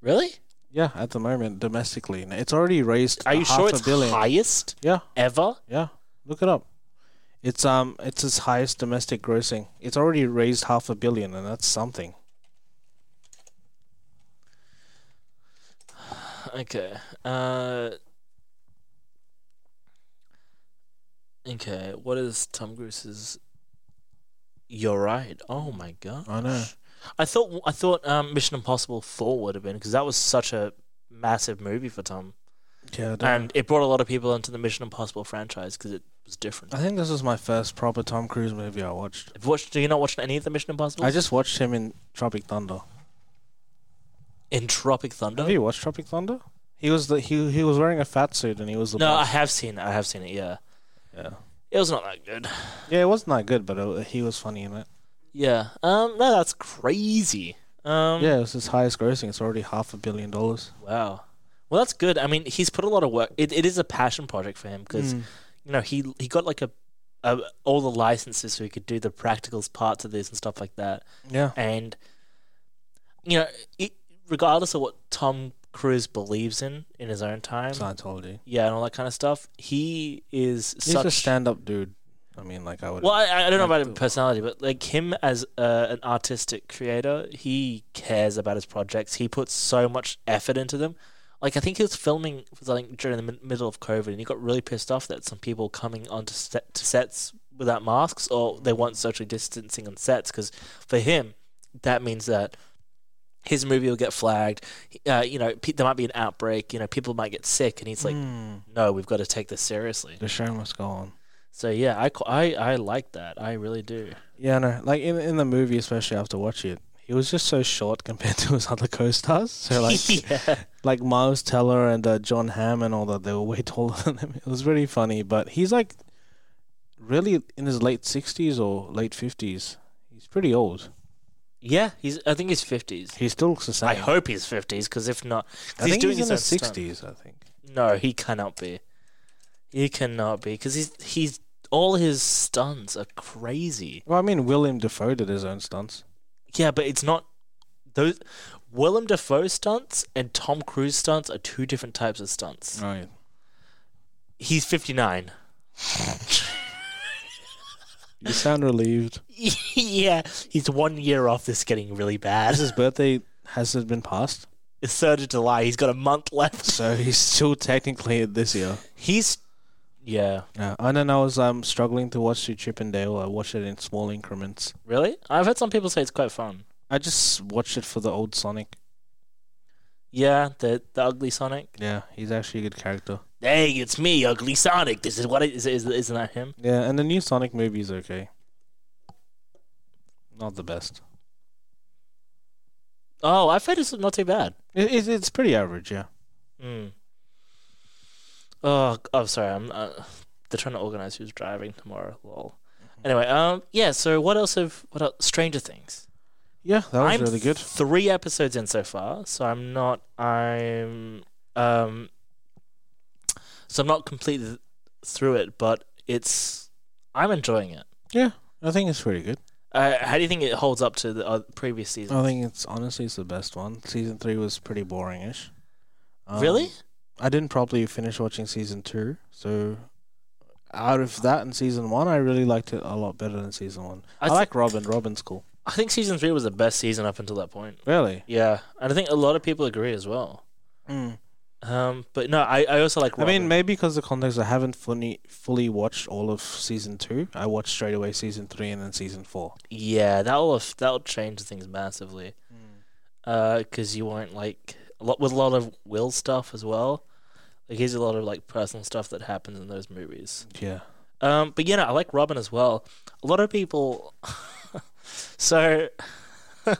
A: Really?
B: Yeah, at the moment domestically, And it's already raised.
A: Are you
B: half
A: sure
B: a
A: it's
B: billion.
A: highest
B: Yeah,
A: ever?
B: yeah. Look it up. It's um, it's its highest domestic grossing. It's already raised half a billion, and that's something.
A: Okay. Uh, okay. What is Tom Cruise's? You're right. Oh my god.
B: I know.
A: I thought I thought um, Mission Impossible Four would have been because that was such a massive movie for Tom,
B: Yeah, I don't-
A: and it brought a lot of people into the Mission Impossible franchise because it was different.
B: I think this was my first proper Tom Cruise movie I watched.
A: Have you watched? Do you not watch any of the Mission Impossible?
B: I just watched him in Tropic Thunder.
A: in Tropic Thunder.
B: Have you watched Tropic Thunder? He was the he he was wearing a fat suit and he was the
A: No, I
B: boss.
A: have seen it. I have seen it. Yeah,
B: yeah.
A: it was not that good.
B: yeah, it wasn't that good, but it, he was funny in it.
A: Yeah. Um. No, that's crazy. Um.
B: Yeah, it was his highest grossing. It's already half a billion dollars.
A: Wow. Well, that's good. I mean, he's put a lot of work. It, it is a passion project for him because
B: Mm.
A: you know he he got like a, a all the licenses so he could do the practicals parts of this and stuff like that.
B: Yeah,
A: And you know, it, regardless of what Tom Cruise believes in in his own time,
B: Scientology.
A: yeah, and all that kind of stuff, he is
B: He's
A: such
B: a stand-up dude. I mean, like I would.
A: Well, I, I don't know
B: Like
A: about his
B: the-
A: personality, but like him as uh, an artistic creator, he cares about his projects. He puts so much effort into them. Like I think he was filming something during the mid- middle of COVID, and he got really pissed off that some people coming onto set- to sets without masks or they weren't socially distancing on sets because for him that means that his movie will get flagged. Uh, you know, pe- there might be an outbreak. You know, people might get sick, and he's like,
B: Mm.
A: "No, we've got to take this seriously."
B: the show must go on.
A: So yeah, I, qu- I I like that. I really do.
B: Yeah, no. Like in in the movie, especially after watch it, he was just so short compared to his other co-stars. So like,
A: yeah.
B: like Miles Teller and uh, John Hamm and all that, they were way taller than him. It was really funny, but he's like really in his late sixties or late fifties. He's pretty old.
A: yeah, he's. I think he's fifties.
B: He still looks the same.
A: I hope he's fifties because if not, 'cause
B: I think
A: doing
B: he's in
A: own
B: his
A: stunt.
B: sixties. I think.
A: No, he cannot be. He cannot be because he's he's all his stunts are crazy.
B: Well, I mean, William Defoe did his own stunts.
A: Yeah, but it's not those. Willem Dafoe stunts and Tom Cruise stunts are two different types of stunts.
B: Right.
A: He's fifty nine.
B: You sound relieved.
A: yeah, he's one year off this getting really
B: Has
A: bad.
B: his birthday has it been passed?
A: It's third of July. He's got a month left.
B: So he's still technically this year.
A: He's yeah.
B: Yeah, I know. I was um struggling to watch through Chippendale. I watched it in small increments.
A: Really? I've heard some people say it's quite fun.
B: I just watched it for the old Sonic.
A: Yeah, the the ugly Sonic.
B: Yeah, he's actually a good character.
A: Hey, it's me, ugly Sonic. This is what it is. is isn't that him?
B: Yeah, and the new Sonic movie is okay. Not the best.
A: Oh, I've heard it's not too bad.
B: It, it, it's pretty average. Yeah.
A: Mm. Oh, I'm sorry. I'm uh, they're trying to organize who's driving tomorrow. Lol. Anyway, um, yeah. So what else have what else? Stranger Things.
B: Yeah, that was
A: I'm
B: really good.
A: Three episodes in so far, so I'm not. I'm um. So I'm not completely through it, but it's. I'm enjoying it.
B: Yeah, I think it's pretty good.
A: Uh, how do you think it holds up to the uh, previous season?
B: I think it's honestly it's the best one. Season three was pretty boringish. Um,
A: really?
B: I didn't probably finish watching season two, so out of that and season one, I really liked it a lot better than season one.
A: I
B: I,
A: thi-
B: like Robin. Robin's cool.
A: I think season three was the best season up until that point.
B: Really?
A: Yeah, and I think a lot of people agree as well. Um, but no, I, I also like.
B: I
A: Mm, Robin.
B: mean, maybe because the context, I haven't fully fully watched all of season two. I watched straight away season three and then season four.
A: yeah, that'll af- that'll change things massively. because you won't like a lot with a lot of will stuff as well. Like here's a lot of like personal stuff that happens in those movies.
B: Yeah.
A: Um, but you know, I like Robin as well. A lot of people. so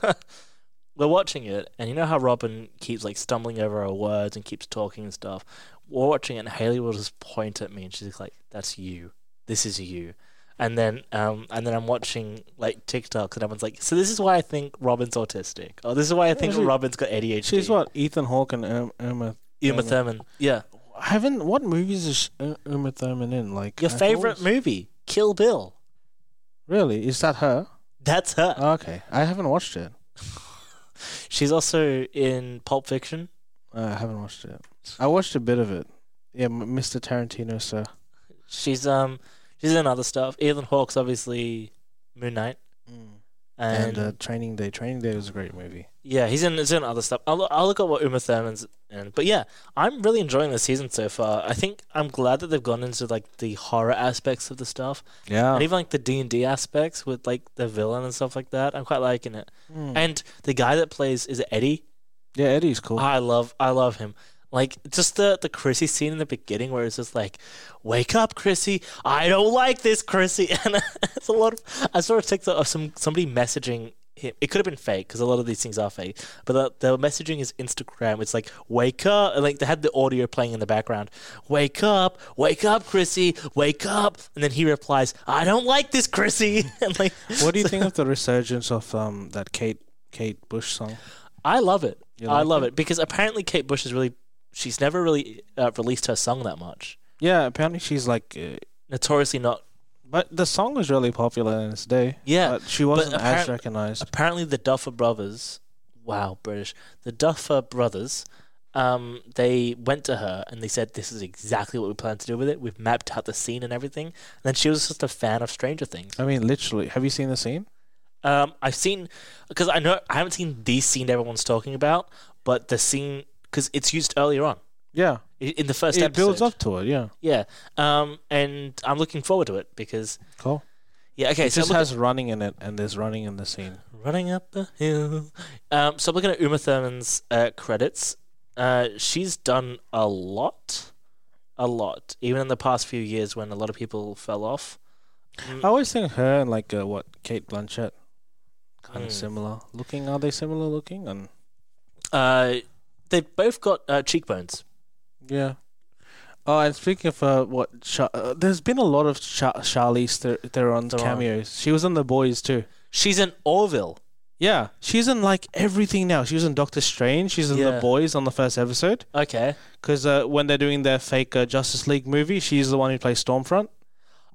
A: we're watching it, and you know how Robin keeps like stumbling over her words and keeps talking and stuff. We're watching it, and Haley will just point at me, and she's like, "That's you. This is you." And then, um, and then I'm watching like TikToks, and everyone's like, "So this is why I think Robin's autistic. Oh, this is why I think
B: she-
A: Robin's got ADHD."
B: She's what Ethan Hawke and Irm- Irma.
A: Uma
B: Thurman.
A: Thurman. Yeah,
B: I haven't. What movies is she- Ir- Irma Thurman in? Like
A: your
B: I
A: favorite
B: always-
A: movie, Kill Bill.
B: Really? Is that her? Oh,
A: That's her.
B: Uh, Okay, I haven't watched it.
A: She's also in Pulp Fiction.
B: Uh, I haven't watched it. I watched a bit of it. Yeah, M- Mr. Tarantino, sir.
A: She's um she's in other stuff. Ethan Hawke's obviously Moon Knight, and,
B: And uh, Training Day. Training Day was a great movie.
A: yeah, he's in he's in other stuff. I'll I'll look at what Uma Thurman's in. But yeah, I'm really enjoying the season so far. I think I'm glad that they've gone into like the horror aspects of the stuff,
B: Yeah.
A: and even like the D and D aspects with like the villain and stuff like that. I'm quite liking it.
B: Hmm.
A: And the guy that plays is it Eddie.
B: yeah, Eddie's cool.
A: I love I love him. Like just the the Chrissy scene in the beginning where it's just like, "Wake up, Chrissy! I don't like this, Chrissy!" And it's a lot of I saw a TikTok of some somebody messaging him. It could have been fake because a lot of these things are fake. But the, the messaging is Instagram. It's like, "Wake up!" and, like they had the audio playing in the background. "Wake up, wake up, Chrissy, wake up!" And then he replies, "I don't like this, Chrissy." and like,
B: what do you think of the resurgence of um that Kate Kate Bush song?
A: I love it.
B: You
A: I
B: like
A: love it? because apparently Kate Bush is really she's never really uh, released her song that much.
B: Yeah, apparently she's like, uh,
A: Notoriously not.
B: but the song was really popular in its day.
A: Yeah.
B: but she wasn't as
A: apparent-
B: recognized.
A: apparently the Duffer Brothers, wow, British. The Duffer Brothers, um, they went to her and they said, "This is exactly what we plan to do with it. We've mapped out the scene and everything." And then she was just a fan of Stranger Things.
B: I mean, literally. Have you seen the scene?
A: Um, I've seen because I know I haven't seen the scene everyone's talking about, but the scene because it's used earlier on
B: Yeah,
A: i- in the first
B: it
A: episode.
B: builds up to it. Yeah,
A: Yeah. Um, and I'm looking forward to it because
B: cool.
A: yeah. Okay,
B: It
A: so
B: just
A: look-
B: has running in it, and there's running in the scene.
A: running up the hill. Um, so I'm looking at Uma Thurman's uh, credits. Uh, she's done a lot, a lot. Even in the past few years, when a lot of people fell off. Mm.
B: I always think her and like uh, what Kate Blanchett, kind
A: Mm.
B: of similar looking. Are they similar looking? And
A: Uh, they've both got uh, cheekbones.
B: yeah.
A: Mm.
B: Oh, and speaking of uh, what, Sha- uh, there's been a lot of Sha- Charlize Ther- Theron's
A: Theron.
B: cameos. She was in The Boys too.
A: She's in Orville.
B: Yeah, she's in like everything now. She was in Doctor Strange. She's in
A: Yeah.
B: The Boys on the first episode
A: Okay.
B: because uh, when they're doing their fake uh, Justice League movie, she's the one who plays Stormfront.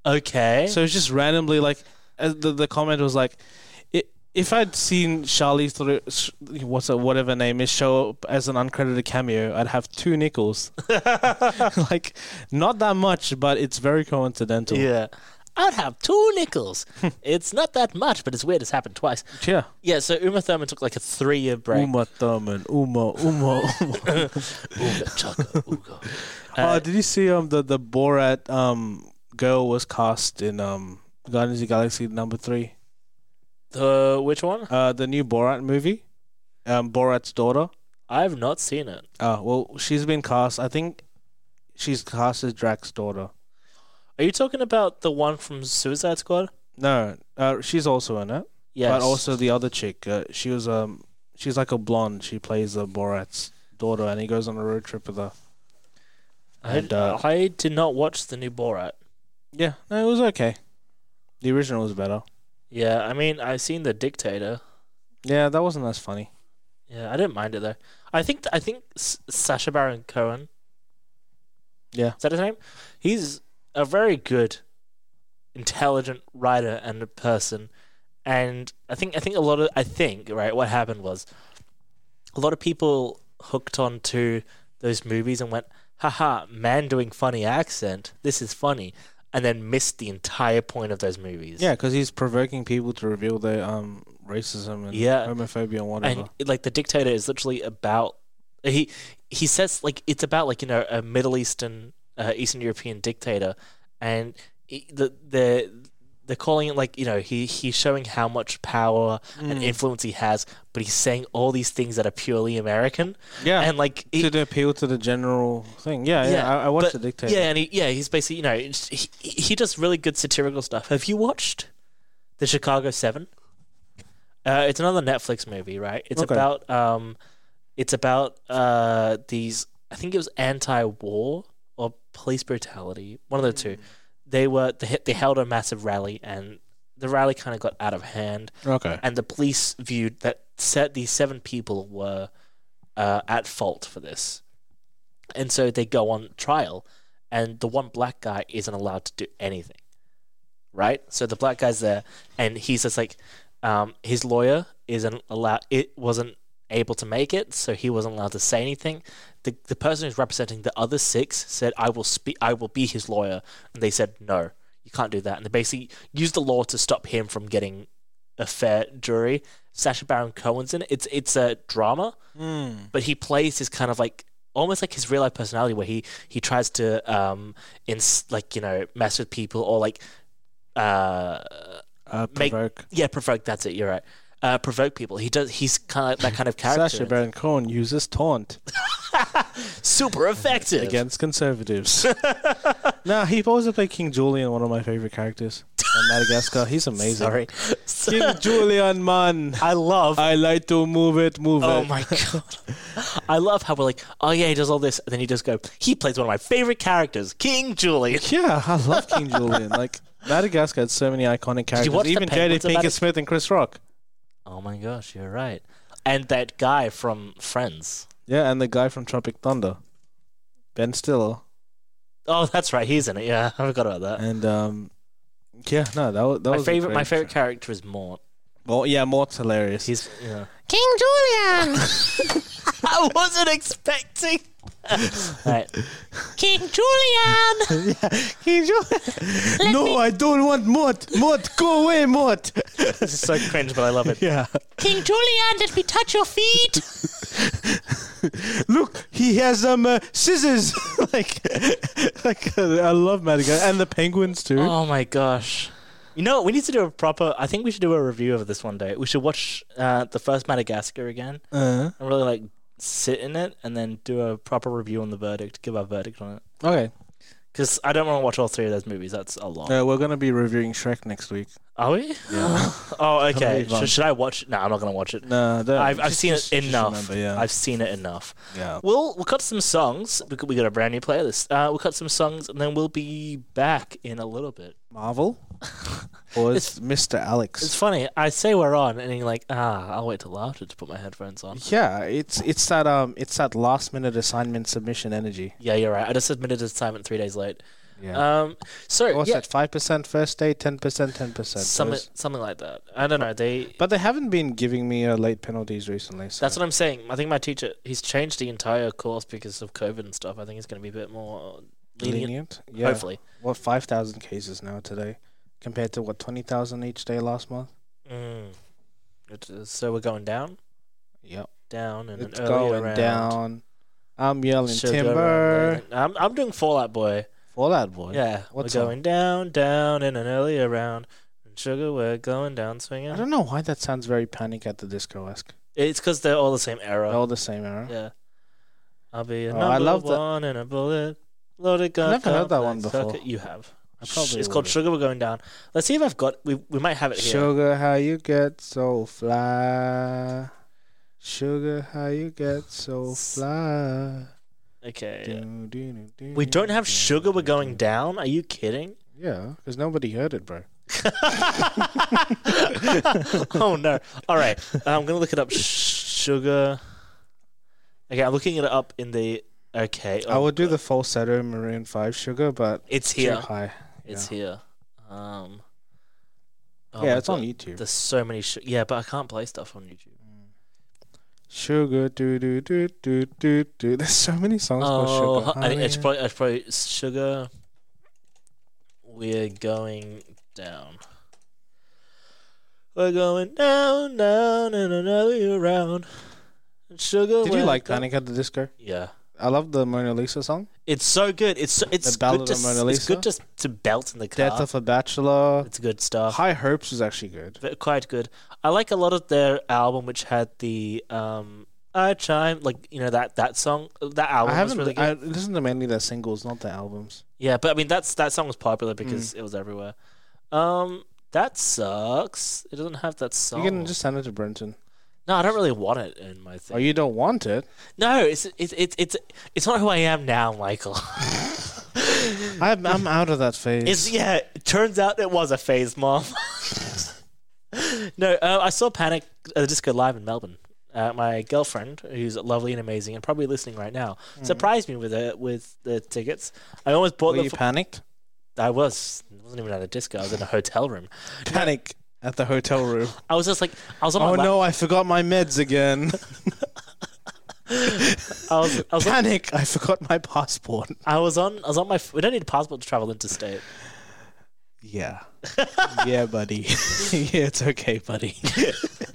A: Okay.
B: So it's just randomly like uh, the the comment was like, "I- if I'd seen Charlize, Ther- sh- what's her, whatever her name is, show up as an uncredited cameo, I'd have two nickels. like, not that much, but it's very coincidental.
A: yeah. I'd have two nickels. it's not that much, but it's weird. It's happened twice.
B: yeah.
A: Yeah. So Uma Thurman took like a three-year break.
B: Uma Thurman, Uma, Uma. Uma.
A: Ooga, chugga, ooga.
B: oh, did you see um the the Borat um girl was cast in um Guardians of the Galaxy number three,
A: The which one?
B: uh the new Borat movie, um Borat's daughter.
A: I've not seen it.
B: Oh well, she's been cast. I think she's cast as Drax's daughter.
A: Are you talking about the one from Suicide Squad?
B: No, uh, she's also in it.
A: Yes.
B: But also the other chick. Uh, she was um, she's like a blonde. She plays uh, Borat's daughter, and he goes on a road trip with her.
A: I,
B: and, uh,
A: I did not watch the new Borat.
B: Yeah, no, it was okay. The original was better.
A: Yeah, I mean, I've seen the Dictator.
B: Yeah, that wasn't as funny.
A: Yeah, I didn't mind it though. I think I think S- Sacha Baron Cohen.
B: Yeah.
A: is that his name? He's a very good, intelligent writer and a person, and I think I think a lot of I think right what happened was a lot of people hooked on to those movies and went, haha, man doing funny accent. This is funny. And then missed the entire point of those movies.
B: Yeah, because he's provoking people to reveal their um racism and
A: Yeah.
B: homophobia and whatever.
A: and like the dictator is literally about he he says like it's about like you know a middle eastern uh, eastern european dictator and he, the the they're calling it like you know he he's showing how much power and
B: Mm.
A: influence he has but he's saying all these things that are purely american
B: yeah,
A: and like
B: to
A: he-
B: the appeal to the general thing. Yeah, yeah. I, I watched
A: but-
B: the dictator.
A: Yeah, and he, yeah, he's basically you know it's- he, he does really good satirical stuff. Have you watched the Chicago Seven? Uh, it's another Netflix movie, right? It's
B: Okay.
A: about um, it's about uh these I think it was anti-war or police brutality, one of the
B: Mm.
A: two. They were they, hit- they held a massive rally and the rally kind of got out of hand
B: Okay.
A: and the police viewed that set these seven people were uh, at fault for this, and so they go on trial, and the one black guy isn't allowed to do anything, right? So the black guy's there, and he's just like, um, his lawyer isn't allowed. It wasn't able to make it, so he wasn't allowed to say anything. The the person who's representing the other six said, "I will speak. I will be his lawyer," and they said, "No, you can't do that." And they basically used the law to stop him from getting a fair jury. Sacha Baron Cohen's in it. It's it's a drama,
B: Hmm.
A: but he plays his kind of like almost like his real life personality, where he he tries to um ins- like you know mess with people or like uh
B: Uh,
A: Make-
B: provoke.
A: yeah, provoke. That's it. You're right. Uh, provoke people. He does. He's kind of that kind of character.
B: Sasha Baron Cohen uses taunt
A: Super effective.
B: against conservatives. nah, he also played King Julian, one of my favorite characters on Madagascar. He's amazing.
A: Sorry.
B: King Julian, man.
A: I love.
B: I like to move it, move
A: oh
B: it.
A: my god. I love how we're like, oh yeah, he does all this, and then he just go. He plays one of my favorite characters, King Julian.
B: Yeah, I love King Julian. Like Madagascar had so many iconic characters.
A: watch the
B: Even Jada
A: Penguins of
B: Pinkett
A: Madag-
B: Smith and Chris Rock.
A: Oh my gosh, you're right. And that guy from Friends.
B: Yeah, and the guy from Tropic Thunder, Ben Stiller,
A: Oh, that's right. He's in it. Yeah, I forgot about that.
B: and um, yeah, no, that was that
A: my
B: was a
A: favorite.
B: great
A: My favorite
B: show.
A: character is Mort.
B: Well, yeah, Mort's hilarious.
A: He's. Yeah.
B: King Julian.
A: I wasn't expecting. right. King Julian.
B: yeah, King Julian. no, I don't want Mort. Mort, go away, Mort.
A: this is so cringe, but I love it.
B: yeah.
A: King Julian, let me touch your feet.
B: Look, he has um uh, scissors. like, like uh, I love Madagascar and the penguins too.
A: Oh my gosh. You know, what? we need to do a proper. I think we should do a review of this one day. We should watch uh, the first Madagascar again
B: Uh,
A: and really like sit in it and then do a proper review on the verdict, give our verdict on it.
B: okay.
A: Because I don't want to watch all three of those movies. That's a lot.
B: Uh, we're gonna be reviewing Shrek next week.
A: Are we? oh, okay.
B: Come on.
A: Should, should I watch it? No, I'm not going to watch it.
B: No, don't.
A: I've, I've
B: just-
A: seen
B: just-
A: it
B: just
A: enough.
B: remember, yeah.
A: I've seen it enough.
B: yeah.
A: We'll we'll cut some songs. We got, we got a brand new playlist. Uh, we'll cut some songs and then we'll be back in a little bit.
B: Marvel or is Mr. Alex?
A: It's funny. I say we're on, and you're like, ah, I'll wait till after to put my headphones on.
B: yeah, it's it's that um it's that last minute assignment submission energy.
A: Yeah, you're right. I just submitted an assignment three days late.
B: Yeah.
A: Um, so
B: What's
A: yeah,
B: that? Five percent first day, ten percent, ten percent.
A: something something like that. I don't know. They.
B: But they haven't been giving me uh, late penalties recently. So.
A: That's what I'm saying. I think my teacher he's changed the entire course because of COVID and stuff. I think it's going to be a bit more lenient.
B: lenient. Yeah.
A: Hopefully.
B: What five thousand cases now today, compared to what twenty thousand each day last month.
A: Mm. It is- so we're going down,
B: Yep.
A: down, and
B: It's
A: an early
B: going
A: round.
B: down. I'm yelling
A: Should go
B: timber.
A: around there. I'm I'm doing Fallout Boy.
B: Fallout boy.
A: Yeah,
B: What
A: we're
B: song?
A: going down, down in an earlier round. And sugar, we're going down swinging.
B: I don't know why that sounds very Panic at the Disco esque.
A: It's because they're all the same era.
B: All the same era.
A: Yeah, I'll be a
B: Oh, I
A: number
B: love that-
A: one in a bullet. Loaded gun.
B: never heard that
A: complex.
B: one before.
A: Okay, You have.
B: I
A: Sh-
B: probably
A: it's called
B: would've.
A: Sugar. We're going down. Let's see if I've got. We we might have it here.
B: Sugar, how you get so fly? Sugar, how you get so fly?
A: Okay.
B: Do, do, do, do,
A: We don't have
B: do,
A: sugar. We're
B: do,
A: going
B: do.
A: down. Are you kidding?
B: Yeah, because nobody heard it, bro.
A: oh no! All right, I'm gonna look it up. Sh- sugar. Okay, I'm looking it up in the. Okay,
B: I
A: oh,
B: would do
A: God.
B: the falsetto Maroon Five Sugar, but
A: It's
B: too
A: here.
B: high.
A: It's here. Um, oh
B: yeah,
A: my
B: it's on
A: God.
B: YouTube.
A: There's so many. Sh- yeah, but I can't play stuff on YouTube.
B: Sugar, do do do do do do. There's so many songs
A: Oh,
B: called Sugar.
A: I, it's
B: Honey.
A: probably it's probably sugar. We're going down. We're going down, down, and another round. Sugar.
B: Did
A: we're
B: you like
A: go-
B: Panic at the Disco?
A: Yeah,
B: I love the Mona Lisa song.
A: it's so good. It's so, it's
B: Ballad
A: good to,
B: of
A: s-
B: Mona
A: it's good
B: Lisa?
A: just to belt in the car.
B: Death of a Bachelor.
A: it's good stuff.
B: High Hopes was actually good.
A: but quite good. I like a lot of their album, which had the um, I chime, like you know that that song, that album
B: I
A: was
B: haven't
A: really good.
B: I listened to mainly their singles, not their albums.
A: yeah, but I mean that's that song was
B: Mm.
A: popular because it was everywhere. Um, that sucks. It doesn't have that song.
B: You can just send it to Brenton.
A: no, I don't really want it in my
B: Oh,
A: thing.
B: you don't want it?
A: no, it's it's it's it's it's not who I am now, Michael.
B: I'm, I'm out of that phase.
A: It's yeah. It turns out it was a phase, mom. no, uh, I saw Panic at the Disco live in Melbourne. Uh, my girlfriend, who's lovely and amazing, and probably listening right now, surprised me with the with the tickets. I almost bought
B: Mm. Were
A: them.
B: you
A: For,
B: panicked?
A: I was I wasn't even at a disco. I was in a hotel room.
B: Panic at the hotel room.
A: I was just like, I was on my
B: oh
A: lap-
B: no, I forgot my meds again.
A: I was, I was, on,
B: Panic! I forgot my passport.
A: I was on, I was on my. We don't need a passport to travel interstate,
B: Yeah. yeah, buddy. yeah, it's okay, buddy.
A: buddy.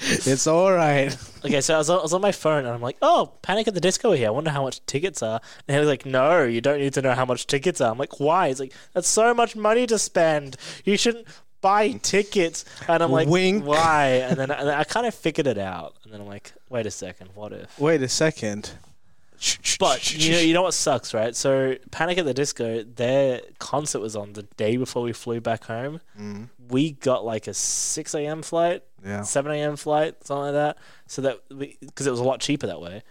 B: It's all right.
A: okay, so I was, on, I was on my phone and I'm like, oh, Panic at the Disco are here. I wonder how much tickets are. And he was like, no, you don't need to know how much tickets are. I'm like, why? He's like, that's so much money to spend. You shouldn't buy tickets. And I'm like,
B: Wink.
A: why? And then, and then I kind of figured it out. And then I'm like, wait a second, what if?
B: Wait a second.
A: But you know, you know what sucks, right? So Panic at the Disco, their concert was on the day before we flew back home.
B: Mm,
A: We got like a six a.m. flight,
B: yeah.
A: seven a.m. flight, something like that. So that because it was a lot cheaper that way,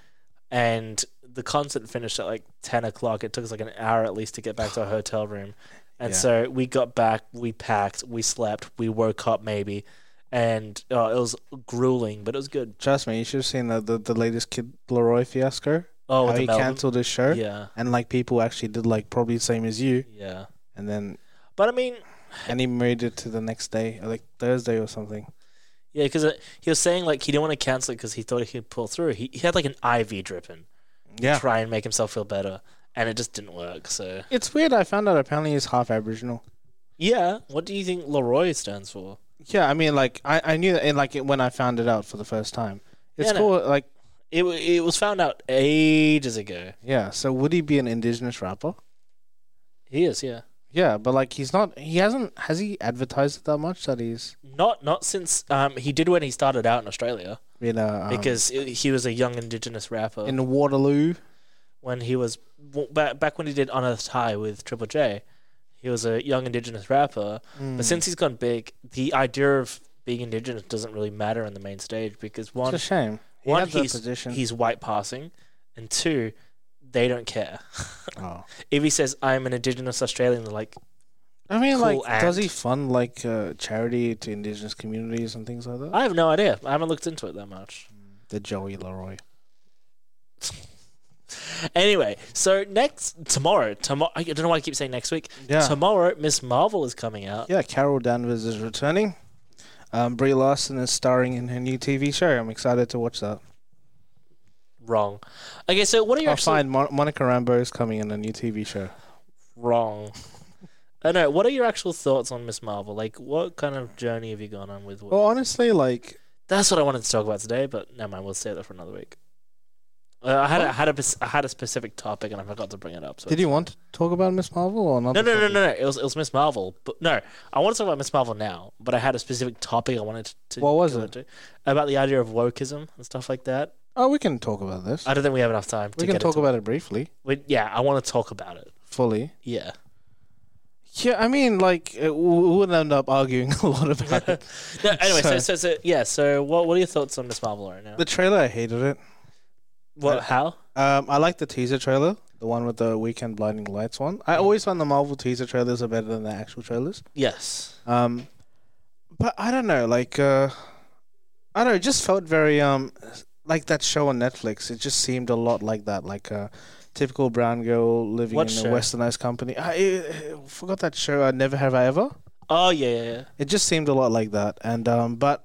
A: and the concert finished at like ten o'clock. It took us like an hour at least to get back to our hotel room, and
B: Yeah.
A: so we got back, we packed, we slept, we woke up maybe, and uh, it was grueling, but it was good.
B: Trust me, you should have seen the, the, the latest Kid Leroy fiasco.
A: Oh,
B: how
A: with the
B: he
A: Melbourne-
B: cancelled his show.
A: yeah,
B: And like people actually did like probably the same as you.
A: yeah.
B: And then
A: But I mean,
B: and he made it to the next day, or like Thursday or something.
A: Yeah, because he was saying like he didn't want to cancel it because he thought he could pull through. He, he had like an IV dripping,
B: Yeah.
A: try and make himself feel better, and it just didn't work. So
B: It's weird. I found out apparently he's half Aboriginal.
A: yeah, what do you think Leroy stands for?
B: Yeah, I mean, like I, I knew that, and like when I found it out for the first time, it's
A: Yeah, no.
B: cool. Like,
A: It wa- it was found out ages ago.
B: yeah. So would he be an Indigenous rapper?
A: He is, yeah,
B: Yeah, but like he's not. He hasn't. Has he advertised it that much that he's
A: not not since um he did when he started out in Australia
B: been a um,
A: because uh, i he was a young Indigenous rapper
B: in Waterloo.
A: when he was w- back back when he did Unearthed High with Triple J. He was a young Indigenous rapper,
B: Hmm.
A: But since he's gone big, the idea of being indigenous doesn't really matter on the main stage because
B: it's
A: one,
B: a shame. He
A: one
B: had that
A: he's
B: position.
A: he's white passing, and two, they don't care.
B: oh.
A: if he says I'm an indigenous Australian, they're like,
B: I mean,
A: cool
B: like, does
A: act.
B: he fund like uh, charity to Indigenous communities and things like that?
A: I have no idea. I haven't looked into it that much.
B: the Joey Leroy.
A: Anyway, so next tomorrow, tomorrow I don't know why I keep saying next week.
B: Yeah.
A: Tomorrow, Miss Marvel is coming out.
B: Yeah, Carol Danvers is returning. Um, Brie Larson is starring in her new TV show. I'm excited to watch that.
A: Wrong. Okay, so what are your
B: I'll
A: actual
B: find Mon- Monica Rambeau is coming in a new TV show.
A: wrong? I know. What are your actual thoughts on Miss Marvel? Like, what kind of journey have you gone on with?
B: Well, honestly, like,
A: That's what I wanted to talk about today, but never mind. We'll save that for another week. Uh, I had a, I had a pers- I had a specific topic and I forgot to bring it up. So
B: did
A: it's
B: you want to talk about Miss Marvel or not?
A: fine. No, no, no, no, no. It was it was Miss Marvel, but no, I want to talk about Miss Marvel now. But I had a specific topic I wanted to.
B: What was
A: go
B: it?
A: into, about the idea of wokeism and stuff like that.
B: Oh, we can talk about this.
A: I don't think we have enough time.
B: we
A: to
B: can
A: get
B: talk
A: into
B: about it briefly,
A: We, yeah, I want to talk about it.
B: fully.
A: Yeah.
B: Yeah, I mean, like, uh, we would end up arguing a lot about it.
A: No, anyway, so,
B: So-
A: so so yeah. So what what are your thoughts on Miss Marvel right now?
B: the trailer, I hated it.
A: What? How?
B: Um, I like the teaser trailer, the one with the weekend blinding lights one. I always find the Marvel teaser trailers are better than the actual trailers.
A: Yes.
B: Um, but I don't know, like, uh, I don't know, it just felt very, um, like that show on Netflix. It just seemed a lot like that, like a typical brown girl living
A: What
B: in
A: show?
B: a westernized company. I, I I forgot that show, uh, Never Have I Ever.
A: Oh yeah, yeah, yeah.
B: It just seemed a lot like that. And, um, but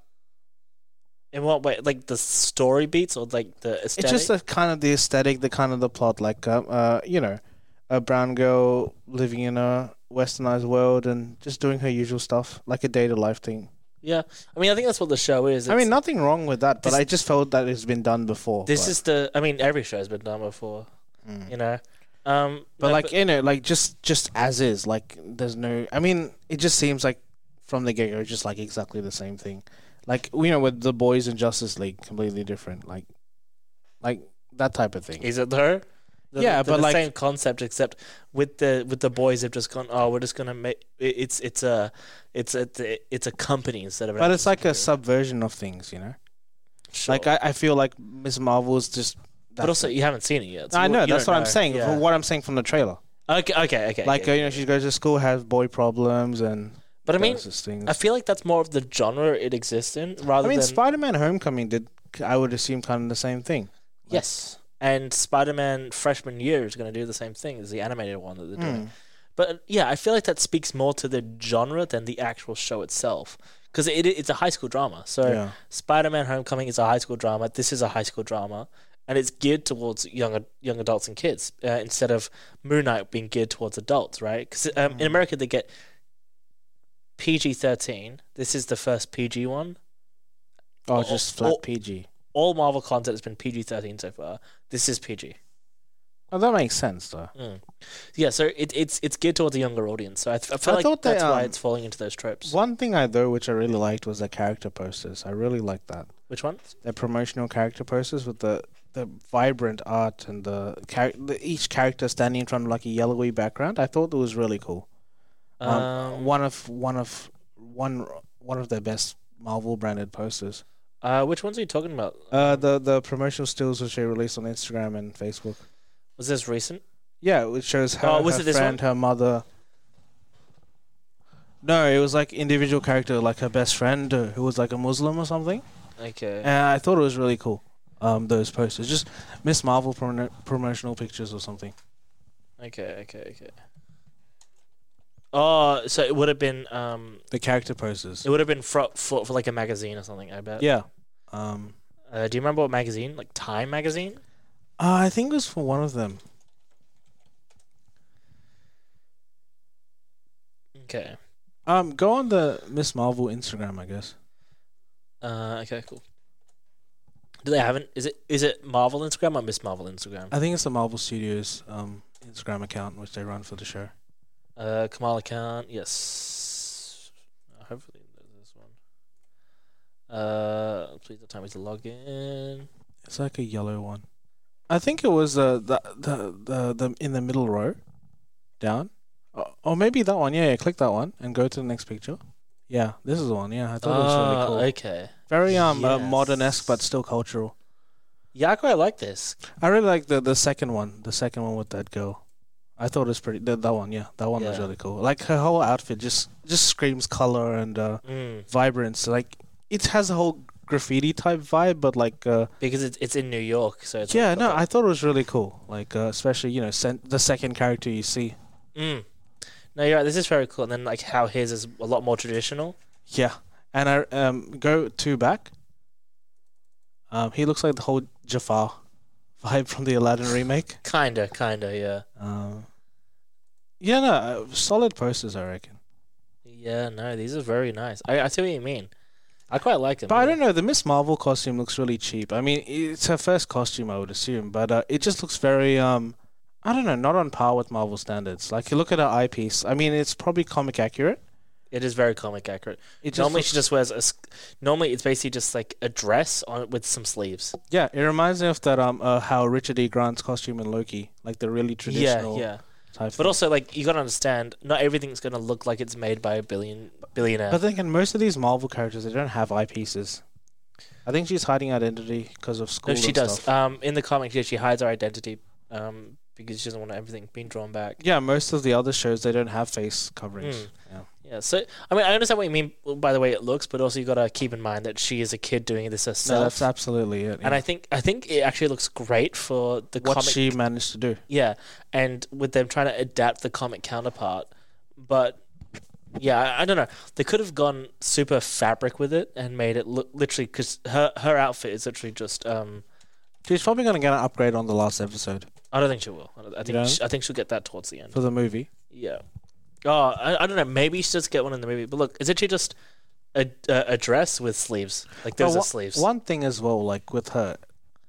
A: In what way? Like the story beats or like the aesthetic?
B: It's just the kind of the aesthetic, the kind of the plot, like uh, uh, you know, a brown girl living in a westernized world and just doing her usual stuff, like a day to life thing.
A: Yeah, I mean, I think that's what the show is.
B: I
A: It's-
B: mean, nothing wrong with that, but
A: This-
B: I just felt that it's been done before.
A: this
B: but,
A: is the. I mean, every show has been done before,
B: Mm.
A: you know. Um,
B: but
A: no,
B: like you know, like just just as is, like there's no. I mean, it just seems like from the get go, just like exactly the same thing. Like you know, with the boys in Justice League, completely different, like, like that type of thing.
A: is it though? The-
B: Yeah,
A: the-
B: but
A: the
B: like-
A: same concept, except with the with the boys, they've just gone. Oh, we're just gonna make it- it's it's a it's a it's a company instead of. an
B: But it's
A: actual
B: like a
A: superhero.
B: subversion of things, you know.
A: Sure.
B: Like I, I feel like Ms. Marvel's just.
A: but also you haven't seen it yet. so
B: I
A: you-
B: know
A: you
B: that's
A: don't
B: what I'm saying.
A: Yeah.
B: From what I'm saying from the trailer,
A: okay, okay, okay.
B: like
A: okay.
B: uh, you know, she goes to school, has boy problems, and
A: but I mean,
B: those things.
A: I feel like that's more of the genre it exists in,
B: I
A: rather
B: mean,
A: than
B: Spider-Man: Homecoming did, I would assume, kind of the same thing.
A: yes. And Spider-Man Freshman Year is going to do the same thing as the animated one that they're doing.
B: Mm.
A: But uh, yeah, I feel like that speaks more to the genre than the actual show itself, because it, it's a high school drama. So
B: Yeah.
A: Spider-Man: Homecoming is a high school drama. This is a high school drama, and it's geared towards young young adults and kids uh, instead of Moon Knight being geared towards adults, right? Because um,
B: Mm.
A: in America they get PG thirteen. This is the first PG one.
B: Oh,
A: Or-
B: just flat
A: or-
B: PG.
A: All Marvel content has been PG thirteen so far. This is PG.
B: Oh, that makes sense though.
A: Yeah, so it, it's it's geared towards a younger audience. So I, th- I feel
B: I
A: like
B: thought they,
A: that's why
B: um,
A: it's falling into those tropes.
B: One thing I though which I really liked was the character posters. I really liked that.
A: Which one?
B: Their promotional character posters with the the vibrant art and the, char- the each character standing in front of like a yellowy background. I thought it was really cool.
A: Um,
B: um, one of one of one one of their best Marvel branded posters.
A: uh, which ones are you talking about?
B: Uh, the the promotional stills which they released on Instagram and Facebook.
A: Was this recent?
B: Yeah, it shows her,
A: Oh, was
B: her
A: it this
B: friend, her mother. No, it was like individual character, like her best friend uh, who was like a Muslim or something.
A: Okay.
B: And I thought it was really cool. Um, those posters, just Miss Marvel promo promotional pictures or something.
A: Okay. Okay. Okay. Oh, so it would have been um,
B: The character posters.
A: it would have been for, for for like a magazine or something. I bet.
B: Yeah. Um,
A: Uh, do you remember what magazine? Like Time magazine.
B: uh, I think it was for one of them.
A: Okay.
B: Um, go on the Miss Marvel Instagram, I guess.
A: Uh, okay. Cool. Do they have an? Is it is it Marvel Instagram or Miss Marvel Instagram?
B: I think it's the Marvel Studios um, Instagram account which they run for the show.
A: Uh, Kamala Khan, yes. Uh, Hopefully, there's this one. Uh, please don't tell me to log in.
B: It's like a yellow one. I think it was uh, the, the the the in the middle row, down, or, or maybe that one. Yeah, yeah, click that one and go to the next picture. Yeah, this is the one. Yeah, I thought it was really
A: Ah,
B: cool.
A: Okay.
B: Very um uh, modern
A: Yes.
B: esque, but still cultural.
A: Yeah, I quite like this.
B: I really like the the second one. The second one with that girl. I thought it was pretty. That, that one, yeah, that one was
A: Yeah.
B: really cool. Like her whole outfit just just screams color and uh,
A: Mm,
B: vibrance. Like it has a whole graffiti type vibe, but like uh,
A: because it's it's in New York, so it's
B: yeah, no, I thought it was really cool. Like uh, especially you know sen- the second character you see.
A: Mm. No, you're right. This is very cool. And then like how his is a lot more traditional.
B: Yeah, and I um go two back. Um, he looks like the whole Jafar vibe from the Aladdin remake.
A: Kinda, kinda, yeah.
B: Um, yeah, no, uh, solid posters, I reckon.
A: Yeah, no, these are very nice. I I see what you mean. I quite like them.
B: But I don't know. The Miss Marvel costume looks really cheap. I mean, it's her first costume, I would assume, but uh, it just looks very um, I don't know, not on par with Marvel standards. Like you look at her eyepiece. I mean, it's probably comic accurate.
A: It is very comic accurate.
B: It just
A: Normally,
B: looks-
A: she just wears a. s- Normally, it's basically just like a dress on with some sleeves.
B: Yeah, it reminds me of that um, uh, how Richard E. Grant's costume in Loki, like the really traditional
A: Yeah, yeah.
B: type.
A: But
B: thing.
A: also, like, you gotta understand, not everything's gonna look like it's made by a billion billionaire.
B: But then again, most of these Marvel characters, they don't have eyepieces. I think she's hiding identity because of school.
A: no, she
B: and
A: does.
B: stuff.
A: Um, in the comic, yeah, she hides her identity, um, because she doesn't want everything being drawn back.
B: Yeah, most of the other shows they don't have face coverings.
A: Mm.
B: Yeah.
A: Yeah. So, I mean, I understand what you mean by the way it looks, but also you gotta keep in mind that she is a kid doing this
B: No,
A: herself.
B: that's absolutely it.
A: and
B: yeah.
A: I think I think it actually looks great for the
B: what
A: comic.
B: she managed to do.
A: yeah, and with them trying to adapt the comic counterpart, but yeah, I, I don't know. They could have gone super fabric with it and made it look literally because her her outfit is literally just. um
B: She's probably going to get an upgrade on the last episode
A: I don't think she will. I, don't- I think
B: don't?
A: she, I think she'll get that towards the end.
B: for the movie.
A: Yeah. Oh, I, I don't know. Maybe she does get one in the movie, but look, is it she just a a a dress with sleeves? Like
B: But
A: those are
B: one-
A: sleeves.
B: One thing as well, like with her,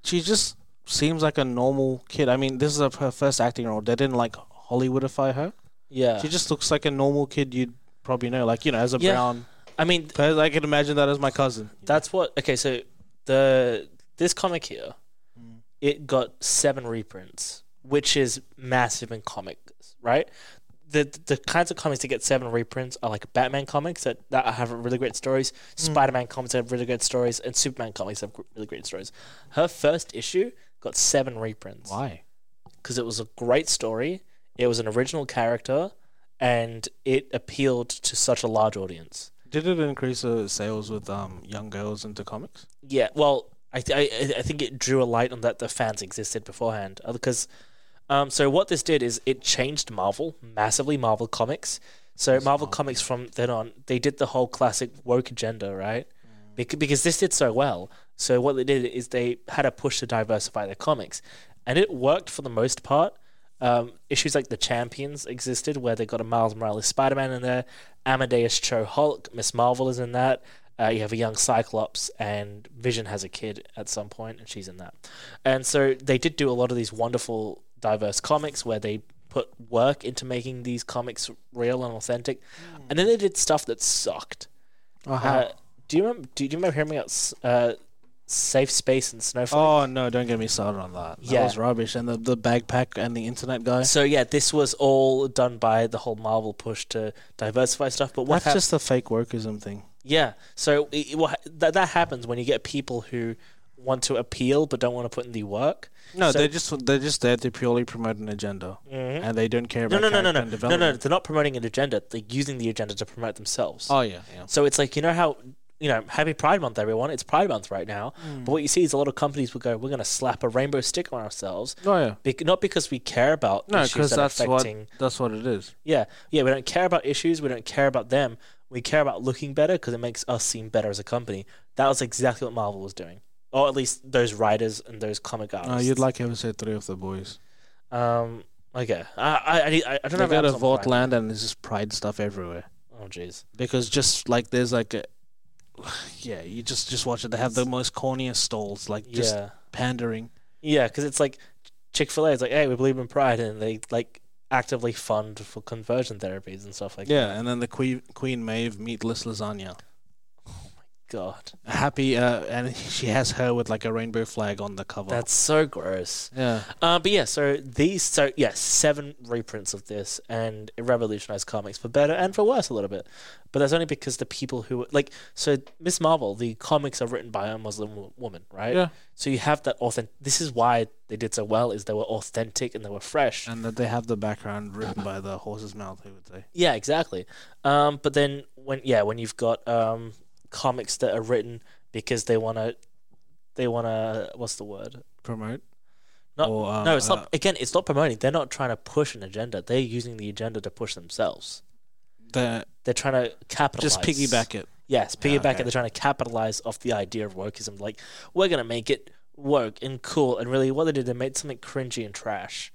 B: she just seems like a normal kid. I mean, this is her first acting role. They didn't like Hollywoodify her.
A: yeah.
B: She just looks like a normal kid you'd probably know. Like, you know, as a
A: Yeah.
B: brown
A: I mean,
B: person, I can imagine that as my cousin.
A: That's what. Okay, so the this comic here,
B: Hmm.
A: it got seven reprints, which is massive in comics, right? The the kinds of comics that get seven reprints are like Batman comics that that have really great stories,
B: Hmm.
A: Spider Man comics that have really great stories, and Superman comics that have gr- really great stories. Her first issue got seven reprints
B: Why?
A: because it was a great story. It was an original character, and it appealed to such a large audience.
B: Did it increase her sales with um, young girls into comics?
A: Yeah, well, I th- I I- I think it drew a light on that the fans existed beforehand because uh, Um, so what this did is it changed Marvel massively. Marvel Comics. So Marvel Comics from then on, they did the whole classic woke agenda, right? Bec- because this did so well. So what they did is they had a push to diversify their comics, and it worked for the most part. Um, issues like the Champions existed, where they got a Miles Morales Spider Man in there, Amadeus Cho Hulk, Miss Marvel is in that. Uh, you have a young Cyclops, and Vision has a kid at some point, and she's in that. And so they did do a lot of these wonderful diverse comics where they put work into making these comics real and authentic. And then they did stuff that sucked. Uh, do you remember? Do you remember hearing about s- uh, Safe Space and Snowflake?
B: Oh no! Don't get me started on that. That
A: Yeah.
B: was rubbish. And the the backpack and the internet guy.
A: So yeah, this was all done by the whole Marvel push to diversify stuff. But what
B: That's
A: hap-
B: just the fake wokeism thing.
A: yeah, so it, it, what ha- that that happens when you get people who want to appeal but don't want to put in the work.
B: No,
A: So-
B: they're just they're just there to purely promote an agenda, and they don't care
A: No,
B: about
A: no, no, no,
B: character
A: no,
B: and
A: no, no.
B: development.
A: They're not promoting an agenda. They're using the agenda to promote themselves.
B: Oh yeah, yeah.
A: So it's like you know how you know Happy Pride Month, everyone. It's Pride Month right now.
B: Hmm.
A: But what you see is a lot of companies will go, "We're going to slap a rainbow stick on ourselves."
B: Oh yeah.
A: Bec- not because we care about
B: No,
A: issues
B: because
A: that
B: that's
A: are affecting
B: what that's what it is.
A: Yeah, yeah. We don't care about issues. We don't care about them. We care about looking better because it makes us seem better as a company. That was exactly what Marvel was doing, or at least those writers and those comic artists.
B: No, Oh, Uh, you'd like episode three of the boys.
A: Um. Okay. I. I. I, I- I don't know.
B: They
A: if
B: go to
A: Amazon Prime-
B: Vaultland and there's just pride stuff everywhere
A: Oh, jeez.
B: because just like there's like a yeah, you just just watch it. They have the most corniest stalls, like just
A: Yeah.
B: pandering.
A: Yeah, because it's like Chick Fil A. It's like, hey, we believe in pride, and they like actively fund for conversion therapies and stuff like. that.
B: Yeah, and then the Queen Queen Maeve meatless lasagna.
A: God,
B: Happy, uh, and she has her with like a rainbow flag on the cover.
A: that's so gross.
B: yeah.
A: Uh, but yeah, so these, so yeah, seven reprints of this, and it revolutionized comics for better and for worse a little bit. But that's only because the people who like, so Miss Marvel, the comics are written by a Muslim w- woman, right?
B: Yeah.
A: So you have that authentic. This is why they did so well, is they were authentic and they were fresh.
B: And that they have the background written by the horse's mouth, who would say.
A: Yeah, exactly. Um, but then when yeah, when you've got um, comics that are written because they wanna, they wanna, what's the word?
B: Promote?
A: Not,
B: Or, um,
A: no, it's
B: uh,
A: not. Again, it's not promoting. They're not trying to push an agenda. They're using the agenda to push themselves.
B: The,
A: They're trying to capitalize.
B: just piggyback it.
A: Yes, piggyback.
B: okay.
A: it. They're trying to capitalize off the idea of wokeism. Like we're gonna make it woke and cool. And really, what they did, they made something cringy and trash.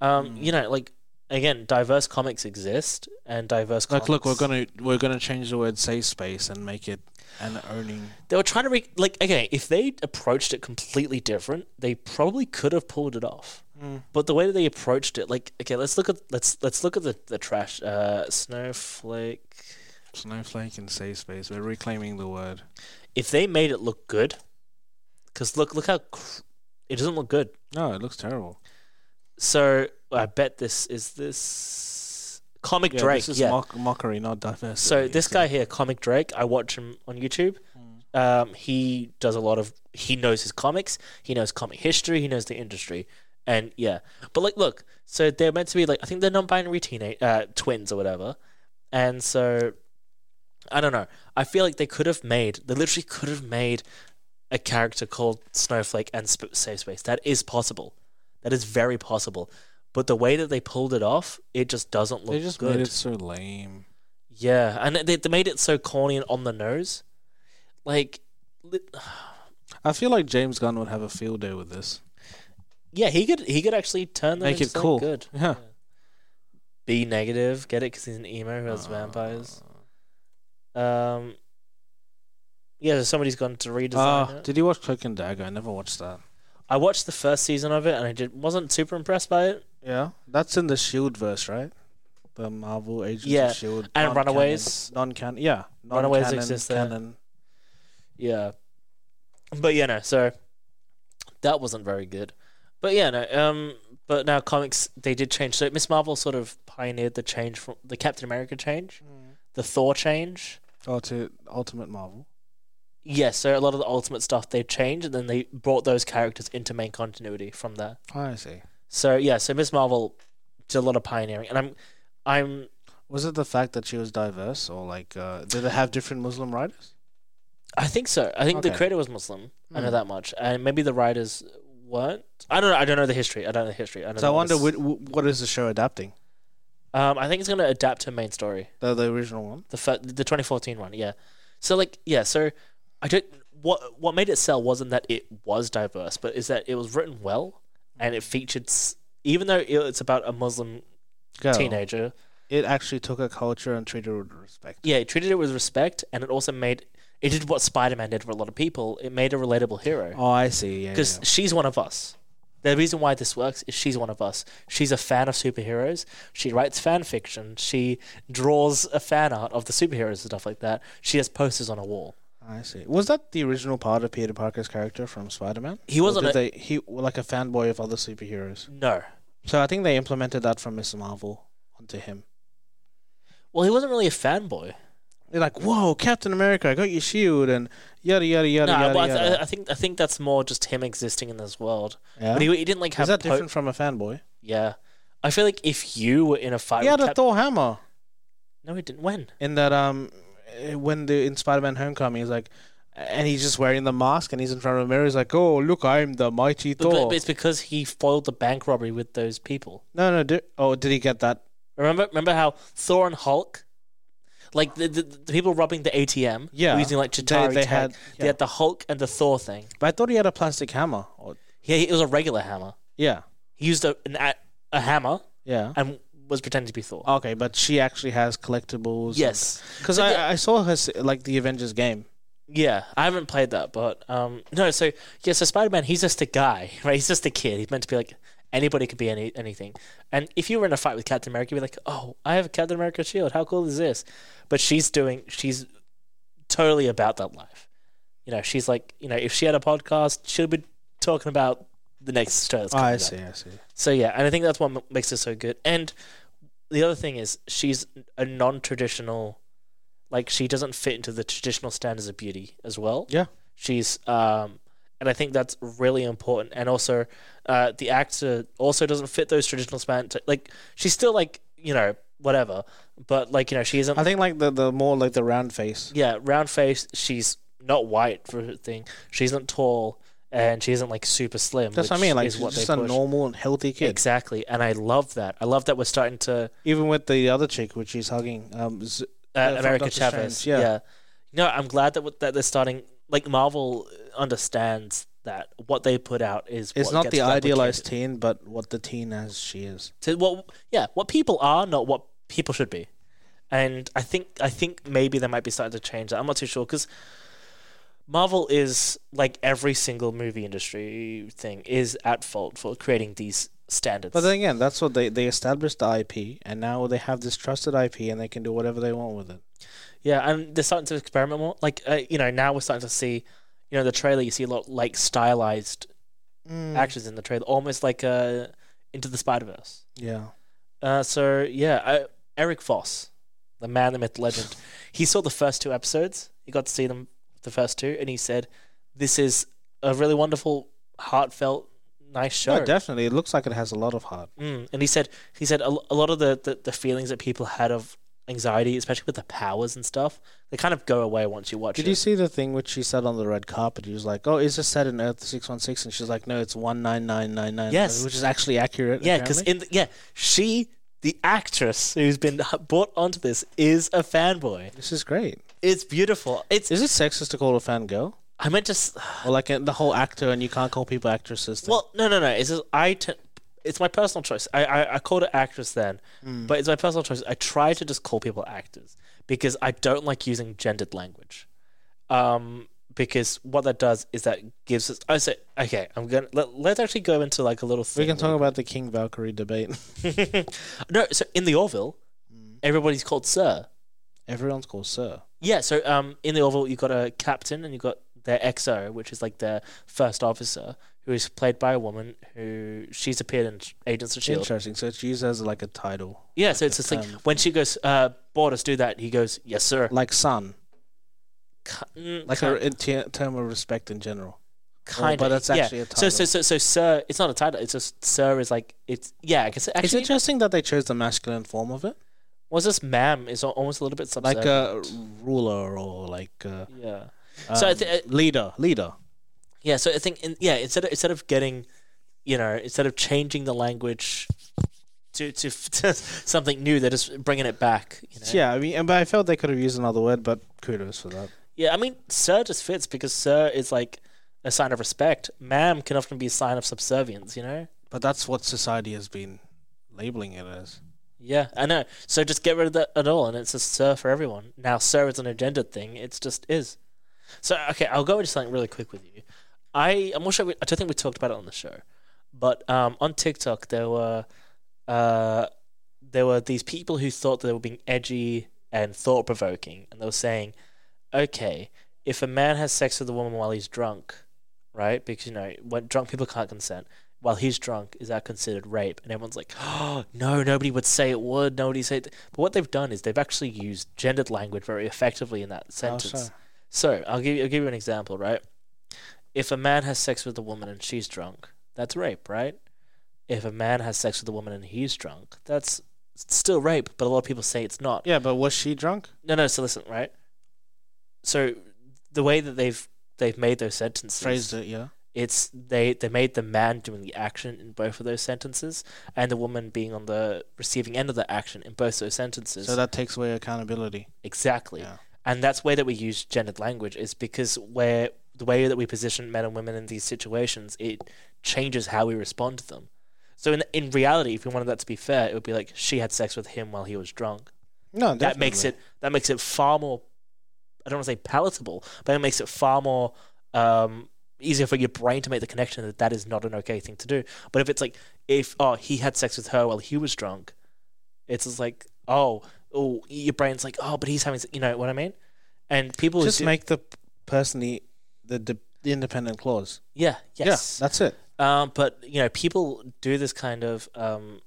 A: Um,
B: Hmm.
A: you know, like again, diverse comics exist, and diverse.
B: Like,
A: comics,
B: look, we're gonna we're gonna change the word "safe space" and make it an owning.
A: They were trying to re- like okay, if they approached it completely different, they probably could have pulled it off.
B: Mm.
A: But the way that they approached it, like okay, let's look at let's let's look at the the trash uh, snowflake.
B: Snowflake and safe space. We're reclaiming the word.
A: If they made it look good, because look look how cr- it doesn't look good.
B: No, it looks terrible.
A: So I bet this is this comic
B: Yeah,
A: Drake.
B: this is
A: yeah.
B: mock- mockery, not diversity.
A: so this guy here, comic Drake, I watch him on YouTube.
B: Hmm.
A: Um, he does a lot of. He knows his comics. He knows comic history. He knows the industry. And yeah, but like, look. So they're meant to be like. I think they're non-binary teenage uh, twins or whatever. And so, I don't know. I feel like they could have made. They literally could have made a character called Snowflake and Sp- Safe Space. That is possible. That is very possible. But the way that they pulled it off, it just doesn't look
B: They just
A: good.
B: made it so lame.
A: Yeah, and they, they made it so corny and on the nose. Like, li-
B: I feel like James Gunn would have a field day with this.
A: yeah, he could he could actually turn them
B: Make
A: into
B: it
A: something
B: cool.
A: good.
B: Yeah.
A: Be negative, get it? Because he's an emo who has
B: Uh,
A: vampires. Um, yeah, so somebody's gone to redesign
B: Ah,
A: it.
B: did you watch Cloak and Dagger? I never watched that.
A: I watched the first season of it, and I did wasn't super impressed by it.
B: Yeah, that's in the Shield E verse, right? The Marvel Agents
A: Yeah,
B: of Shield
A: and Runaways.
B: non canon, yeah,
A: Runaways
B: non-canon,
A: exist there.
B: canon.
A: Yeah, but yeah, no. So that wasn't very good. But yeah, no. Um, but now comics they did change. So Miss Marvel sort of pioneered the change from the Captain America change, the Thor change.
B: Oh, to Ultimate Marvel.
A: Yes, so a lot of the ultimate stuff they changed, and then they brought those characters into main continuity from there.
B: Ah, I see.
A: So yeah, so Miss Marvel did a lot of pioneering, and I'm, I'm,
B: Was it the fact that she was diverse, or like, uh, did it have different Muslim writers?
A: I think so. I think the
B: Okay.
A: creator was Muslim. I know
B: Hmm.
A: that much, and maybe the writers What? I don't know. I don't know the history. I don't know the history. I don't
B: So I
A: know
B: wonder
A: this-
B: what, what is the show adapting?
A: Um, I think it's going to adapt her main story,
B: The, the original one.
A: the fir- the 2014 one. Yeah. So like yeah. So I don't. What what made it sell wasn't that it was diverse, but is that it was written well and it featured. s- Even though it- it's about a Muslim
B: Girl,
A: Oh. teenager,
B: It actually took a culture and treated it with respect.
A: yeah, it treated it with respect, and it also made it did what Spider Man did for a lot of people. It made a relatable hero.
B: Oh, I see. Yeah,
A: because
B: yeah.
A: she's one of us. The reason why this works is she's one of us. She's a fan of superheroes. She writes fan fiction. She draws a fan art of the superheroes and stuff like that. She has posters on a wall.
B: I see. Was that the original part of Peter Parker's character from Spider Man?
A: He wasn't
B: Did
A: a-
B: they, he like a fanboy of other superheroes.
A: No.
B: So I think they implemented that from Mr. Marvel onto him.
A: Well, he wasn't really a fanboy.
B: They're like, "Whoa, Captain America! I got your shield!" and yada yada yada
A: no,
B: yada.
A: well, I, uh,
B: yada.
A: th- I think I think that's more just him existing in this world.
B: yeah?
A: But he, he didn't like have
B: Is that
A: po-
B: different from a fanboy?
A: Yeah, I feel like if you were in a fight,
B: He had
A: with
B: a
A: Cap-
B: Thor hammer
A: no, he didn't. When?
B: in that um eh, when the in Spider-Man: Homecoming, he's like, and he's just wearing the mask and he's in front of a mirror. He's like, "Oh, look, I'm the mighty
A: But,
B: Thor."
A: but it's because he foiled the bank robbery with those people.
B: no, no. Di- oh, did he get that?
A: Remember, remember how Thor and Hulk, like the the, the people robbing the ATM,
B: Yeah.
A: were using like
B: They-
A: Chitari
B: they
A: tech.
B: had-
A: they had the Hulk and the Thor thing.
B: But I thought he had a plastic hammer. Or,
A: Yeah, it was a regular hammer.
B: yeah,
A: He used a an, a, a hammer
B: yeah.
A: and was pretending to be Thor.
B: Okay, but she actually has collectibles.
A: yes,
B: because
A: So,
B: I,
A: yeah.
B: I saw her s- like the Avengers game.
A: yeah. I haven't played that, but um, no. So yeah, so Spider Man, he's just a guy, right? He's just a kid. He's meant to be like anybody could be any anything. And if you were in a fight with Captain America, you'd be like, oh, I have a Captain America shield. How cool is this? But she's doing. She's totally about that life. You know, she's like, you know, if she had a podcast, she'll be talking about the next show. That's coming
B: I
A: up.
B: see, I see.
A: So yeah, and I think that's what m- makes her so good. And the other thing is she's a non-traditional, like she doesn't fit into the traditional standards of beauty as well.
B: Yeah.
A: she's um, and I think that's really important. And also, uh, the actor also doesn't fit those traditional span. Like she's still like you know whatever, but like you know she isn't
B: I think like the the more like the round face.
A: yeah, round face. She's not white for a thing. She's not tall, and she isn't like super slim.
B: That's what I
A: which
B: mean. Like
A: is
B: she's
A: what
B: just
A: they
B: a
A: push.
B: normal and healthy kid.
A: Exactly, and I love that. I love that we're starting to
B: Even with the other chick, which she's hugging. Um, z-
A: uh,
B: from
A: America
B: Doctor
A: Chavez.
B: Strange, yeah.
A: No, I'm glad that w- that they're starting. Like Marvel understands that what they put out is
B: it's
A: what
B: not
A: gets
B: the idealized
A: replicated.
B: teen, but what the teen as she is.
A: to what yeah what people are not what people should be and i think i think maybe they might be starting to change that i'm not too sure because marvel is like every single movie industry thing is at fault for creating these standards
B: But then again, that's what they they established the IP, and now they have this trusted IP, and they can do whatever they want with it.
A: yeah and they're starting to experiment more like uh, you know now we're starting to see you know the trailer you see a lot like stylized
B: Mm.
A: actions in the trailer almost like uh into the spider-verse
B: Yeah.
A: Uh, so yeah, uh, Eric Voss, the man, the myth, the legend. he saw the first two episodes. He got to see them, the first two, and he said, "This is a really wonderful, heartfelt, nice show."
B: No, definitely. It looks like it has a lot of heart.
A: Mm. And he said, he said a, l- a lot of the, the the feelings that people had of anxiety, especially with the powers and stuff, they kind of go away once you watch
B: Did
A: it.
B: you see the thing which she said on the red carpet? He was like, "Oh, is this set in Earth 616?" And she's like, "No, it's 19999."
A: Yes.
B: which is actually accurate.
A: yeah, because in the, yeah, she. The actress who's been brought onto this is a fanboy.
B: this is great.
A: It's beautiful. It's
B: Is it sexist to call a fan girl?
A: I meant to. s-
B: Or like uh, the whole actor and you can't call people actresses? thing?
A: Well, no, no, no. It's just, I. T- it's my personal choice. I, I, I called it actress then,
B: Hmm.
A: but it's my personal choice. I try to just call people actors because I don't like using gendered language. Um, because what that does is that gives us. I say, okay, I'm gonna let, let's actually go into like a little. Thing
B: we can talk about the King Valkyrie debate.
A: no, so in the Orville,
B: Hmm.
A: everybody's called Sir.
B: Everyone's called Sir.
A: Yeah, so um, in the Orville, you've got a captain and you've got their XO, which is like their first officer, who is played by a woman who she's appeared in Agents of S.H.I.E.L.D.
B: Interesting. So it's used as like a title,
A: E Yeah, so it's just like
B: um,
A: when she goes, uh, Borders, do that, he goes, Yes, sir.
B: like son,
A: Like
B: like a, in te- term of respect in general.
A: kind of,
B: but that's actually
A: yeah.
B: a
A: So, so, so, so, sir, it's not a title, it's just sir is like, it's, yeah, because
B: It's
A: actually,
B: interesting that they chose the masculine form of it,
A: was this ma'am is al- almost a little bit subservient.
B: like uh, a ruler or like a,
A: yeah. So I
B: um,
A: thi- uh,
B: leader, leader.
A: Yeah, so I think in, yeah, instead of, instead of getting you know, instead of changing the language to to, to something new, they're just bringing it back. You know?
B: Yeah, I mean, and, but I felt they could have used another word, but kudos for that.
A: Yeah, I mean, sir just fits because sir is like a sign of respect. Ma'am can often be a sign of subservience, you know?
B: But that's what society has been labeling it as.
A: Yeah, I know. So just get rid of that at all and it's just sir for everyone. Now, sir is an agendered thing. It's just is. So, okay, I'll go into something really quick with you. I, I'm not sure, we, I don't think we talked about it on the show, but um, on TikTok, there were. Uh, there were these people who thought they were being edgy and thought provoking, and they were saying, okay, if a man has sex with a woman while he's drunk, right? Because you know, when drunk people can't consent. While he's drunk, is that considered rape? And everyone's like, oh, no, nobody would say it would. Nobody say it. But what they've done is they've actually used gendered language very effectively in that sentence.
B: sure.
A: So I'll give you, I'll give you an example, right? If a man has sex with a woman and she's drunk, that's rape, right? If a man has sex with a woman and he's drunk, that's still rape. But a lot of people say it's not.
B: Yeah, but was she drunk?
A: No, no. So listen, right? So the way that they've they've made those sentences,
B: Phrased it, yeah.
A: it's they they made the man doing the action in both of those sentences, and the woman being on the receiving end of the action in both those sentences.
B: So that takes away accountability.
A: exactly,
B: Yeah.
A: and that's where that we use gendered language is because where the way that we position men and women in these situations, it changes how we respond to them. So in in reality, if we wanted that to be fair, it would be like she had sex with him while he was drunk
B: No,
A: that makes it that makes it far more I don't want to say palatable, but it makes it far more um, easier for your brain to make the connection that that is not an okay thing to do. But if it's like if oh he had sex with her while he was drunk, it's just like oh oh your brain's like oh but he's having se-" you know what I mean, and people who
B: just
A: do-
B: make the person the the, de- the independent clause.
A: yeah yes
B: Yeah, that's it.
A: Um, but you know, people do this kind of um,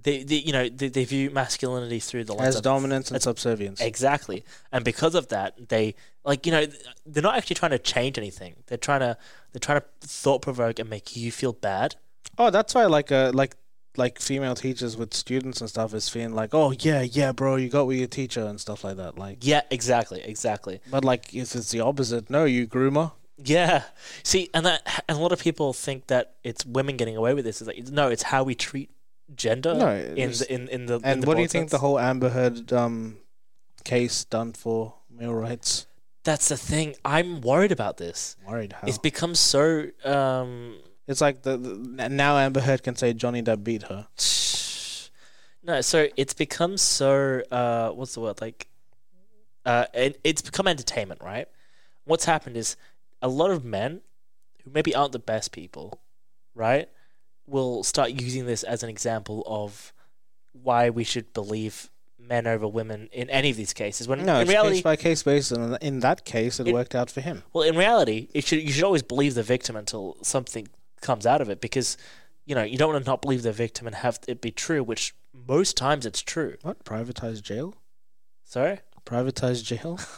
A: they, they you know they, they view masculinity through the lens
B: As
A: of
B: dominance and
A: that's-
B: subservience.
A: Exactly. And because of that, they like you know th- they're not actually trying to change anything. They're trying to they're trying to thought provoke and make you feel bad.
B: Oh, that's why like uh like like female teachers with students and stuff is feeling like, oh yeah, yeah, bro, you got with your teacher and stuff like that. Like,
A: Yeah, exactly, exactly.
B: but like if it's the opposite, no, you groomer.
A: Yeah. See, and that and a lot of people think that it's women getting away with this. It's like no, it's how we treat gender
B: No,
A: in,
B: it's-
A: the, in in the in
B: And
A: the
B: what do
A: broad
B: you think the
A: sense.
B: whole Amber Heard um case done for male rights?
A: That's the thing. I'm worried about this.
B: Worried how?
A: It's
B: It's,
A: become so um,
B: like the, the n- now Amber Heard can say Johnny Depp beat her.
A: No, so it's become so uh what's the word like uh it, it's become entertainment, right? What's happened is a lot of men who maybe aren't the best people, right, will start using this as an example of why we should believe men over women in any of these cases. When
B: No,
A: in
B: it's
A: reality
B: case by case basis, and in that case, it,
A: It-
B: worked out for him.
A: well, in reality, it should you should always believe the victim until something comes out of it because you know, you don't want to not believe the victim and have it be true, which most times it's true.
B: What privatized jail?
A: Sorry?
B: Privatized jail?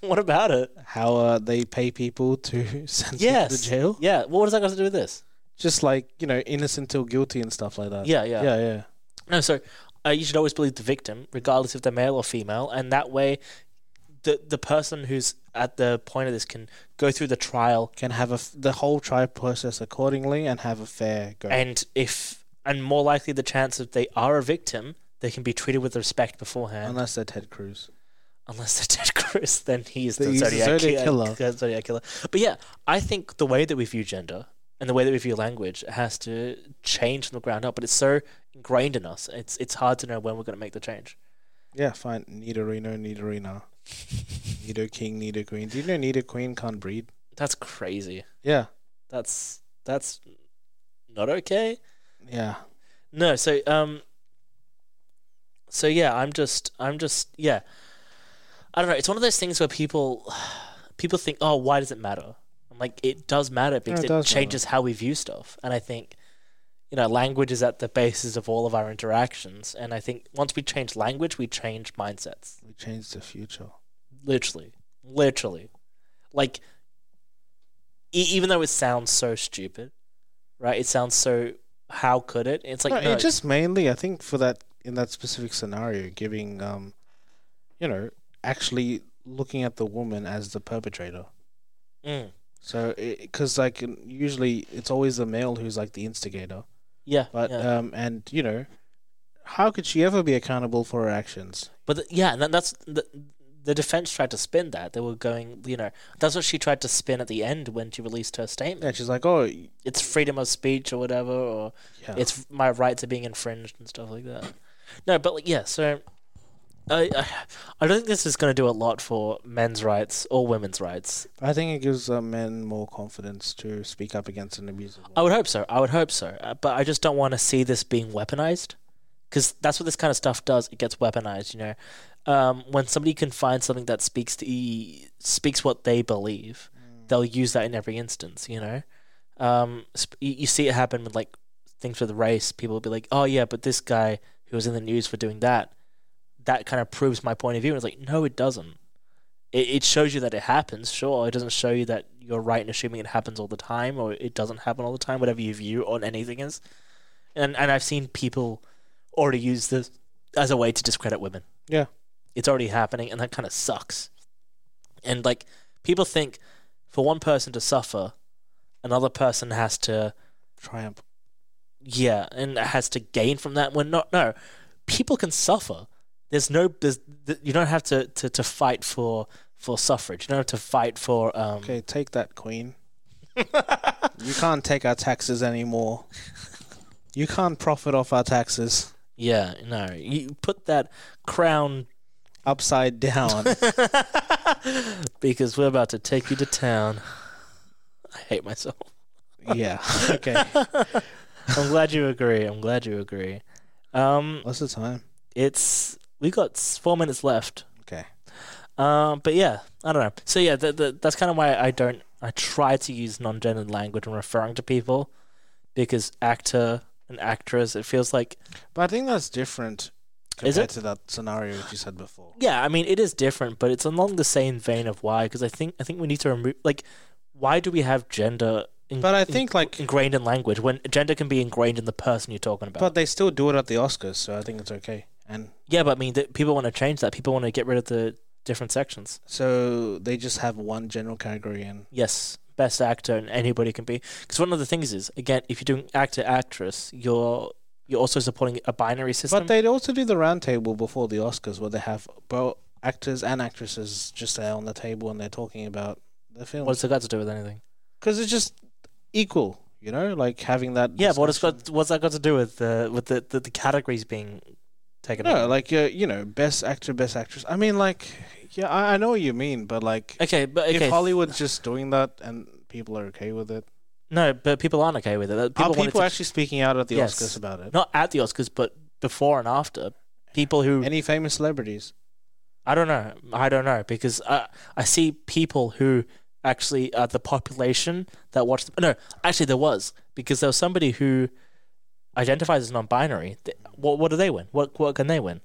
A: What about it?
B: How uh, they pay people to send them
A: Yes.
B: to jail?
A: Yeah. What does that got to do with this?
B: just like you know innocent till guilty and stuff like that
A: Yeah, yeah.
B: Uh, yeah yeah
A: No, so uh, you should always believe the victim, regardless if they're male or female, and that way, the the person who's at the point of this can go through the trial,
B: can have a f- the whole trial process accordingly and have a fair go
A: and if and more likely the chance that they are a victim, they can be treated with respect beforehand.
B: unless they're ted cruz
A: Unless they're Ted Cruz, then he is the,
B: He's the
A: Zodiac,
B: Zodiac
A: killer.
B: killer.
A: Zodiac killer. But yeah, I think the way that we view gender and the way that we view language has to change from the ground up. But it's so ingrained in us, it's it's hard to know when we're going to make the change.
B: yeah fine nidorino nidorina nido king nido queen do you know nido queen can't breed
A: That's crazy.
B: yeah
A: That's that's not okay.
B: yeah
A: No, so um so yeah, I'm just I'm just yeah. I don't know, it's one of those things where people people think, "Oh, why does it matter?" I'm like, "It does matter because
B: it
A: it,
B: does matter.
A: changes how we view stuff." And I think you know, language is at the basis of all of our interactions, and I think once we change language, we change mindsets.
B: we changed the future
A: literally, literally, like e- even though it sounds so stupid, right? It sounds so how could it? It's like
B: no,
A: no,
B: it just mainly i think for that in that specific scenario giving um you know actually looking at the woman as the perpetrator
A: mm,
B: So, because like usually it's always the male who's like the instigator,
A: Yeah,
B: but
A: yeah.
B: um, and you know, how could she ever be accountable for her actions?
A: But th yeah, and then that's the, the defense tried to spin that. They were going, you know, that's what she tried to spin at the end when she released her statement.
B: Yeah, she's like, oh, y-
A: It's freedom of speech or whatever, or
B: yeah,
A: it's my rights are being infringed and stuff like that. No, but like, yeah, so I, I I don't think this is going to do a lot for men's rights or women's rights.
B: I think it gives uh, men more confidence to speak up against an abusive.
A: I would hope so. I would hope so. Uh, but I just don't want to see this being weaponized because that's what this kind of stuff does. It gets weaponized, you know. Um, when somebody can find something that speaks to e- speaks what they believe, they'll use that in every instance, you know. Um, sp- you, you see it happen with like things with race. People will be like, "Oh yeah, but this guy who was in the news for doing that, that kind of proves my point of view." And it's like, no, it doesn't. It, it shows you that it happens, sure. It doesn't show you that you're right in assuming it happens all the time or it doesn't happen all the time, whatever your view on anything is. And and I've seen people already use this as a way to discredit women.
B: Yeah.
A: It's already happening and that kind of sucks. And like people think for one person to suffer, another person has to
B: triumph.
A: yeah, and has to gain from that. When not, no, people can suffer. There's no, there's th- you don't have to, to, to fight for for suffrage. You don't have to fight for um.
B: Okay, take that, queen. you can't take our taxes anymore. You can't profit off our taxes.
A: Yeah, no, you put that crown
B: Upside down.
A: because we're about to take you to town. I hate myself.
B: yeah. Okay.
A: I'm glad you agree. I'm glad you agree. Um,
B: What's the time?
A: it's we got s- four minutes left.
B: Okay.
A: Um, but yeah, I don't know. So yeah, th th that's kind of why I don't. I try to use non-gendered language when referring to people because actor and actress, it feels like
B: But I think that's different compared
A: Is it?
B: to that scenario which you said before.
A: yeah. I mean, it is different, but it's along the same vein of why. Because I think I think we need to remove like why do we have gender? In-
B: But I think like,
A: ingrained in language when gender can be ingrained in the person you're talking about.
B: but they still do it at the Oscars, so I think it's okay. And
A: yeah, but I mean, th- people want to change that. People want to get rid of the different sections.
B: so they just have one general category, and
A: Yes, best actor and anybody can be. Because one of the things is again, if you're doing actor actress, you're you're also supporting a binary system.
B: but they also do the roundtable before the Oscars, where they have both actors and actresses just there on the table, and they're talking about the film.
A: What's it got to do with anything?
B: because it's just equal, you know, like having that.
A: Yeah, but what it's
B: discussion.
A: got what's that got to do with the with the the, the categories being taken?
B: No,
A: away?
B: like uh, you know, best actor, best actress. I mean, like, yeah, I, I know what you mean, but like,
A: okay, but okay,
B: if Hollywood's just doing that and people are okay with it,
A: no, but people aren't okay with it. That-
B: people
A: People
B: are
A: wanted
B: people
A: to-
B: actually speaking out at the
A: Yes.
B: Oscars about it?
A: not at the Oscars, but before and after. People who
B: Any famous celebrities?
A: I don't know. I don't know because I I see people who actually are the population that watch. The, no, actually there was because there was somebody who identifies as non-binary. Th- What what do they win? What what can they win?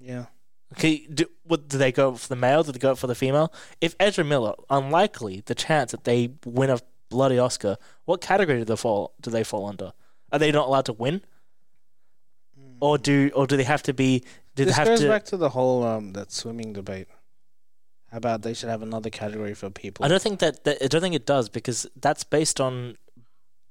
B: Yeah,
A: Okay, do, what do they go for the male? Do they go for the female? If Ezra Miller, unlikely the chance that they win a bloody Oscar. What category do they fall? Do they fall under? Are they not allowed to win? Or do or do they have to be? Do
B: this
A: they have
B: goes
A: to?
B: back to the whole um that swimming debate. How about they should have another category for people?
A: I don't think that, that I don't think it does because that's based on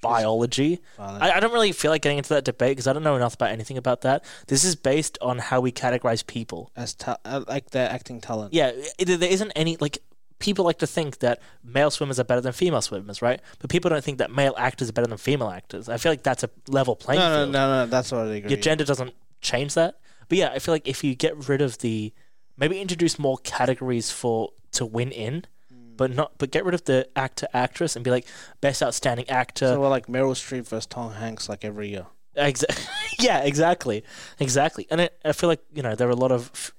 A: biology.
B: violent?
A: I, I don't really feel like getting into that debate because I don't know enough about anything about that. This is based on how we categorize people.
B: as ta- uh, like their acting talent.
A: Yeah, it, there isn't any like people like to think that male swimmers are better than female swimmers, right? But people don't think that male actors are better than female actors. I feel like that's a level playing
B: No, no,
A: field.
B: no, no. That's what I agree.
A: Your gender doesn't change that. But yeah, I feel like if you get rid of the maybe introduce more categories for to win in,
B: Mm.
A: but not but get rid of the actor actress and be like best outstanding actor.
B: so we're like Meryl Streep versus Tom Hanks like every year.
A: Exa- yeah, exactly, exactly. And I, I feel like you know there are a lot of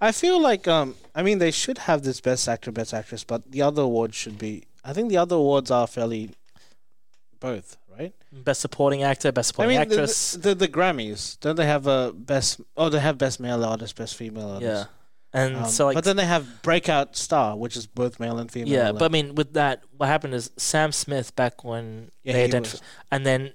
B: I feel like um I mean they should have this best actor, best actress, but the other awards should be I think the other awards are fairly both, right?
A: best supporting actor, best
B: I
A: supporting
B: mean the-
A: actress.
B: The, the, the Grammys. Don't they have a best oh they have best male artist, best female
A: yeah,
B: artist.
A: and
B: Um,
A: so like
B: but then they have breakout star, which is both male and female.
A: Yeah,
B: like-
A: but I mean, with that, what happened is Sam Smith back when
B: Yeah,
A: they
B: he
A: identified,
B: was.
A: and then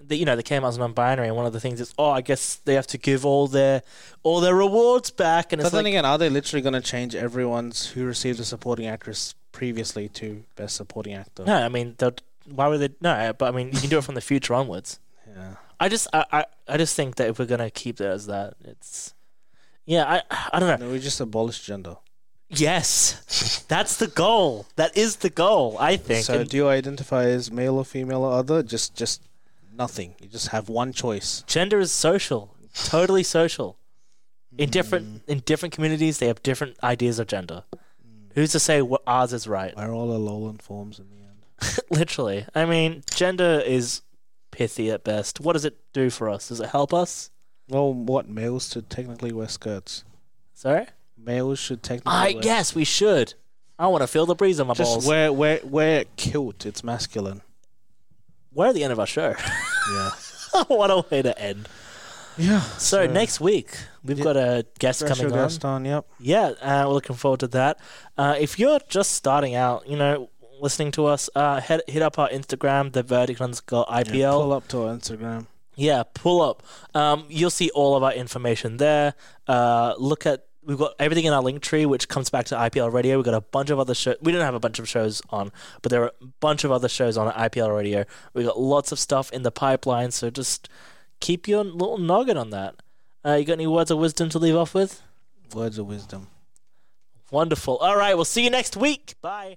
A: they, you know they came out as non-binary, and one of the things is, oh, I guess they have to give all their all their rewards back, and
B: But
A: it's
B: then
A: like,
B: again, are they literally going to change everyone's who received a supporting actress previously to best supporting actor?
A: no, I mean, they'll- why would they? No, but I mean, you can do it from the future onwards.
B: Yeah.
A: I just, I, I, I just think that if we're gonna keep it as that, it's, yeah, I, I don't know.
B: No, we just abolished gender.
A: Yes, that's the goal. That is the goal. I think.
B: So
A: And
B: do you identify as male or female or other? Just just nothing. You just have one choice.
A: gender is social, totally social. In
B: Mm.
A: different in different communities, they have different ideas of gender.
B: Mm.
A: Who's to say what ours is right?
B: We're all Alolan forms in the end.
A: Literally, I mean, gender is pithy at best. What does it do for us? Does it help us?
B: Well, what males should technically wear skirts?
A: Sorry.
B: Males should technically.
A: I
B: wear-
A: yes, we should. I want to feel the breeze on my
B: Just
A: balls.
B: wear wear wear kilt. It's masculine.
A: We're at the end of our show.
B: Yeah.
A: what a way to end.
B: yeah.
A: So, next week we've
B: Yeah.
A: got a guest
B: Special
A: coming on.
B: guest on. Yep.
A: Yeah, uh, we're looking forward to that. Uh, if you're just starting out, you know, listening to us, uh, head, hit up our Instagram, the verdict underscore IPL.
B: Yeah, pull up to our Instagram.
A: Yeah, pull up. Um, you'll see all of our information there. Uh, look at we've got everything in our link tree, which comes back to IPL Radio. We've got a bunch of other shows. We don't have a bunch of shows on, but there are a bunch of other shows on IPL Radio. We've got lots of stuff in the pipeline, so just keep your little noggin on that. Uh, you got any words of wisdom to leave off with?
B: Words of wisdom.
A: Wonderful. All right, we'll see you next week. Bye.